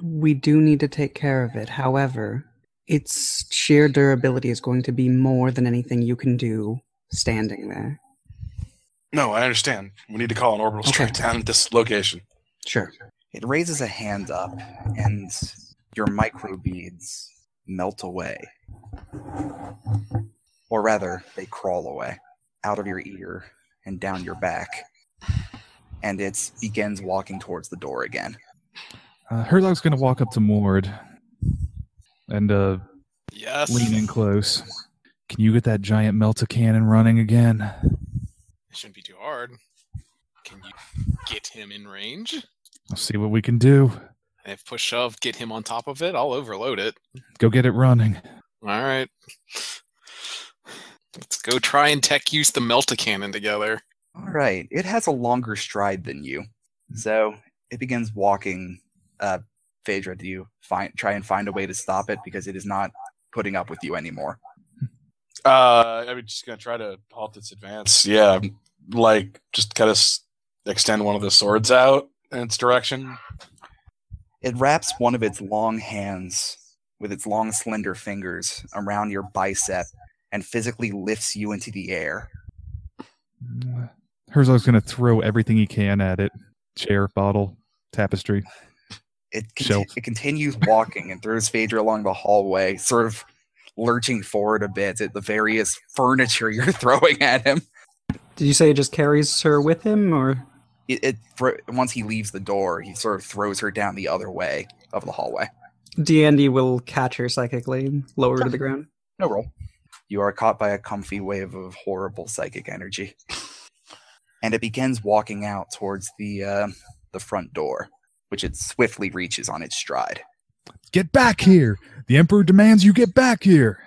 we do need to take care of it. However, its sheer durability is going to be more than anything you can do standing there. no, I understand. We need to call an orbital strike down at this location. Sure. It raises a hand up, and your microbeads melt away. Or rather, they crawl away out of your ear and down your back. And it begins walking towards the door again. Uh, Herzog's gonna walk up to Mord and uh, Yes. lean in close. Can you get that giant melta cannon running again? It shouldn't be too hard. Can you get him in range? I'll see what we can do. And if push shove, get him on top of it. I'll overload it. Go get it running. All right. Let's go try and tech use the Melta Cannon together. All right. It has a longer stride than you. So it begins walking. Uh, Phaedra, do you find try and find a way to stop it because it is not putting up with you anymore? Uh, I'm just gonna try to halt its advance. Yeah, like just kind of s- extend one of the swords out in its direction. It wraps one of its long hands with its long slender fingers around your bicep and physically lifts you into the air. Herzog's going to throw everything he can at it chair, bottle, tapestry. It, conti- Shelf. it continues walking and throws Phaedra along the hallway, sort of lurching forward a bit at the various furniture you're throwing at him. Did you say it just carries her with him, or It, it thro- once he leaves the door, he sort of throws her down the other way of the hallway. Dandy will catch her psychically, lower her to the ground? No roll. You are caught by a comfy wave of horrible psychic energy, and it begins walking out towards the uh, the front door, which it swiftly reaches on its stride. Get back here! The Emperor demands you get back here!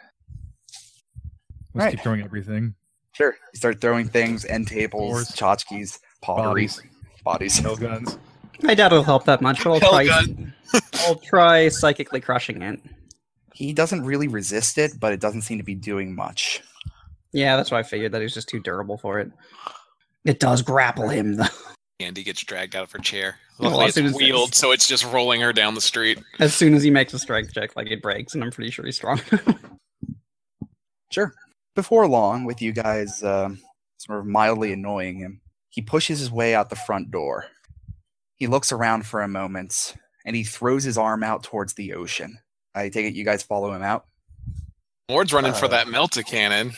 Let's Right. keep throwing everything. Sure. You start throwing things, end tables, Doors. tchotchkes, pottery, Bodies. bodies. Nail guns. I doubt it'll help that much, but I'll Hell try. I'll try psychically crushing it. He doesn't really resist it, but it doesn't seem to be doing much. Yeah, that's why I figured that he's just too durable for it. It does grapple him, though. Andy gets dragged out of her chair. Well, Luckily, as soon it's as- wheeled, so it's just rolling her down the street. As soon as he makes a strength check, like it breaks, and I'm pretty sure he's strong. Sure. Before long, with you guys um, sort of mildly annoying him, he pushes his way out the front door. He looks around for a moment and he throws his arm out towards the ocean. I take it you guys follow him out, Ward's running for Uh. that melta cannon.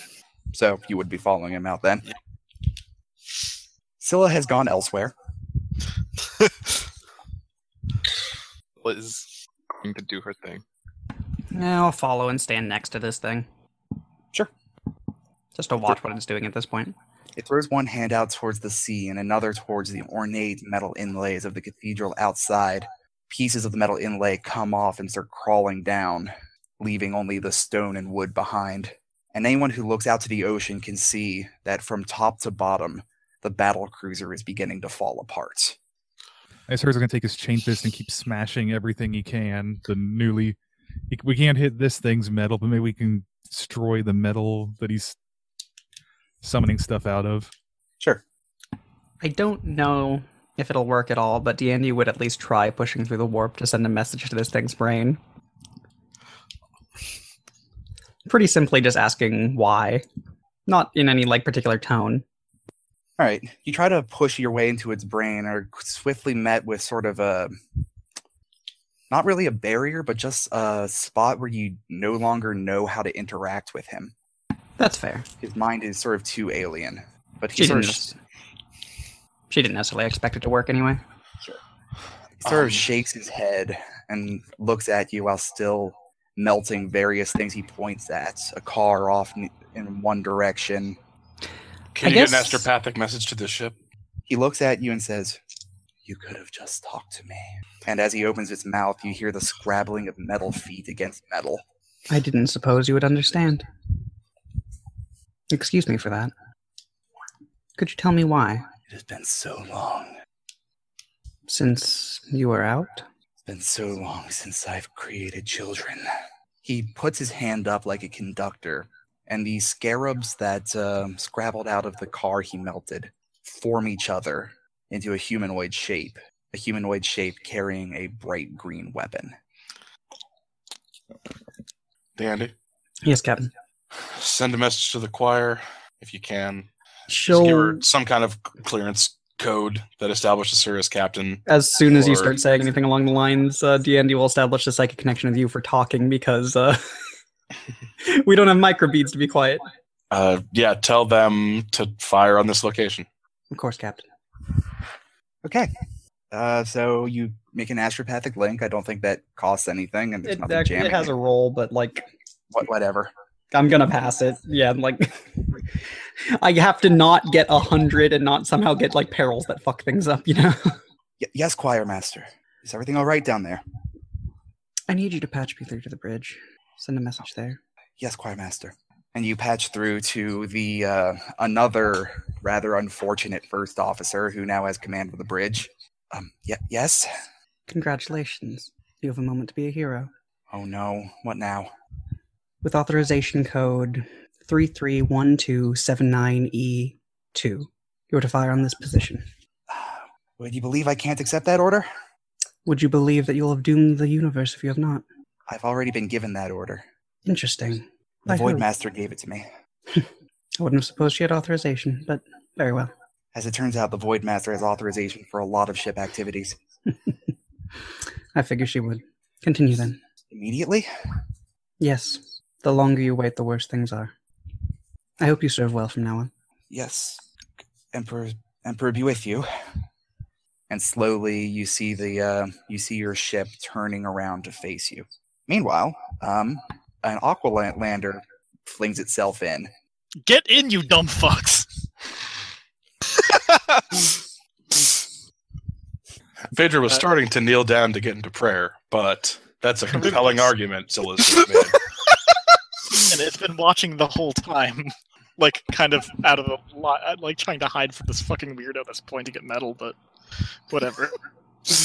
so you would be following him out then. Yeah. Scylla has gone elsewhere. Liz going to do her thing. Now I'll follow and stand next to this thing. Sure. Just to watch what it's doing at this point. It throws one hand out towards the sea and another towards the ornate metal inlays of the cathedral outside. Pieces of the metal inlay come off and start crawling down, leaving only the stone and wood behind. And anyone who looks out to the ocean can see that from top to bottom, the battle cruiser is beginning to fall apart. As Herzog's going to take his chain fist and keep smashing everything he can. The newly. We can't hit this thing's metal, but maybe we can destroy the metal that he's summoning stuff out of. Sure. I don't know if it'll work at all, but Dandy would at least try pushing through the warp to send a message to this thing's brain. Pretty simply just asking why. Not in any like particular tone. All right. You try to push your way into its brain, are swiftly met with sort of a not really a barrier, but just a spot where you no longer know how to interact with him. That's fair. his mind is sort of too alien. But he She sort didn't, of, nec- she didn't necessarily expect it to work anyway. he sort Um, of shakes his head and looks at you while still melting various things he points at a car off in, in one direction. Can I you get guess- an astropathic message to the ship? He looks at you and says, You could have just talked to me. And as he opens his mouth, you hear the scrabbling of metal feet against metal. I didn't suppose you would understand. Excuse me for that. Could you tell me why? It has been so long. Since you were out? It's been so long since I've created children. He puts his hand up like a conductor, and the scarabs that um, scrabbled out of the car he melted form each other into a humanoid shape, a humanoid shape carrying a bright green weapon. Dandy, Yes, Captain. send a message to the choir if you can. Just give She'll her some kind of clearance code that establishes her as captain. as soon as you or- start saying anything along the lines, uh, DND will establish a psychic connection with you for talking because uh, we don't have microbeads to be quiet. Uh, yeah, tell them to fire on this location. Of course, Captain. Okay. Uh, so you make an astropathic link. I don't think that costs anything, and there's It, nothing act- jamming. it has a roll, but like What- whatever. I'm gonna pass it. Yeah, I'm like I have to not get a hundred and not somehow get like perils that fuck things up. You know. Y- yes, choir master. Is everything all right down there? I need you to patch me through to the bridge. Send a message there. Yes, choir master. And you patch through to the uh, another rather unfortunate first officer who now has command of the bridge. Um, yeah, yes. Congratulations. You have a moment to be a hero. Oh no, what now? With authorization code 331279E2. You're to fire on this position. Would you believe I can't accept that order? Would you believe that you'll have doomed the universe if you have not? I've already been given that order. Interesting. The By Void who? Master gave it to me. I wouldn't have supposed she had authorization, but very well. As it turns out, the Void Master has authorization for a lot of ship activities. I figure she would. Continue then. Immediately? Yes. The longer you wait, the worse things are. I hope you serve well from now on. Yes. Emperor Emperor be with you. And slowly you see the uh, you see your ship turning around to face you. Meanwhile, um, an Aqualander flings itself in. Get in, you dumb fucks! Phaedra was Uh, starting to kneel down to get into prayer, but that's a compelling argument Zillis just made. And it's been watching the whole time, like kind of out of a lot, like trying to hide from this fucking weirdo that's pointing at metal, but whatever.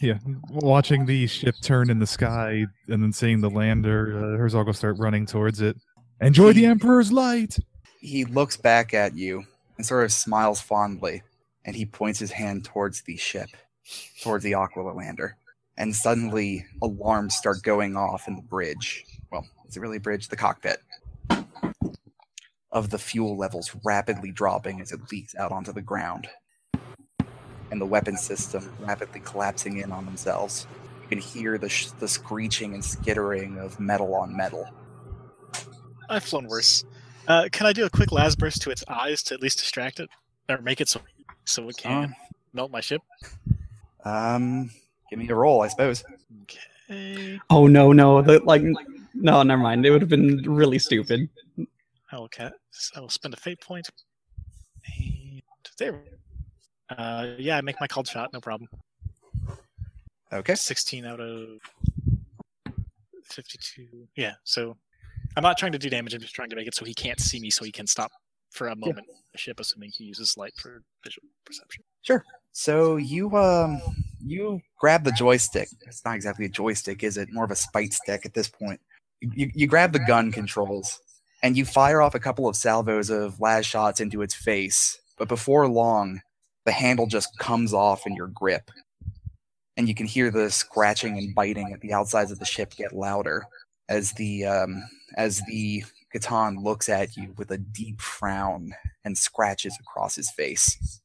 Yeah, watching the ship turn in the sky and then seeing the lander, uh, Herzog will start running towards it. Enjoy the Emperor's light. He looks back at you and sort of smiles fondly, and he points his hand towards the ship, towards the Aqualander. And suddenly alarms start going off in the bridge. Well, is it really a bridge? The cockpit. Of the fuel levels rapidly dropping as it leaks out onto the ground. And the weapon system rapidly collapsing in on themselves. You can hear the, sh- the screeching and skittering of metal on metal. I've flown worse. Uh, can I do a quick las burst to its eyes to at least distract it, or make it so so it can melt my ship? Um, give me a roll, I suppose. Okay, Oh no, no, the, like no, never mind. It would have been really stupid. I will ca- I will spend a fate point. And there. we go. Uh, yeah, I make my called shot, no problem. Okay. 16 out of 52. Yeah, so I'm not trying to do damage. I'm just trying to make it so he can't see me, so he can stop for a moment. The ship, assuming he uses light for visual perception. So you um you grab the joystick. It's not exactly a joystick, is it? More of a spite stick at this point. You you grab the gun controls and you fire off a couple of salvos of las shots into its face. But before long, the handle just comes off in your grip. And you can hear the scratching and biting at the outsides of the ship get louder as the um, as the Catan looks at you with a deep frown and scratches across his face.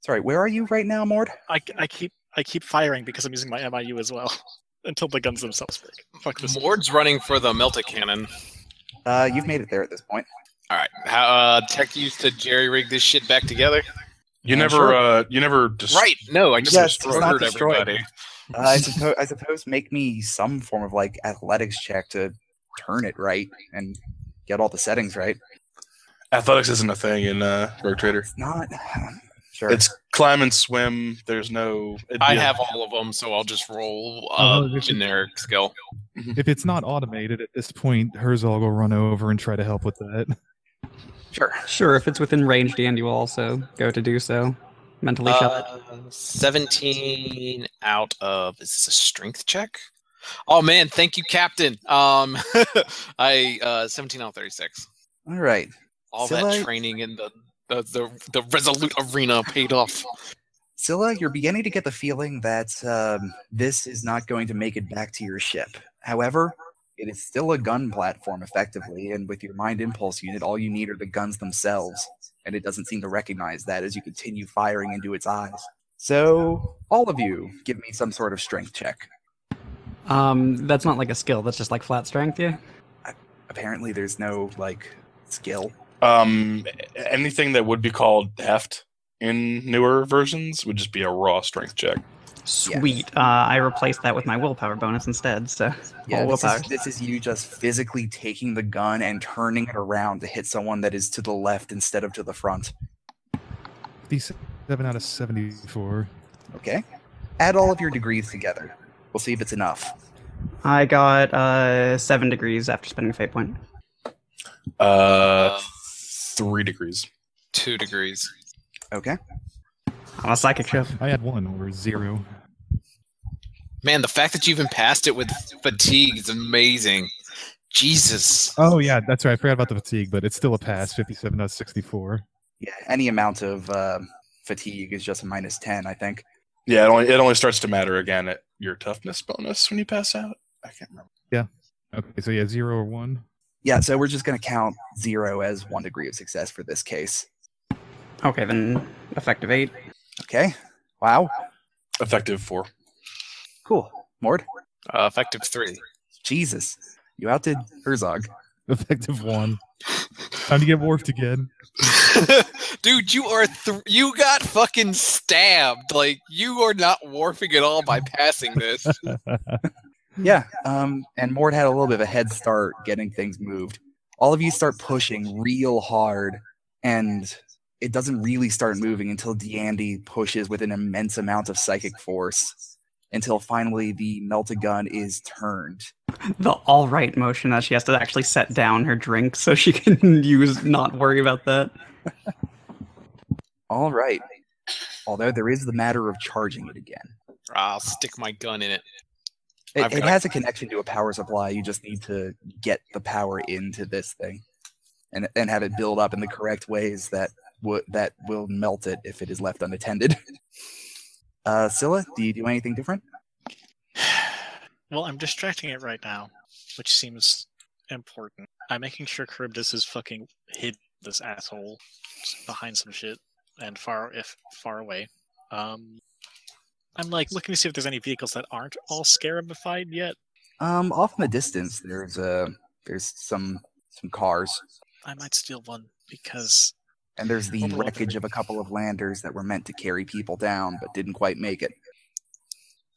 Sorry, where are you right now, Mord? I, I keep I keep firing because I'm using my MIU as well until the guns themselves break. Fuck this. Mord's running for the melta cannon. Uh, you've made it there at this point. All right, how uh, tech used to jerry rig this shit back together? You Yeah, never, sure. uh, you never. Dis- Right? No, I just Yes, it's not murdered destroyed. everybody. Uh, I, suppo- I suppose make me some form of like athletics check to turn it right and get all the settings right. Athletics isn't a thing in uh, Rogue Trader. It's not sure. It's climb and swim. There's no. I yeah. have all of them, so I'll just roll Oh, uh, this is- generic skill. If it's not automated at this point, Herzog will run over and try to help with that. sure. Sure, if it's within range, and you will also go to do so. Mentally shut. Uh, 17 out of is this a strength check? Oh man, thank you, Captain. Um, I uh, 17 out of 36. All right. All So that I- training in the the, the the resolute arena paid off. Zilla, you're beginning to get the feeling that um, this is not going to make it back to your ship. However, it is still a gun platform, effectively, and with your mind impulse unit, all you need are the guns themselves, and it doesn't seem to recognize that as you continue firing into its eyes. So, all of you, give me some sort of strength check. Um, that's not like a skill. That's just like flat strength. Yeah. Apparently, there's no like skill. Um, a- anything that would be called heft in newer versions would just be a raw strength check. Sweet. Uh, I replaced that with my willpower bonus instead. So Yeah, all this willpower. is, this is you just physically taking the gun and turning it around to hit someone that is to the left instead of to the front. Fifty-seven out of seventy-four. Okay. Add all of your degrees together. We'll see if it's enough. I got uh seven degrees after spending a fate point. Uh, three degrees. Two degrees. Okay. I'm a psychic ship. I had one or zero. Man, the fact that you even passed it with fatigue is amazing. Jesus. Oh yeah, that's right. I forgot about the fatigue, but it's still a pass. Fifty-seven out of sixty-four. Yeah, any amount of uh, fatigue is just a minus ten, I think. Yeah, it only it only starts to matter again at your toughness bonus when you pass out. I can't remember. Okay, so yeah, zero or one. Yeah, so we're just going to count zero as one degree of success for this case. Okay, then effective eight. Okay. Wow. Effective four. Cool. Mord. Uh, effective three. Jesus, you outdid Herzog. Effective one. Time to get warped again. Dude, you are th- you got fucking stabbed. Like you are not warping at all by passing this. Yeah. Um, and Mord had a little bit of a head start getting things moved. All of you start pushing real hard, and it doesn't really start moving until Deandy pushes with an immense amount of psychic force until finally the melted gun is turned. The all right motion that she has to actually set down her drink so she can use not worry about that. All right. Although there is the matter of charging it again. I'll stick my gun in it. I've It, it got- has a connection to a power supply. You just need to get the power into this thing, and and have it build up in the correct ways that would that will melt it if it is left unattended. Uh, Scylla, do you do anything different? Well, I'm distracting it right now, which seems important. I'm making sure Charybdis is fucking hid this asshole behind some shit and far if far away. Um, I'm like looking to see if there's any vehicles that aren't all scarabified yet. Um, off in the distance, there's uh, there's some some cars, I might steal one because and there's the Overload. wreckage of a couple of landers that were meant to carry people down but didn't quite make it.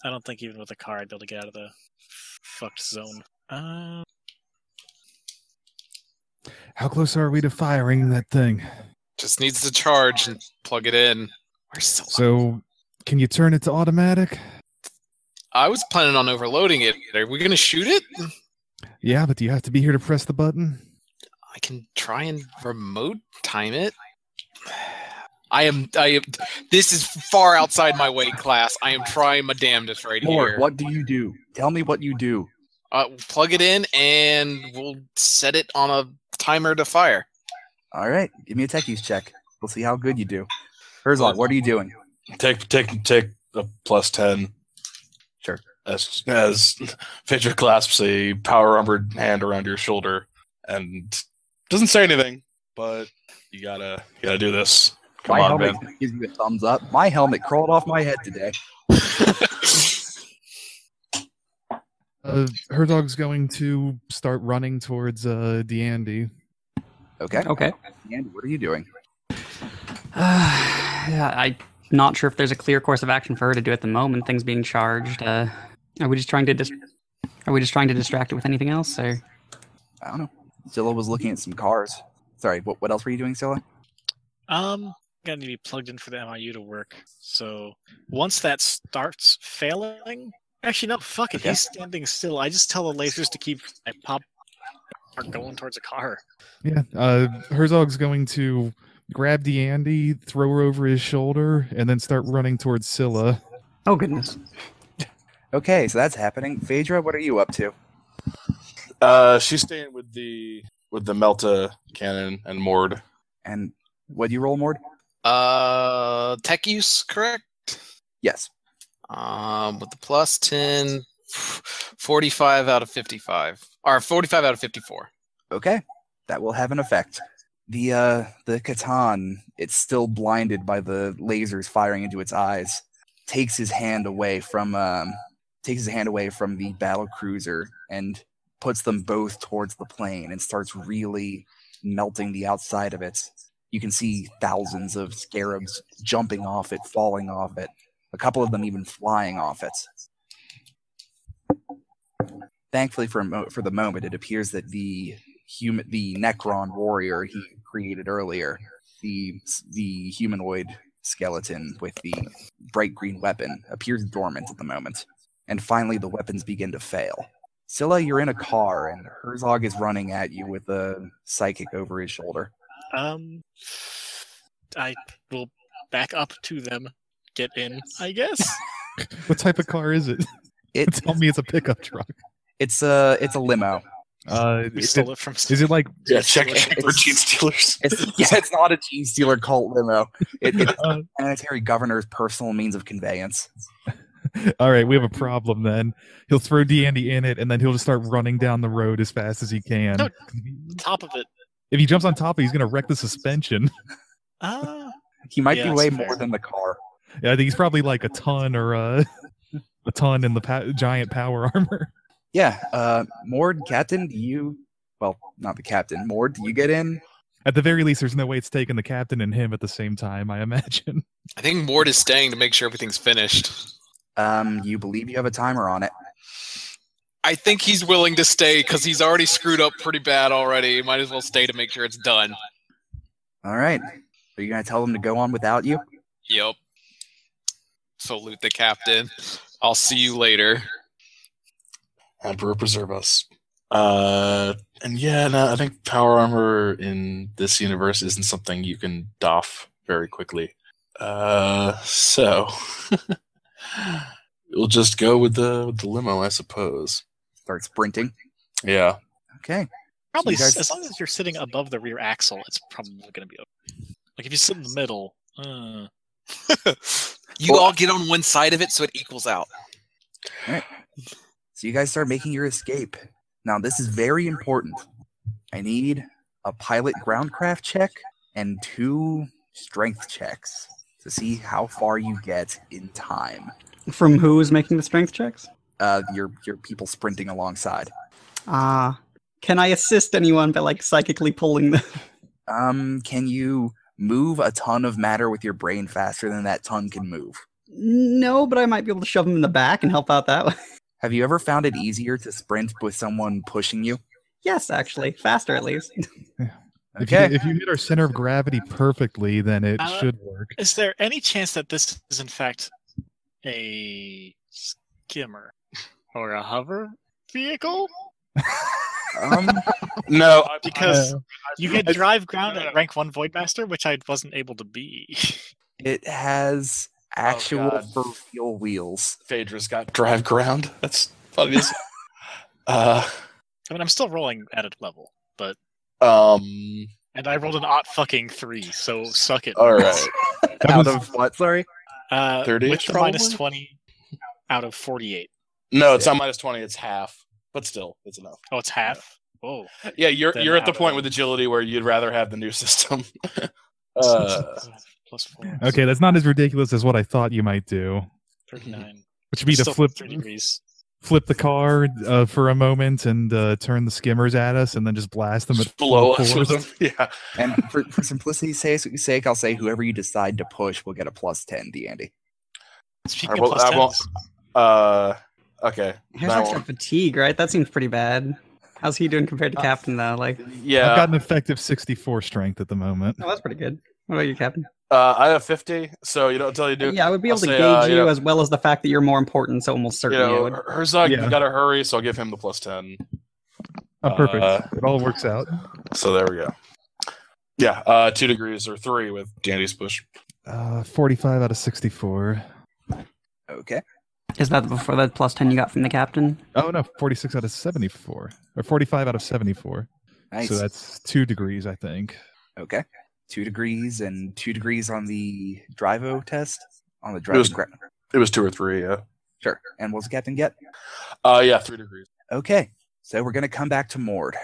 I don't think even with a car I'd be able to get out of the fucked zone. Uh, How close are we to firing that thing? Just needs to charge and plug it in. We're so. So, can you turn it to automatic? I was planning on overloading it. Are we gonna shoot it? Yeah, but do you have to be here to press the button? I can try and remote time it. I am. I am. This is far outside my weight class. I am trying my damnedest right Lord, here. what do you do? Tell me what you do. Uh, plug it in, and we'll set it on a timer to fire. All right, give me a techies check. We'll see how good you do. Herzog, what are you doing? Take take take a plus ten. Sure. As as Phaedra clasps a power armored hand around your shoulder and doesn't say anything, but you gotta you gotta do this. Come my on, helmet man. gives you a thumbs up. My helmet crawled off my head today. Uh, Herzog's going to start running towards uh, Deandy. Okay. Okay. And what are you doing? yeah, I'm not sure if there's a clear course of action for her to do at the moment. Things being charged. Uh, are we just trying to dis- Are we just trying to distract it with anything else? Or I don't know. Zilla was looking at some cars. Sorry, what, what else were you doing, Zilla? um, gonna need to be plugged in for the MIU to work. So once that starts failing, actually no, fuck it. Okay. He's standing still. I just tell the lasers to keep. I pop. Are going towards a car. Yeah, uh, Herzog's going to grab Deandy, throw her over his shoulder, and then start running towards Scylla. oh goodness, Okay, so that's happening. Phaedra, what are you up to? Uh, she's staying with the with the Melta cannon and Mord. And what do you roll, Mord? Uh, tech use, correct? Yes. Um, with the plus 10, 45 out of 55. Or 45 out of 54. Okay, that will have an effect. The uh, the Catan, it's still blinded by the lasers firing into its eyes. Takes his hand away from um, takes his hand away from the battle cruiser and puts them both towards the plane and starts really melting the outside of it. You can see thousands of scarabs jumping off it, falling off it. A couple of them even flying off it. Thankfully, for a mo- for the moment, it appears that the human the Necron warrior he created earlier, the the humanoid skeleton with the bright green weapon appears dormant at the moment. And finally the weapons begin to fail. Scylla, you're in a car and Herzog is running at you with a psychic over his shoulder. Um, I will back up to them. Get in, I guess. What type of car is it? It, Tell me it's a pickup truck. it's a it's a limo. Uh, We is stole it- it from. is it like Yeah, check, check for It's- cheat stealers. It's yeah, it's not a gene stealer cult limo. It, it's Uh, planetary governor's personal means of conveyance. All right, we have a problem then. He'll throw Dandy in it, and then he'll just start running down the road as fast as he can. No. top of it? If he jumps on top of it, he's going to wreck the suspension. Ah, He might Yeah, be way that's more fair. than the car. Yeah, I think he's probably like a ton or uh, a ton in the pa- giant power armor. Yeah, uh, Mord, Captain, do you? Well, not the captain. Mord, do you get in? At the very least, there's no way it's taking the captain and him at the same time, I imagine. I think Mort is staying to make sure everything's finished. Um, you believe you have a timer on it. I think he's willing to stay because he's already screwed up pretty bad already. He might as well stay to make sure it's done. All right. Are you gonna tell them to go on without you? Yep. Salute the captain. I'll see you later. Emperor preserve us. Uh, and yeah, no, I think power armor in this universe isn't something you can doff very quickly. Uh, so we'll just go with the with the limo, I suppose. Start sprinting. Yeah, Okay. probably you guys- s- as long as you're sitting above the rear axle, it's probably going to be okay. Like if you sit in the middle, uh, You Well- all get on one side of it so it equals out. So you guys start making your escape. Now this is very important. I need a pilot groundcraft check and two strength checks to see how far you get in time. From who is making the strength checks? Uh, your your people sprinting alongside. Ah. can I assist anyone by like psychically pulling them? Um, can you move a ton of matter with your brain faster than that ton can move? No, but I might be able to shove them in the back and help out that way. Have you ever found it easier to sprint with someone pushing you? Yes, actually. Faster at least. If you- Okay. If you, hit our center of gravity perfectly, then it Uh, should work. is there any chance that this is in fact a skimmer or a hover vehicle? Um, no, Because Uh, you could I- drive ground at rank one Voidmaster, which I wasn't able to be. it has actual God. for real wheels. Phaedra's got drive ground. That's funny. uh, I mean, I'm still rolling at a level, but um, and I rolled an odd fucking three, so suck it. all right. that Out was- of what? Sorry. Uh, 30 with the minus probably? twenty out of forty-eight. No, it's not minus twenty. It's half, but still, it's enough. Oh, it's half. Oh, Yeah, you're Then you're at the out of- point with agility where you'd rather have the new system. uh, plus four. okay, that's not as ridiculous as what I thought you might do, thirty-nine. which would be to Still flip thirty degrees. flip the car uh, for a moment and uh, turn the skimmers at us and then just blast them at just blow full us with them. force. Yeah. And for, for simplicity's sake, sake, I'll say whoever you decide to push will get a plus 10, Dandy. Speaking I will- of plus I will- tens, Uh, okay. That Herzog's one. got fatigue, right? That seems pretty bad. How's he doing compared to Uh, Captain though? Like, Yeah. I've got an effective 64 strength at the moment. oh, that's pretty good. What about you, Captain? uh, I have fifty, so you know until you do. yeah, I would be I'll able to say, gauge uh, you you know- as well as the fact that you're more important, so almost Oh, You certainly I know, would. Herzog, Yeah. you've got to hurry, so I'll give him the plus ten. Oh, perfect. Uh, it all works out. So there we go. Yeah, uh, two degrees or three with Dandy's push. Uh, 45 out of 64. Okay. Is that before that plus ten you got from the captain? Oh, no, 46 out of 74. Or 45 out of 74. Nice. So that's two degrees, I think. okay. Two degrees and two degrees on the drivo test. On the was- drive. Gra- It was two or three. Yeah. sure. And what's the captain get? Uh, yeah, three degrees. Okay. So we're going to come back to Mord.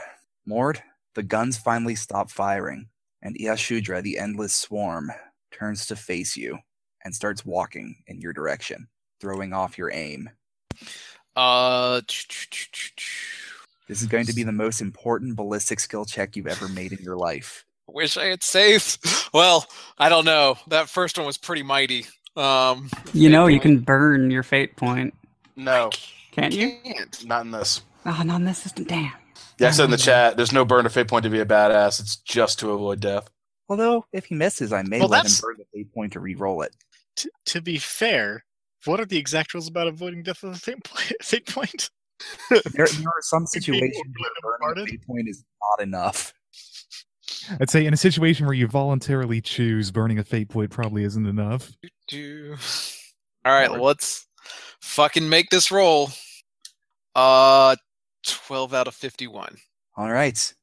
Mord, the guns finally stop firing, and Iashudra, the endless swarm, turns to face you and starts walking in your direction, throwing off your aim. Uh, This is going to be the most important ballistic skill check you've ever made in your life. wish I had saved. Well, I don't know. That first one was pretty mighty. Um, You fate know, you point. can burn your fate point, No, can't you? Can't. not in this. Oh, not in this system. Damn. Yeah, I said in the chat, there's no burn to fate point to be a badass. It's just to avoid death. Although, if he misses, I may Well, let that's- him burn the fate point to re-roll it. t- to be fair, what are the exact rules about avoiding death of a fate point? Fate point? There, there are some You're being situations where burning overly bombarded? the fate point is not enough. I'd say in a situation where you voluntarily choose burning a fate point probably isn't enough. Do. All right, let's fucking make this roll. Uh, 12 out of 51. All right.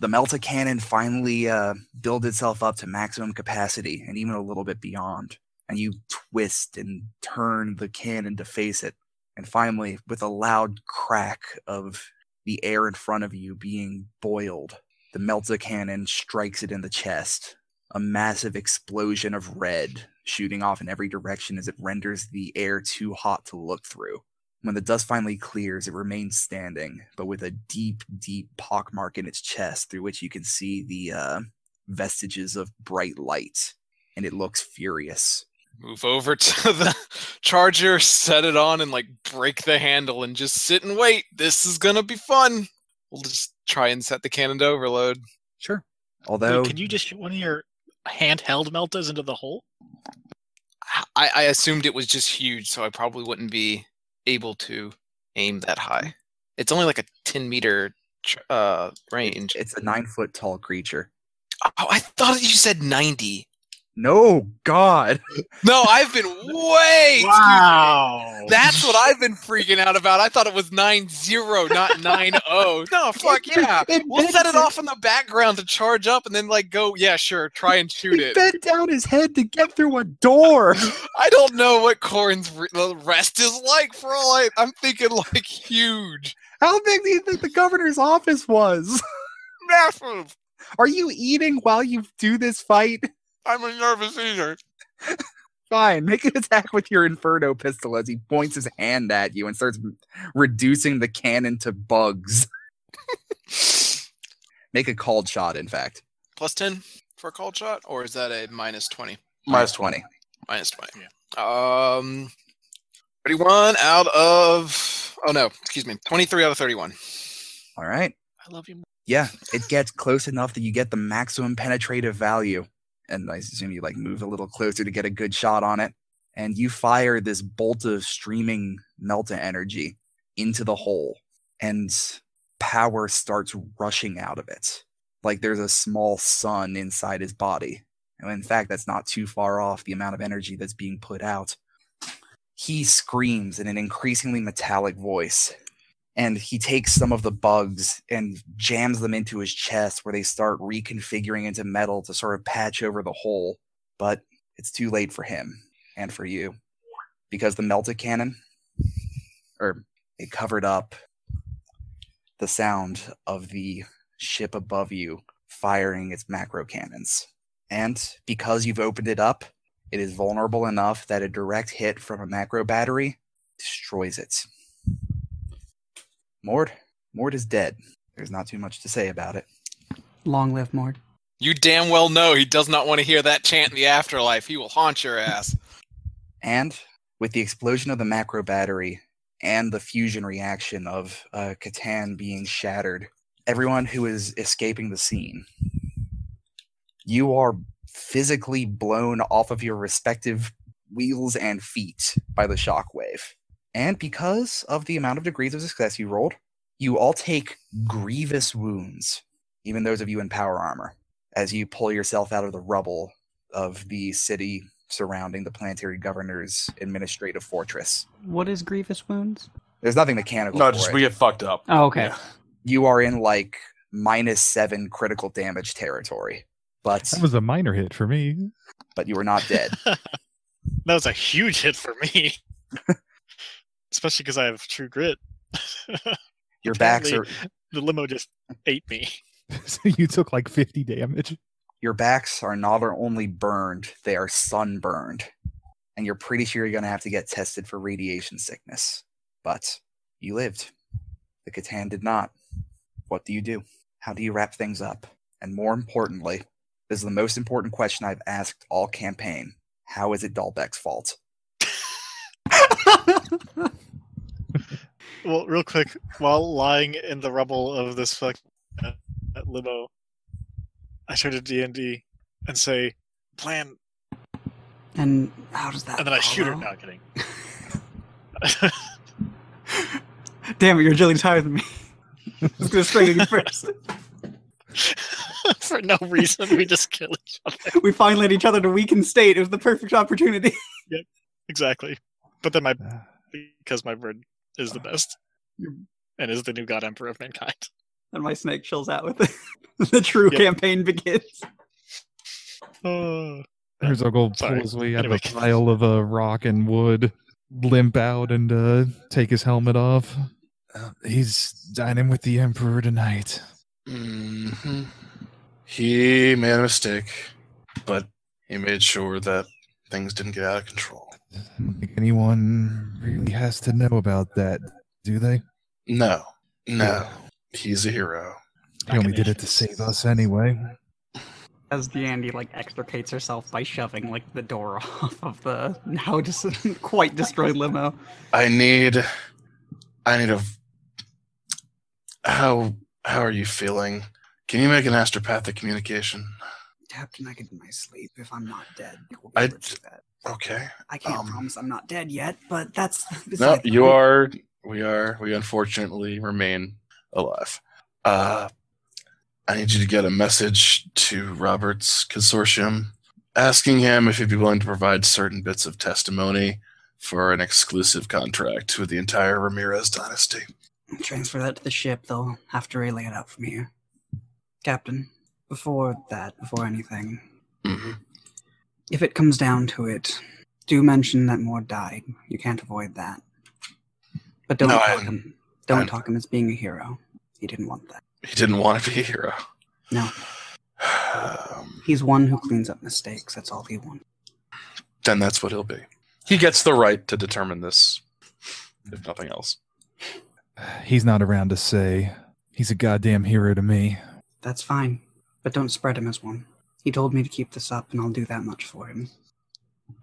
The Melta cannon finally uh, builds itself up to maximum capacity and even a little bit beyond. And you twist and turn the cannon to face it. And finally, with a loud crack of the air in front of you being boiled, the Melta cannon strikes it in the chest. A massive explosion of red shooting off in every direction as it renders the air too hot to look through. When the dust finally clears, it remains standing, but with a deep, deep pockmark in its chest through which you can see the uh, vestiges of bright light, and it looks furious. Move over to the charger, set it on, and like break the handle and just sit and wait. This is gonna be fun. We'll just try and set the cannon to overload. Sure. Although, Wait, can you just shoot one of your handheld meltas into the hole? I, I assumed it was just huge, so I probably wouldn't be able to aim that high. It's only like a 10 meter ch- uh, range. it's a nine foot tall creature. Oh, I thought you said 90. No, God. No, I've been way. too- Wow. That's what I've been freaking out about. I thought it was 9-0, not 9-0. No, fuck yeah. It We'll bent set it down- off in the background to charge up and then like go, yeah, sure, try and shoot He it. bent down his head to get through a door. I don't know what Corin's re- the rest is like for all I I'm thinking like huge. How big do you think the governor's office was? Massive. Are you eating while you do this fight? I'm a nervous eater. Fine, make an attack with your Inferno pistol as he points his hand at you and starts reducing the cannon to bugs. Make a called shot, in fact. Plus 10 for a called shot or is that a minus 20? Minus 20. Minus 20. Um 31 out of Oh no, excuse me. 23 out of 31. All right. I love you. more. Yeah, it gets close enough that you get the maximum penetrative value. And I assume you like move a little closer to get a good shot on it. And you fire this bolt of streaming melta energy into the hole, and power starts rushing out of it. Like there's a small sun inside his body. And in fact, that's not too far off the amount of energy that's being put out. He screams in an increasingly metallic voice and he takes some of the bugs and jams them into his chest where they start reconfiguring into metal to sort of patch over the hole but it's too late for him and for you because the melted cannon or it covered up the sound of the ship above you firing its macro cannons and because you've opened it up it is vulnerable enough that a direct hit from a macro battery destroys it Mord, Mord is dead. There's not too much to say about it. Long live Mord. You damn well know he does not want to hear that chant in the afterlife. He will haunt your ass. And with the explosion of the macro battery and the fusion reaction of uh, Catan being shattered, everyone who is escaping the scene, you are physically blown off of your respective wheels and feet by the shockwave. And because of the amount of degrees of success you rolled, you all take grievous wounds, even those of you in power armor, as you pull yourself out of the rubble of the city surrounding the planetary governor's administrative fortress. What is grievous wounds? There's nothing mechanical. No, for just it. we get fucked up. Oh, okay. Yeah. you are in like minus seven critical damage territory, but That was a minor hit for me. but you were not dead. that was a huge hit for me. Especially because I have true grit. Your backs are Apparently- the limo just ate me. so you took like 50 damage. your backs are not only burned, they are sunburned. And you're pretty sure you're going to have to get tested for radiation sickness. But you lived. The Catan did not. What do you do? How do you wrap things up? And more importantly, this is the most important question I've asked all campaign. How is it Dahlbeck's fault? Well, real quick, while lying in the rubble of this fuck uh, that limo, I turn to D and D and say, "Plan," And how does that and then I shoot her. follow? Not kidding. Damn it, you're really tired of me. I was gonna strangle you first. for no reason, we just kill each other. We finally had each other to weaken state. It was the perfect opportunity. Exactly. But then my because my bird is the best. and is the new god emperor of mankind. And my snake chills out with it. the true Yep. campaign begins. Oh. Herzog will pull Sorry. his way out Anyway. of a pile of uh, rock and wood, limp out, and uh, take his helmet off. Uh, he's dining with the Emperor tonight. hmm He made a mistake, but he made sure that things didn't get out of control. I don't think anyone really has to know about that, do they? No, no, he's a hero. He only did it to save us anyway. As Deandy like extricates herself by shoving like the door off of the now just quite destroyed limo. I need, I need a. How how are you feeling? Can you make an astropathic communication? Captain, I can in my sleep if I'm not dead. We'll I- to that. Okay. I can't um, promise I'm not dead yet, but that's No, you are. We are. We unfortunately remain alive. Uh, I need you to get a message to Robert's consortium asking him if he'd be willing to provide certain bits of testimony for an exclusive contract with the entire Ramirez dynasty. Transfer that to the ship. They'll have to relay it out from here. Captain, before that, before anything, hmm if it comes down to it, do mention that Moore died. You can't avoid that. But don't No, talk I'm- him. Don't I'm- talk him as being a hero. He didn't want that. He didn't want to be a hero. No. Um, He's one who cleans up mistakes. That's all he wants. then that's what he'll be. He gets the right to determine this, if nothing else. He's not around to say he's a goddamn hero to me. That's fine. But don't spread him as one. He told me to keep this up, and I'll do that much for him.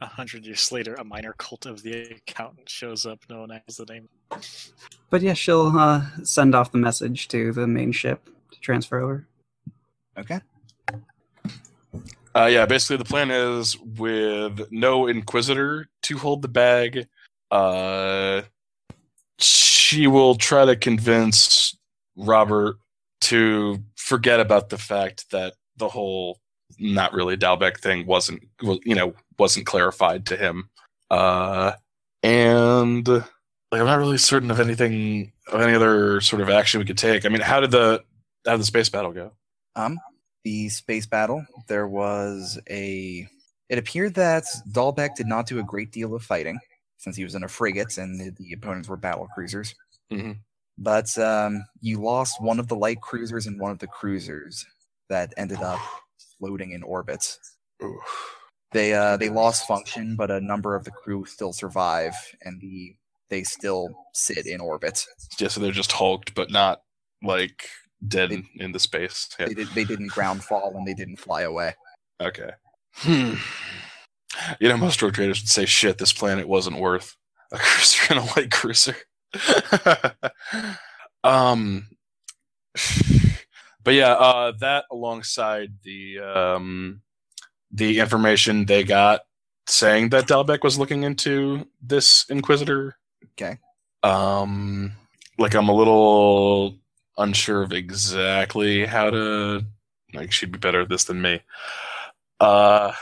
A hundred years later, a minor cult of the accountant shows up. No one has the name. But yeah, she'll uh, send off the message to the main ship to transfer over. Okay. Uh, yeah, basically the plan is with no inquisitor to hold the bag. Uh, she will try to convince Robert to forget about the fact that the whole not really Dalbeck thing wasn't was, you know wasn't clarified to him. Uh, and like I'm not really certain of anything of any other sort of action we could take. I mean, how did the how did the space battle go? Um, the space battle. There was a. It appeared that Dahlbeck did not do a great deal of fighting since he was in a frigate and the, the opponents were battle cruisers. Mhm. But um, you lost one of the light cruisers and one of the cruisers that ended up floating in orbit. Oof. They uh, they lost function, but a number of the crew still survive, and the they still sit in orbit. Yeah, so they're just hulked, but not like dead in, in the space. Yeah. They, did, they didn't ground fall and they didn't fly away. Okay. Hmm. You know, most road traders would say, "Shit, this planet wasn't worth a cruiser and a light cruiser." um. But yeah, uh, that alongside the um, the information they got saying that Dalbeck was looking into this Inquisitor. Okay. Um, like I'm a little unsure of exactly how to. Like she'd be better at this than me. Uh,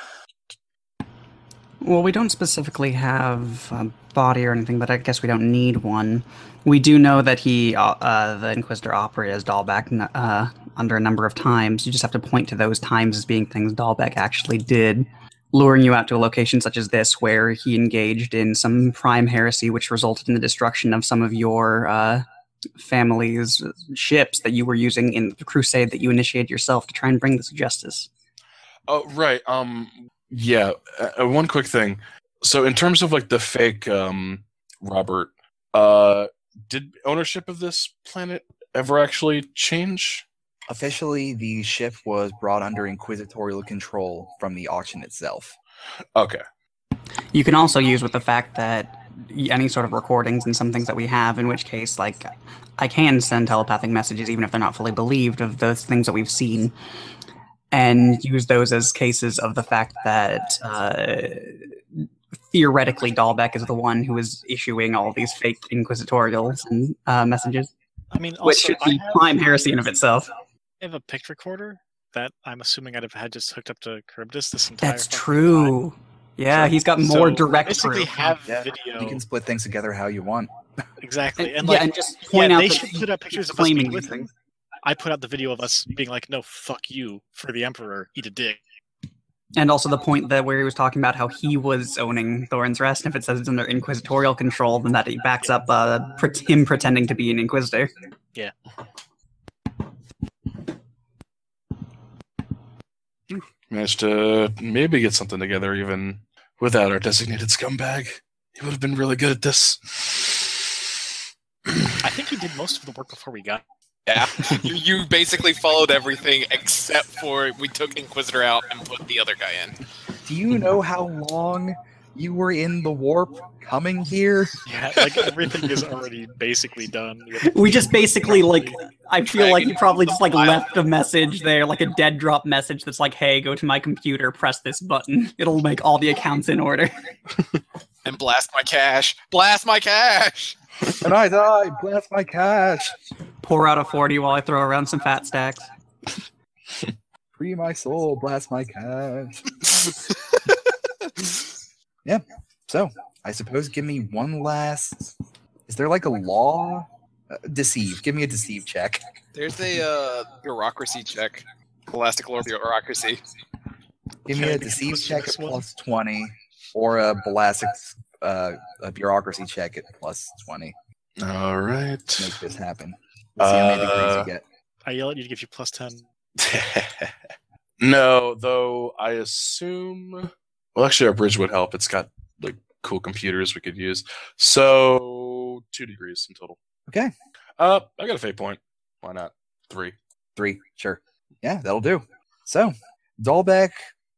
Well, we don't specifically have a body or anything, but I guess we don't need one. We do know that he, uh, uh, the Inquisitor, operated as Dahlbeck n- uh, under a number of times. You just have to point to those times as being things Dahlbeck actually did, luring you out to a location such as this, where he engaged in some prime heresy, which resulted in the destruction of some of your uh, family's ships that you were using in the crusade that you initiated yourself to try and bring this justice. Oh right. Um. Yeah. Uh, uh, one quick thing. So in terms of like the fake um Robert, uh, did ownership of this planet ever actually change? Officially, the ship was brought under inquisitorial control from the auction itself. Okay. You can also use with the fact that y- any sort of recordings and some things that we have, in which case, like, I can send telepathic messages, even if they're not fully believed, of those things that we've seen, and use those as cases of the fact that uh, theoretically Dahlbeck is the one who is issuing all these fake inquisitorial and, uh, messages, I mean, also, which should I be have- prime heresy in of itself. I have a pick recorder that I'm assuming I'd have had just hooked up to Charybdis this entire. That's fucking time. true. Yeah, So- he's got more so direct Basically, proof. have Yeah. video. You can split things together how you want. Exactly. And yeah, like, and just point yeah, out they that should he put up keeps pictures of us claiming being with these things. I put out the video of us being like, no, fuck you for the Emperor. Eat a dick. And also the point that where he was talking about how he was owning Thorin's Rest, and if it says it's under inquisitorial control, then that he backs up uh, pret him pretending to be an inquisitor. Managed to maybe get something together even without our designated scumbag. He would have been really good at this. I think he did most of the work before we got. Yeah, you, you basically followed everything except for we took Inquisitor out and put the other guy in. Do you know how long you were in the warp coming here? Yeah, like everything is already basically done. with- We just basically like I feel like you probably just like Dragon. left a message there, like a dead drop message that's like, "Hey, go to my computer, press this button. It'll make all the accounts in order." And blast my cash. Blast my cash. And I die, blast my cash, Pour out a forty while I throw around some fat stacks. free my soul, blast my cash. yeah. So I suppose give me one last. Is there like a law? Uh, deceive. Give me a deceive check. There's a uh, bureaucracy check. Elastic Lord bureaucracy. Give Can me I a be deceive close to check at this one? plus twenty, or a Belasix, uh, a bureaucracy check at plus twenty. All right. to Make this happen. Let's see how many degrees Uh, you get. I yell at you to give you plus 10. no, though I assume. Well, actually, our bridge would help. It's got like cool computers we could use. So two degrees in total. Okay. Uh, I got a fate point. Why not three? Three, sure. Mm-hmm. Yeah, that'll do. So, Dahlbeck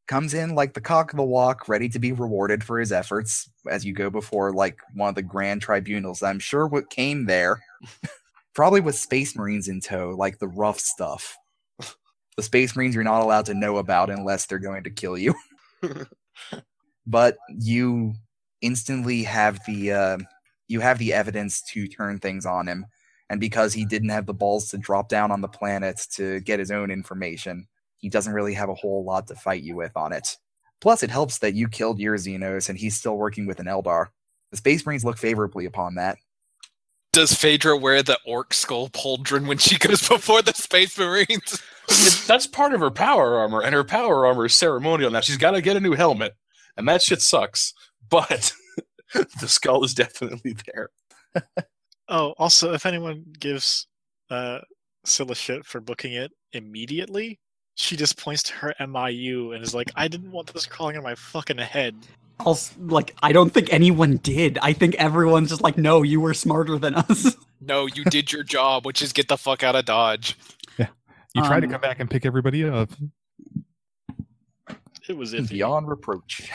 comes in like the cock of the walk, ready to be rewarded for his efforts as you go before like one of the grand tribunals. I'm sure what came there, probably with Space Marines in tow, like the rough stuff. The Space Marines you're not allowed to know about unless they're going to kill you. but you instantly have the uh, you have the evidence to turn things on him and because he didn't have the balls to drop down on the planet to get his own information, he doesn't really have a whole lot to fight you with on it. Plus, it helps that you killed your Xenos and he's still working with an Eldar. The Space Marines look favorably upon that. Does Phaedra wear the orc skull pauldron when she goes before the Space Marines? That's part of her power armor, and her power armor is ceremonial now. She's got to get a new helmet, and that shit sucks. But the skull is definitely there. Oh, also, if anyone gives uh, Scylla shit for booking it immediately, she just points to her MIU and is like, I didn't want this crawling on my fucking head. Also, like I don't think anyone did. I think everyone's just like, "No, you were smarter than us." No, you did your job, which is get the fuck out of Dodge. You try to Um, come back and pick everybody up. It was iffy. Beyond reproach.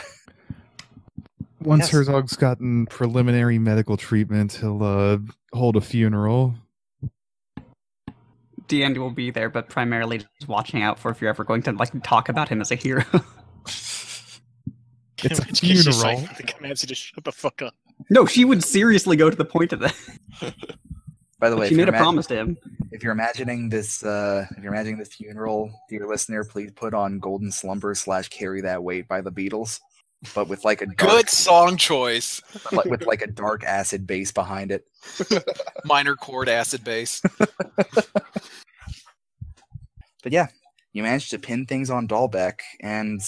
Once Yes. Herzog's gotten preliminary medical treatment, he'll uh, hold a funeral. DeAndy will be there, but primarily just watching out for if you're ever going to like talk about him as a hero. It's a In which case she funeral. silently commands you to shut the fuck up. no, she would seriously go to the point of that. By the way, she if made you're a imag- promise to him. If you're imagining this, uh, if you're imagining this funeral, dear listener, please put on "Golden Slumber" slash "Carry That Weight" by the Beatles, but with like a dark, Good song choice. but with like a dark acid bass behind it. Minor chord acid bass. but yeah, you managed to pin things on Dahlbeck, and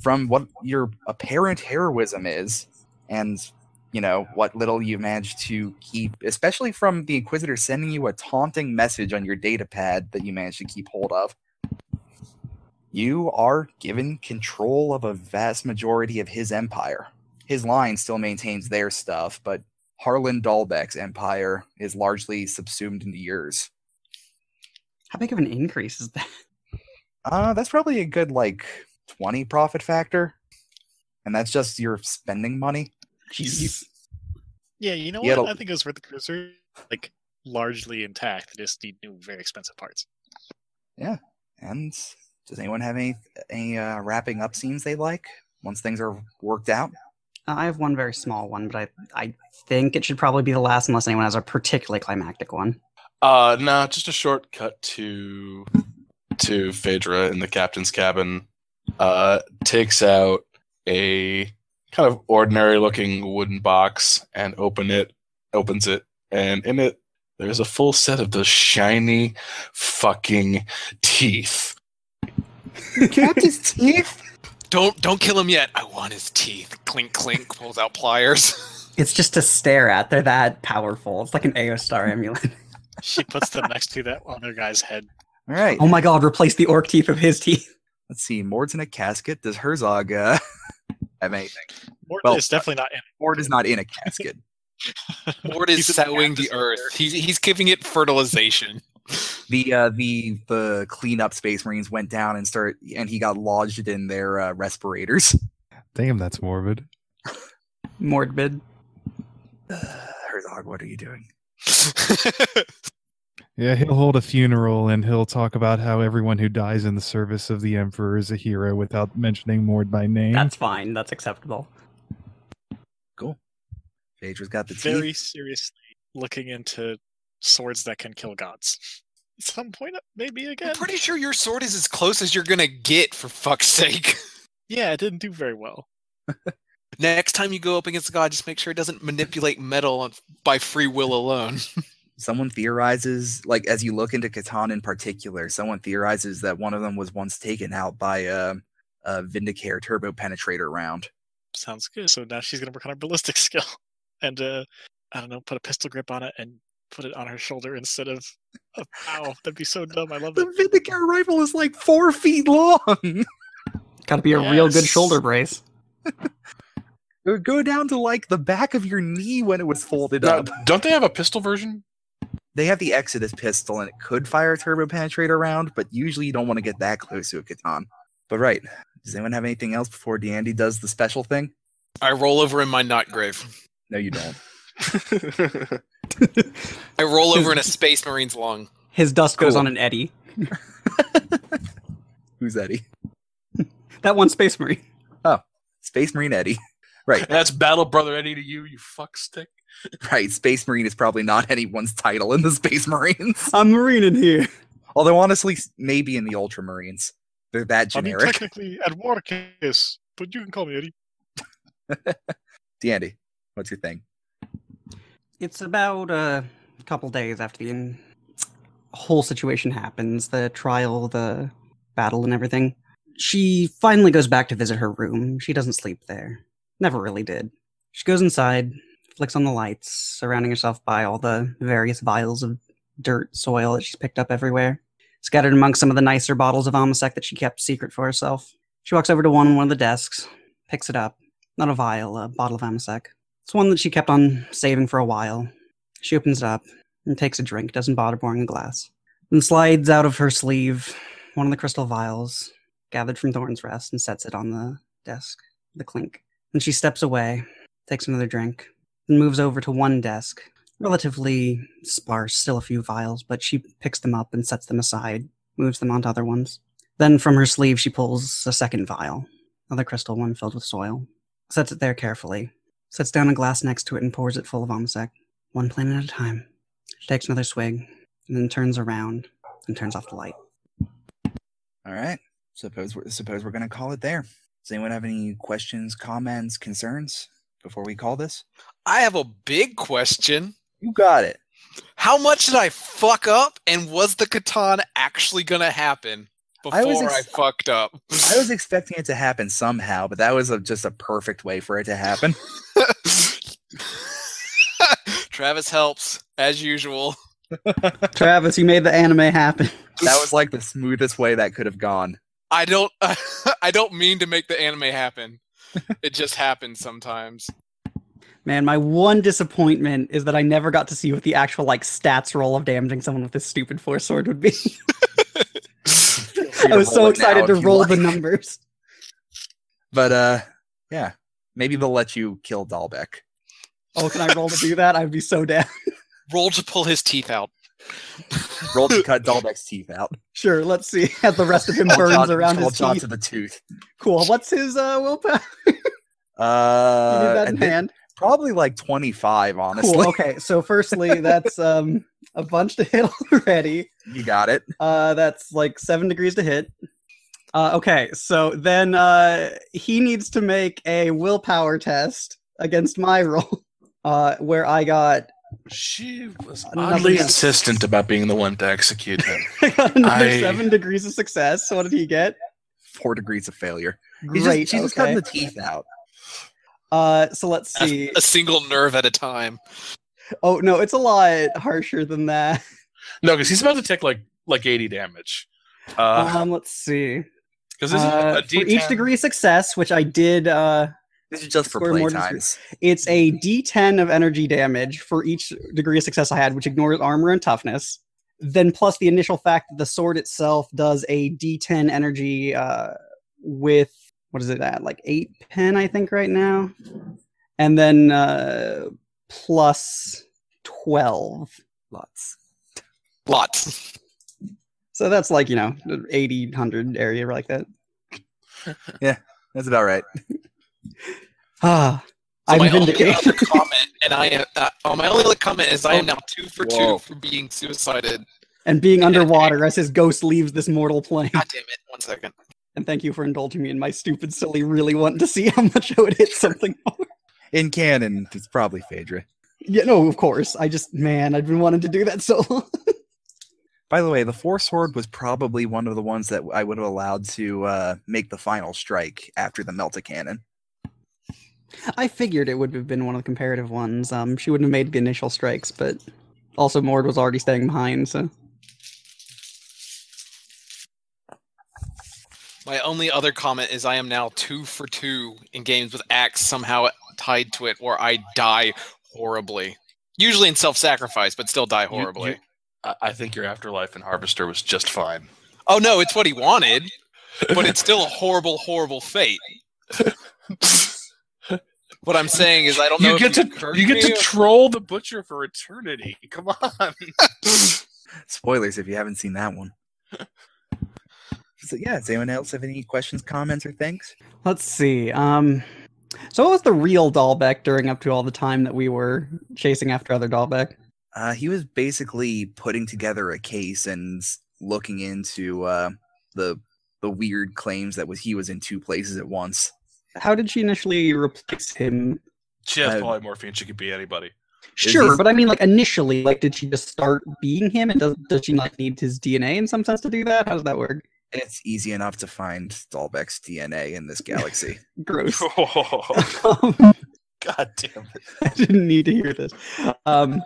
from what your apparent heroism is, and you know what little you managed to keep, especially from the Inquisitor sending you a taunting message on your data pad that you managed to keep hold of, you are given control of a vast majority of his empire. His line still maintains their stuff, but Harlan Dahlbeck's empire is largely subsumed into yours. How big of an increase is that? Uh, that's probably a good like twenty profit factor, and that's just your spending money. Jeez. Yeah, you know Yeah, what? it'll- I think it was worth the cruiser. Like, largely intact. They just need new, very expensive parts. And does anyone have any any uh, wrapping up scenes they like once things are worked out? Uh, I have one very small one, but I I think it should probably be the last unless anyone has a particularly climactic one. Uh, nah, just a shortcut to to Phaedra in the captain's cabin. Uh, takes out a kind of ordinary looking wooden box and open it opens it, and in it there's a full set of those shiny fucking teeth. Kept his teeth. Don't don't kill him yet. I want his teeth. Clink clink. Pulls out pliers. It's just to stare at. They're that powerful. It's like an Aostar amulet. She puts them next to that other guy's head. All right. Oh my god, replace the orc teeth of his teeth. Let's see. Mord's in a casket. Does Herzog uh, have anything? Mort Well, is definitely not in it. Mord is not in a casket. Mord is He's a sowing the cactus earth. earth. He's he's giving it fertilization. the uh, the the cleanup Space Marines went down and start, and he got lodged in their uh, respirators. Damn, that's morbid. Mordbid. Uh, Herzog, what are you doing? Yeah, he'll hold a funeral and he'll talk about how everyone who dies in the service of the Emperor is a hero without mentioning Mord by name. That's fine. That's acceptable. Phaedra's got the teeth. Very seriously looking into swords that can kill gods. At some point, uh, maybe again. I'm pretty sure your sword is as close as you're gonna get. For fuck's sake. Yeah, it didn't do very well. Next time you go up against a god, just make sure it doesn't manipulate metal on, by free will alone. Someone theorizes, like as you look into Catan in particular, someone theorizes that one of them was once taken out by a, a Vindicare Turbo Penetrator round. Sounds good. So now she's gonna work on her ballistic skill, and uh, I don't know, put a pistol grip on it and put it on her shoulder instead of. Oh, ow, that'd be so dumb. I love The it. Vindicare rifle is like four feet long. Gotta be a real good Yes. shoulder brace. it would go down to like the back of your knee when it was folded Now, up. don't they have a pistol version? They have the Exodus pistol and it could fire a turbo penetrator round, but usually you don't want to get that close to a Catan. But right, does anyone have anything else before Dandy does the special thing? I roll over in my knot grave. No, you don't. I roll over in a space marine's lung. His dust goes Cool. on an eddy. Who's Eddie? That one space marine. Space Marine Eddie. That's Battle Brother Eddie to you, you fuck stick. Right, Space Marine is probably not anyone's title in the Space Marines. I'm marine in here. Although honestly, s- maybe in the Ultramarines. They're that I mean, generic. technically, at war case, but you can call me Eddie. Dandy, what's your thing? It's about uh, a couple days after the in- whole situation happens the trial, the battle, and everything. She finally goes back to visit her room. She doesn't sleep there. Never really did. She goes inside, flicks on the lights, surrounding herself by all the various vials of dirt, soil that she's picked up everywhere, scattered among some of the nicer bottles of Amasek that she kept secret for herself. She walks over to one on one of the desks, picks it up. Not a vial, a bottle of Amasek. It's one that she kept on saving for a while. She opens it up and takes a drink, doesn't bother pouring a glass, and slides out of her sleeve one of the crystal vials gathered from Thorn's Rest and sets it on the desk, the clink. And she steps away, takes another drink, and moves over to one desk, relatively sparse, still a few vials, but she picks them up and sets them aside, moves them onto other ones. Then from her sleeve, she pulls a second vial, another crystal one filled with soil, sets it there carefully, sets down a glass next to it and pours it full of Omsec, one planet at a time. She takes another swig, and then turns around and turns off the light. All right. Suppose we're suppose we're gonna call it there. Does anyone have any questions, comments, concerns before we call this? I have a big question. You got it. How much did I fuck up, and was the Catan actually gonna happen before I I, was ex- fucked up? I was expecting it to happen somehow, but that was a, just a perfect way for it to happen. Travis helps as usual. Travis, you made the anime happen. That was like the smoothest way that could have gone. I don't. I don't mean to make the anime happen. It just happens sometimes. Man, my one disappointment is that I never got to see what the actual like stats roll of damaging someone with this stupid force sword would be. I to roll was it so now excited to if you roll the like. numbers. But uh, yeah, maybe they'll let you kill Dahlbeck. Oh, can I roll to do that? I'd be so down. Roll to pull his teeth out. Roll to cut Dahlbeck's teeth out. Sure, let's see. As the rest of him All burns shot- around all his shot teeth. to the tooth. Cool. What's his uh, willpower? You need Uh, that in and thi- hand. probably like twenty five. Honestly, Cool. Okay. So, firstly, that's um a bunch to hit already. you got it. Uh, that's like seven degrees to hit. Uh, okay. So then uh, he needs to make a willpower test against my roll, uh, where I got She was Another oddly yes. insistent about being the one to execute him. I got another I- seven degrees of success. What did he get? Four degrees of failure. He's Great. just, she's just okay. cutting the teeth out. Uh, so let's A- see. A single nerve at a time. Oh no, it's a lot harsher than that. no, because he's about to take like like eighty damage. Uh, Because um, let's see. this Uh, is a for each D10. degree success, which I did, uh, This is just for Score play more times. it's a D10 of energy damage for each degree of success I had, which ignores armor and toughness. Then plus the initial fact that the sword itself does a D10 energy uh, with what is it at like eight pen I think right now, and then uh, plus twelve. Lots. Lots. So that's like you know 80, 100 area like that. That's about right. Ah, So my I'm only other vindicated. comment, and I am, uh, oh, my only other comment is I am now two for two Whoa. for being suicided. and being underwater as his ghost leaves this mortal plane. God damn it! One second. And thank you for indulging me in my stupid, silly, really wanting to see how much I would hit something. hard. In canon, it's probably Phaedra. yeah, no, of course. I just, man, I've been wanting to do that so long. By the way, the Force Horde was probably one of the ones that I would have allowed to uh, make the final strike after the Melta Cannon. I figured it would have been one of the comparative ones. Um, she wouldn't have made the initial strikes, but also Mord was already staying behind, so. My only other comment is I am now two for two in games with axe somehow tied to it, where I die horribly. Usually in self-sacrifice, but still die You- horribly. you- I, I think your afterlife and harvester was just fine. Oh no, it's what he wanted, but it's still a horrible, horrible fate. what I'm saying is I don't know. you get if to curse you get to me or- troll the butcher for eternity. Come on. Spoilers if you haven't seen that one. So, yeah, does anyone else have any questions, comments, or things? Let's see. Um, so what was the real Dahlbeck during up to all the time that we were chasing after other Dahlbeck? Uh, he was basically putting together a case and s- looking into uh, the the weird claims that was he was in two places at once. How did she initially replace him She has Uh, polymorphine. She could be anybody. Is Sure, he- but I mean, like initially, like did she just start being him, and does does she like need his DNA in some sense to do that? How does that work? It's easy enough to find Dahlbeck's DNA in this galaxy. Gross. God Um, damn it. I didn't need to hear this. Um,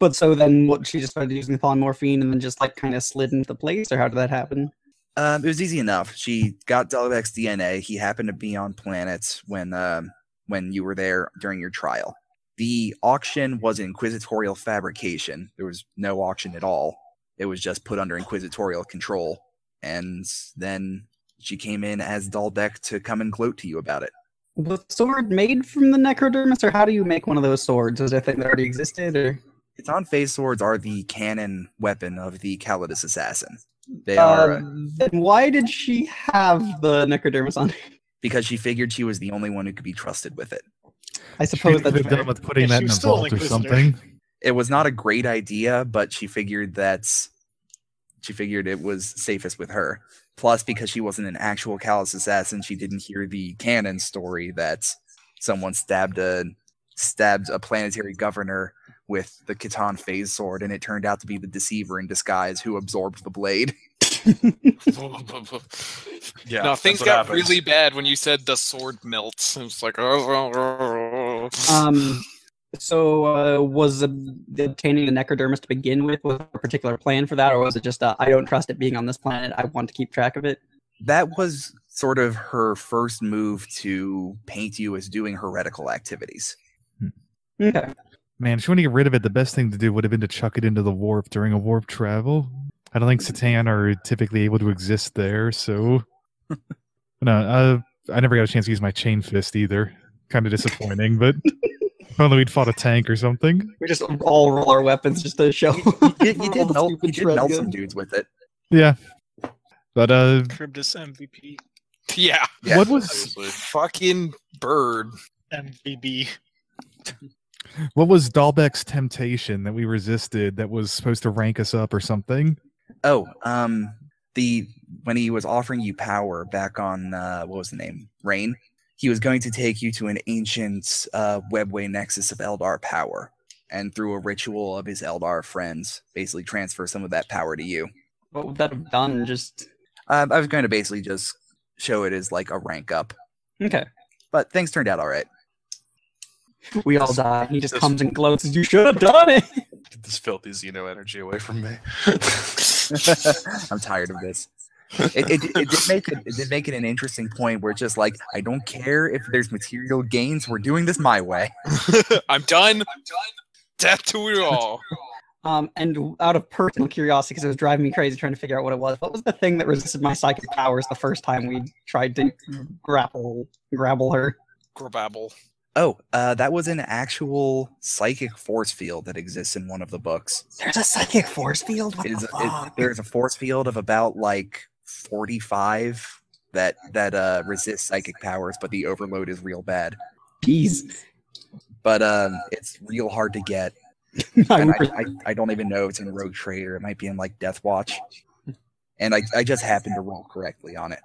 but so then, what she just started using polymorphine, and then just like kind of slid into the place, or how did that happen? Um, it was easy enough. She got Dahlbeck's DNA. He happened to be on planets when um, when you were there during your trial. The auction was inquisitorial fabrication. There was no auction at all. It was just put under inquisitorial control. And then she came in as Dahlbeck to come and gloat to you about it. Was the sword made from the necrodermis, or how do you make one of those swords? Was it a thing that already existed, or Its on phase swords are the canon weapon of the Calidus assassin. They are uh, um, then why did she have the necrodermis on? because she figured she was the only one who could be trusted with it. I suppose Should've that's been fair. done with putting that Yeah, she in was a still an vault or Inquisitor. something. it was not a great idea, but she figured that she figured it was safest with her. Plus, because she wasn't an actual Callus assassin, she didn't hear the canon story that someone stabbed a stabbed a planetary governor with the Khitan phase sword, and it turned out to be the deceiver in disguise who absorbed the blade. Yeah. no, that's things what got happens. really bad when you said the sword melts. It's like, oh, Um, so uh, was ob- obtaining the necrodermis to begin with was there a particular plan for that, or was it just uh, I don't trust it being on this planet? I want to keep track of it. That was sort of her first move to paint you as doing heretical activities. Okay. Man, if you want to get rid of it, the best thing to do would have been to chuck it into the warp during a warp travel. I don't think Satan are typically able to exist there, so no, uh, I never got a chance to use my chain fist either. Kind of disappointing, but if only we'd fought a tank or something. We just all roll our weapons just to show. You did, you all did the melt, you stupid did shred melt goes. some dudes with it. Yeah, but uh, Kribdus MVP, yeah, Yeah. what uh, was Seriously. fucking bird. MVB. what was Dahlbeck's temptation that we resisted that was supposed to rank us up or something? Oh, um, the when he was offering you power back on uh, what was the name? Rain. He was going to take you to an ancient uh, webway nexus of Eldar power, and through a ritual of his Eldar friends, basically transfer some of that power to you. What would that have done? Just Um, I was going to basically just show it as like a rank up, okay. but things turned out all right. We all die. He just comes and gloats. You should have done it. Get this filthy Xeno energy away from me. I'm tired of this. It, it, it did make it, it did make it an interesting point where it's just like I don't care if there's material gains. We're doing this my way. I'm done. Death to it all. Um, and out of personal curiosity, because it was driving me crazy trying to figure out what it was. What was the thing that resisted my psychic powers the first time we tried to grapple grapple her? Grababble. Oh, uh, that was an actual psychic force field that exists in one of the books. There's a psychic force field. What It is the it- fuck? there's a force field of about like 45 that that uh, resists psychic powers, but the overload is real bad. Jeez. But um, it's real hard to get. I and would- I, I, I don't even know if it's in Rogue Trade or it might be in like Death Watch. And I, I just happened to roll correctly on it.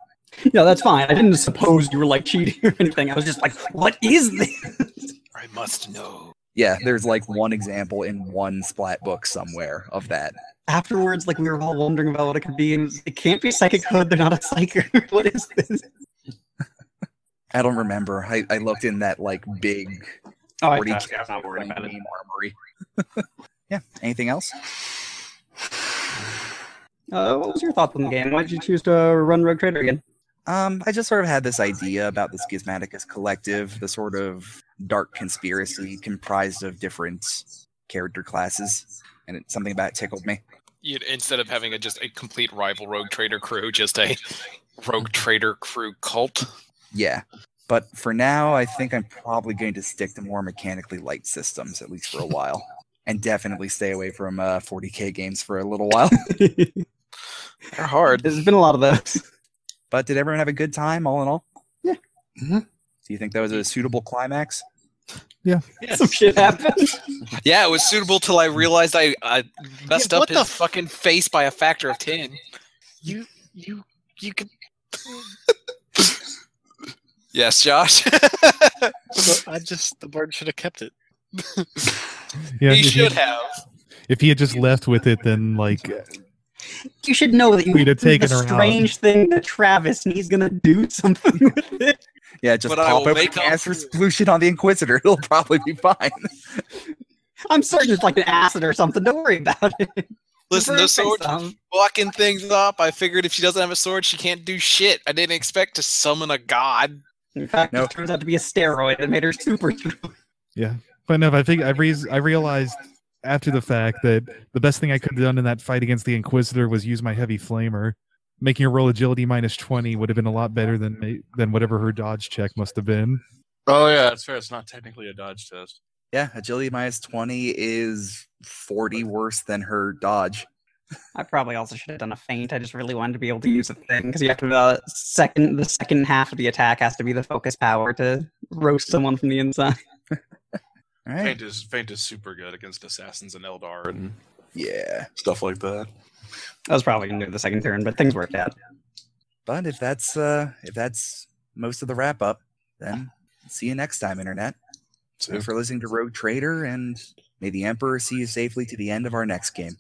no, that's fine. I didn't suppose you were like cheating or anything. I was just like, what is this? I must know. Yeah, there's like one example in one splat book somewhere of that. Afterwards, like we were all wondering about what it could be, and it was- it can't be psychic hood. They're not a psyker. what is this? I don't remember. I, I looked in that like big Oh, I, 40 I'm not worried about it. name armory. yeah. Anything else? Uh, what was your thoughts on the game? Why did you choose to run Rogue Trader again? Um, I just sort of had this idea about the Schismaticus Collective, the sort of dark conspiracy comprised of different character classes, and it, something about it tickled me. You'd, instead of having a just a complete rival rogue trader crew, just a rogue trader crew cult. Yeah. But for now, I think I'm probably going to stick to more mechanically light systems, at least for a while. And definitely stay away from uh, 40k games for a little while. There's They're hard. been a lot of those. but did everyone have a good time, all in all? Yeah. Mhm. Do you think that was a suitable climax? Some shit happened. Yeah, it was suitable till I realized I, I messed Yeah, up what his the f- fucking face by a factor of ten. You you you could. Yes, Josh. I just the bird should have kept it. Yeah, he if, should he, have. if he had just left with it, then like You should know that you We'd have did taken the her out. strange thing to Travis, and he's gonna do something with it. Yeah, just But I pop will open make up Caster for it. Solution on the Inquisitor. It'll probably be fine. I'm certain it's like an acid or something. Don't worry about it. Listen, Burn those swords face off. blocking things up. I figured if she doesn't have a sword, she can't do shit. I didn't expect to summon a god. In fact, No. it turns out to be a steroid that made her super. But no, I think I, re- I realized after the fact that the best thing I could have done in that fight against the Inquisitor was use my heavy flamer. Making her roll agility minus twenty would have been a lot better than ma- than whatever her dodge check must have been. Oh yeah, that's fair. It's not technically a dodge test. Yeah, agility minus 20 is 40 worse than her dodge. I probably also should have done a feint. I just really wanted to be able to use the thing because you have to the second the second half of the attack has to be the focus power to roast someone from the inside. All right. Faint is faint is super good against assassins and Eldar and Yeah. stuff like that. I was probably gonna do the second turn, but things worked out. But if that's uh if that's most of the wrap up, then see you next time, Internet. So- Thanks for listening to Rogue Trader and may the Emperor see you safely to the end of our next game.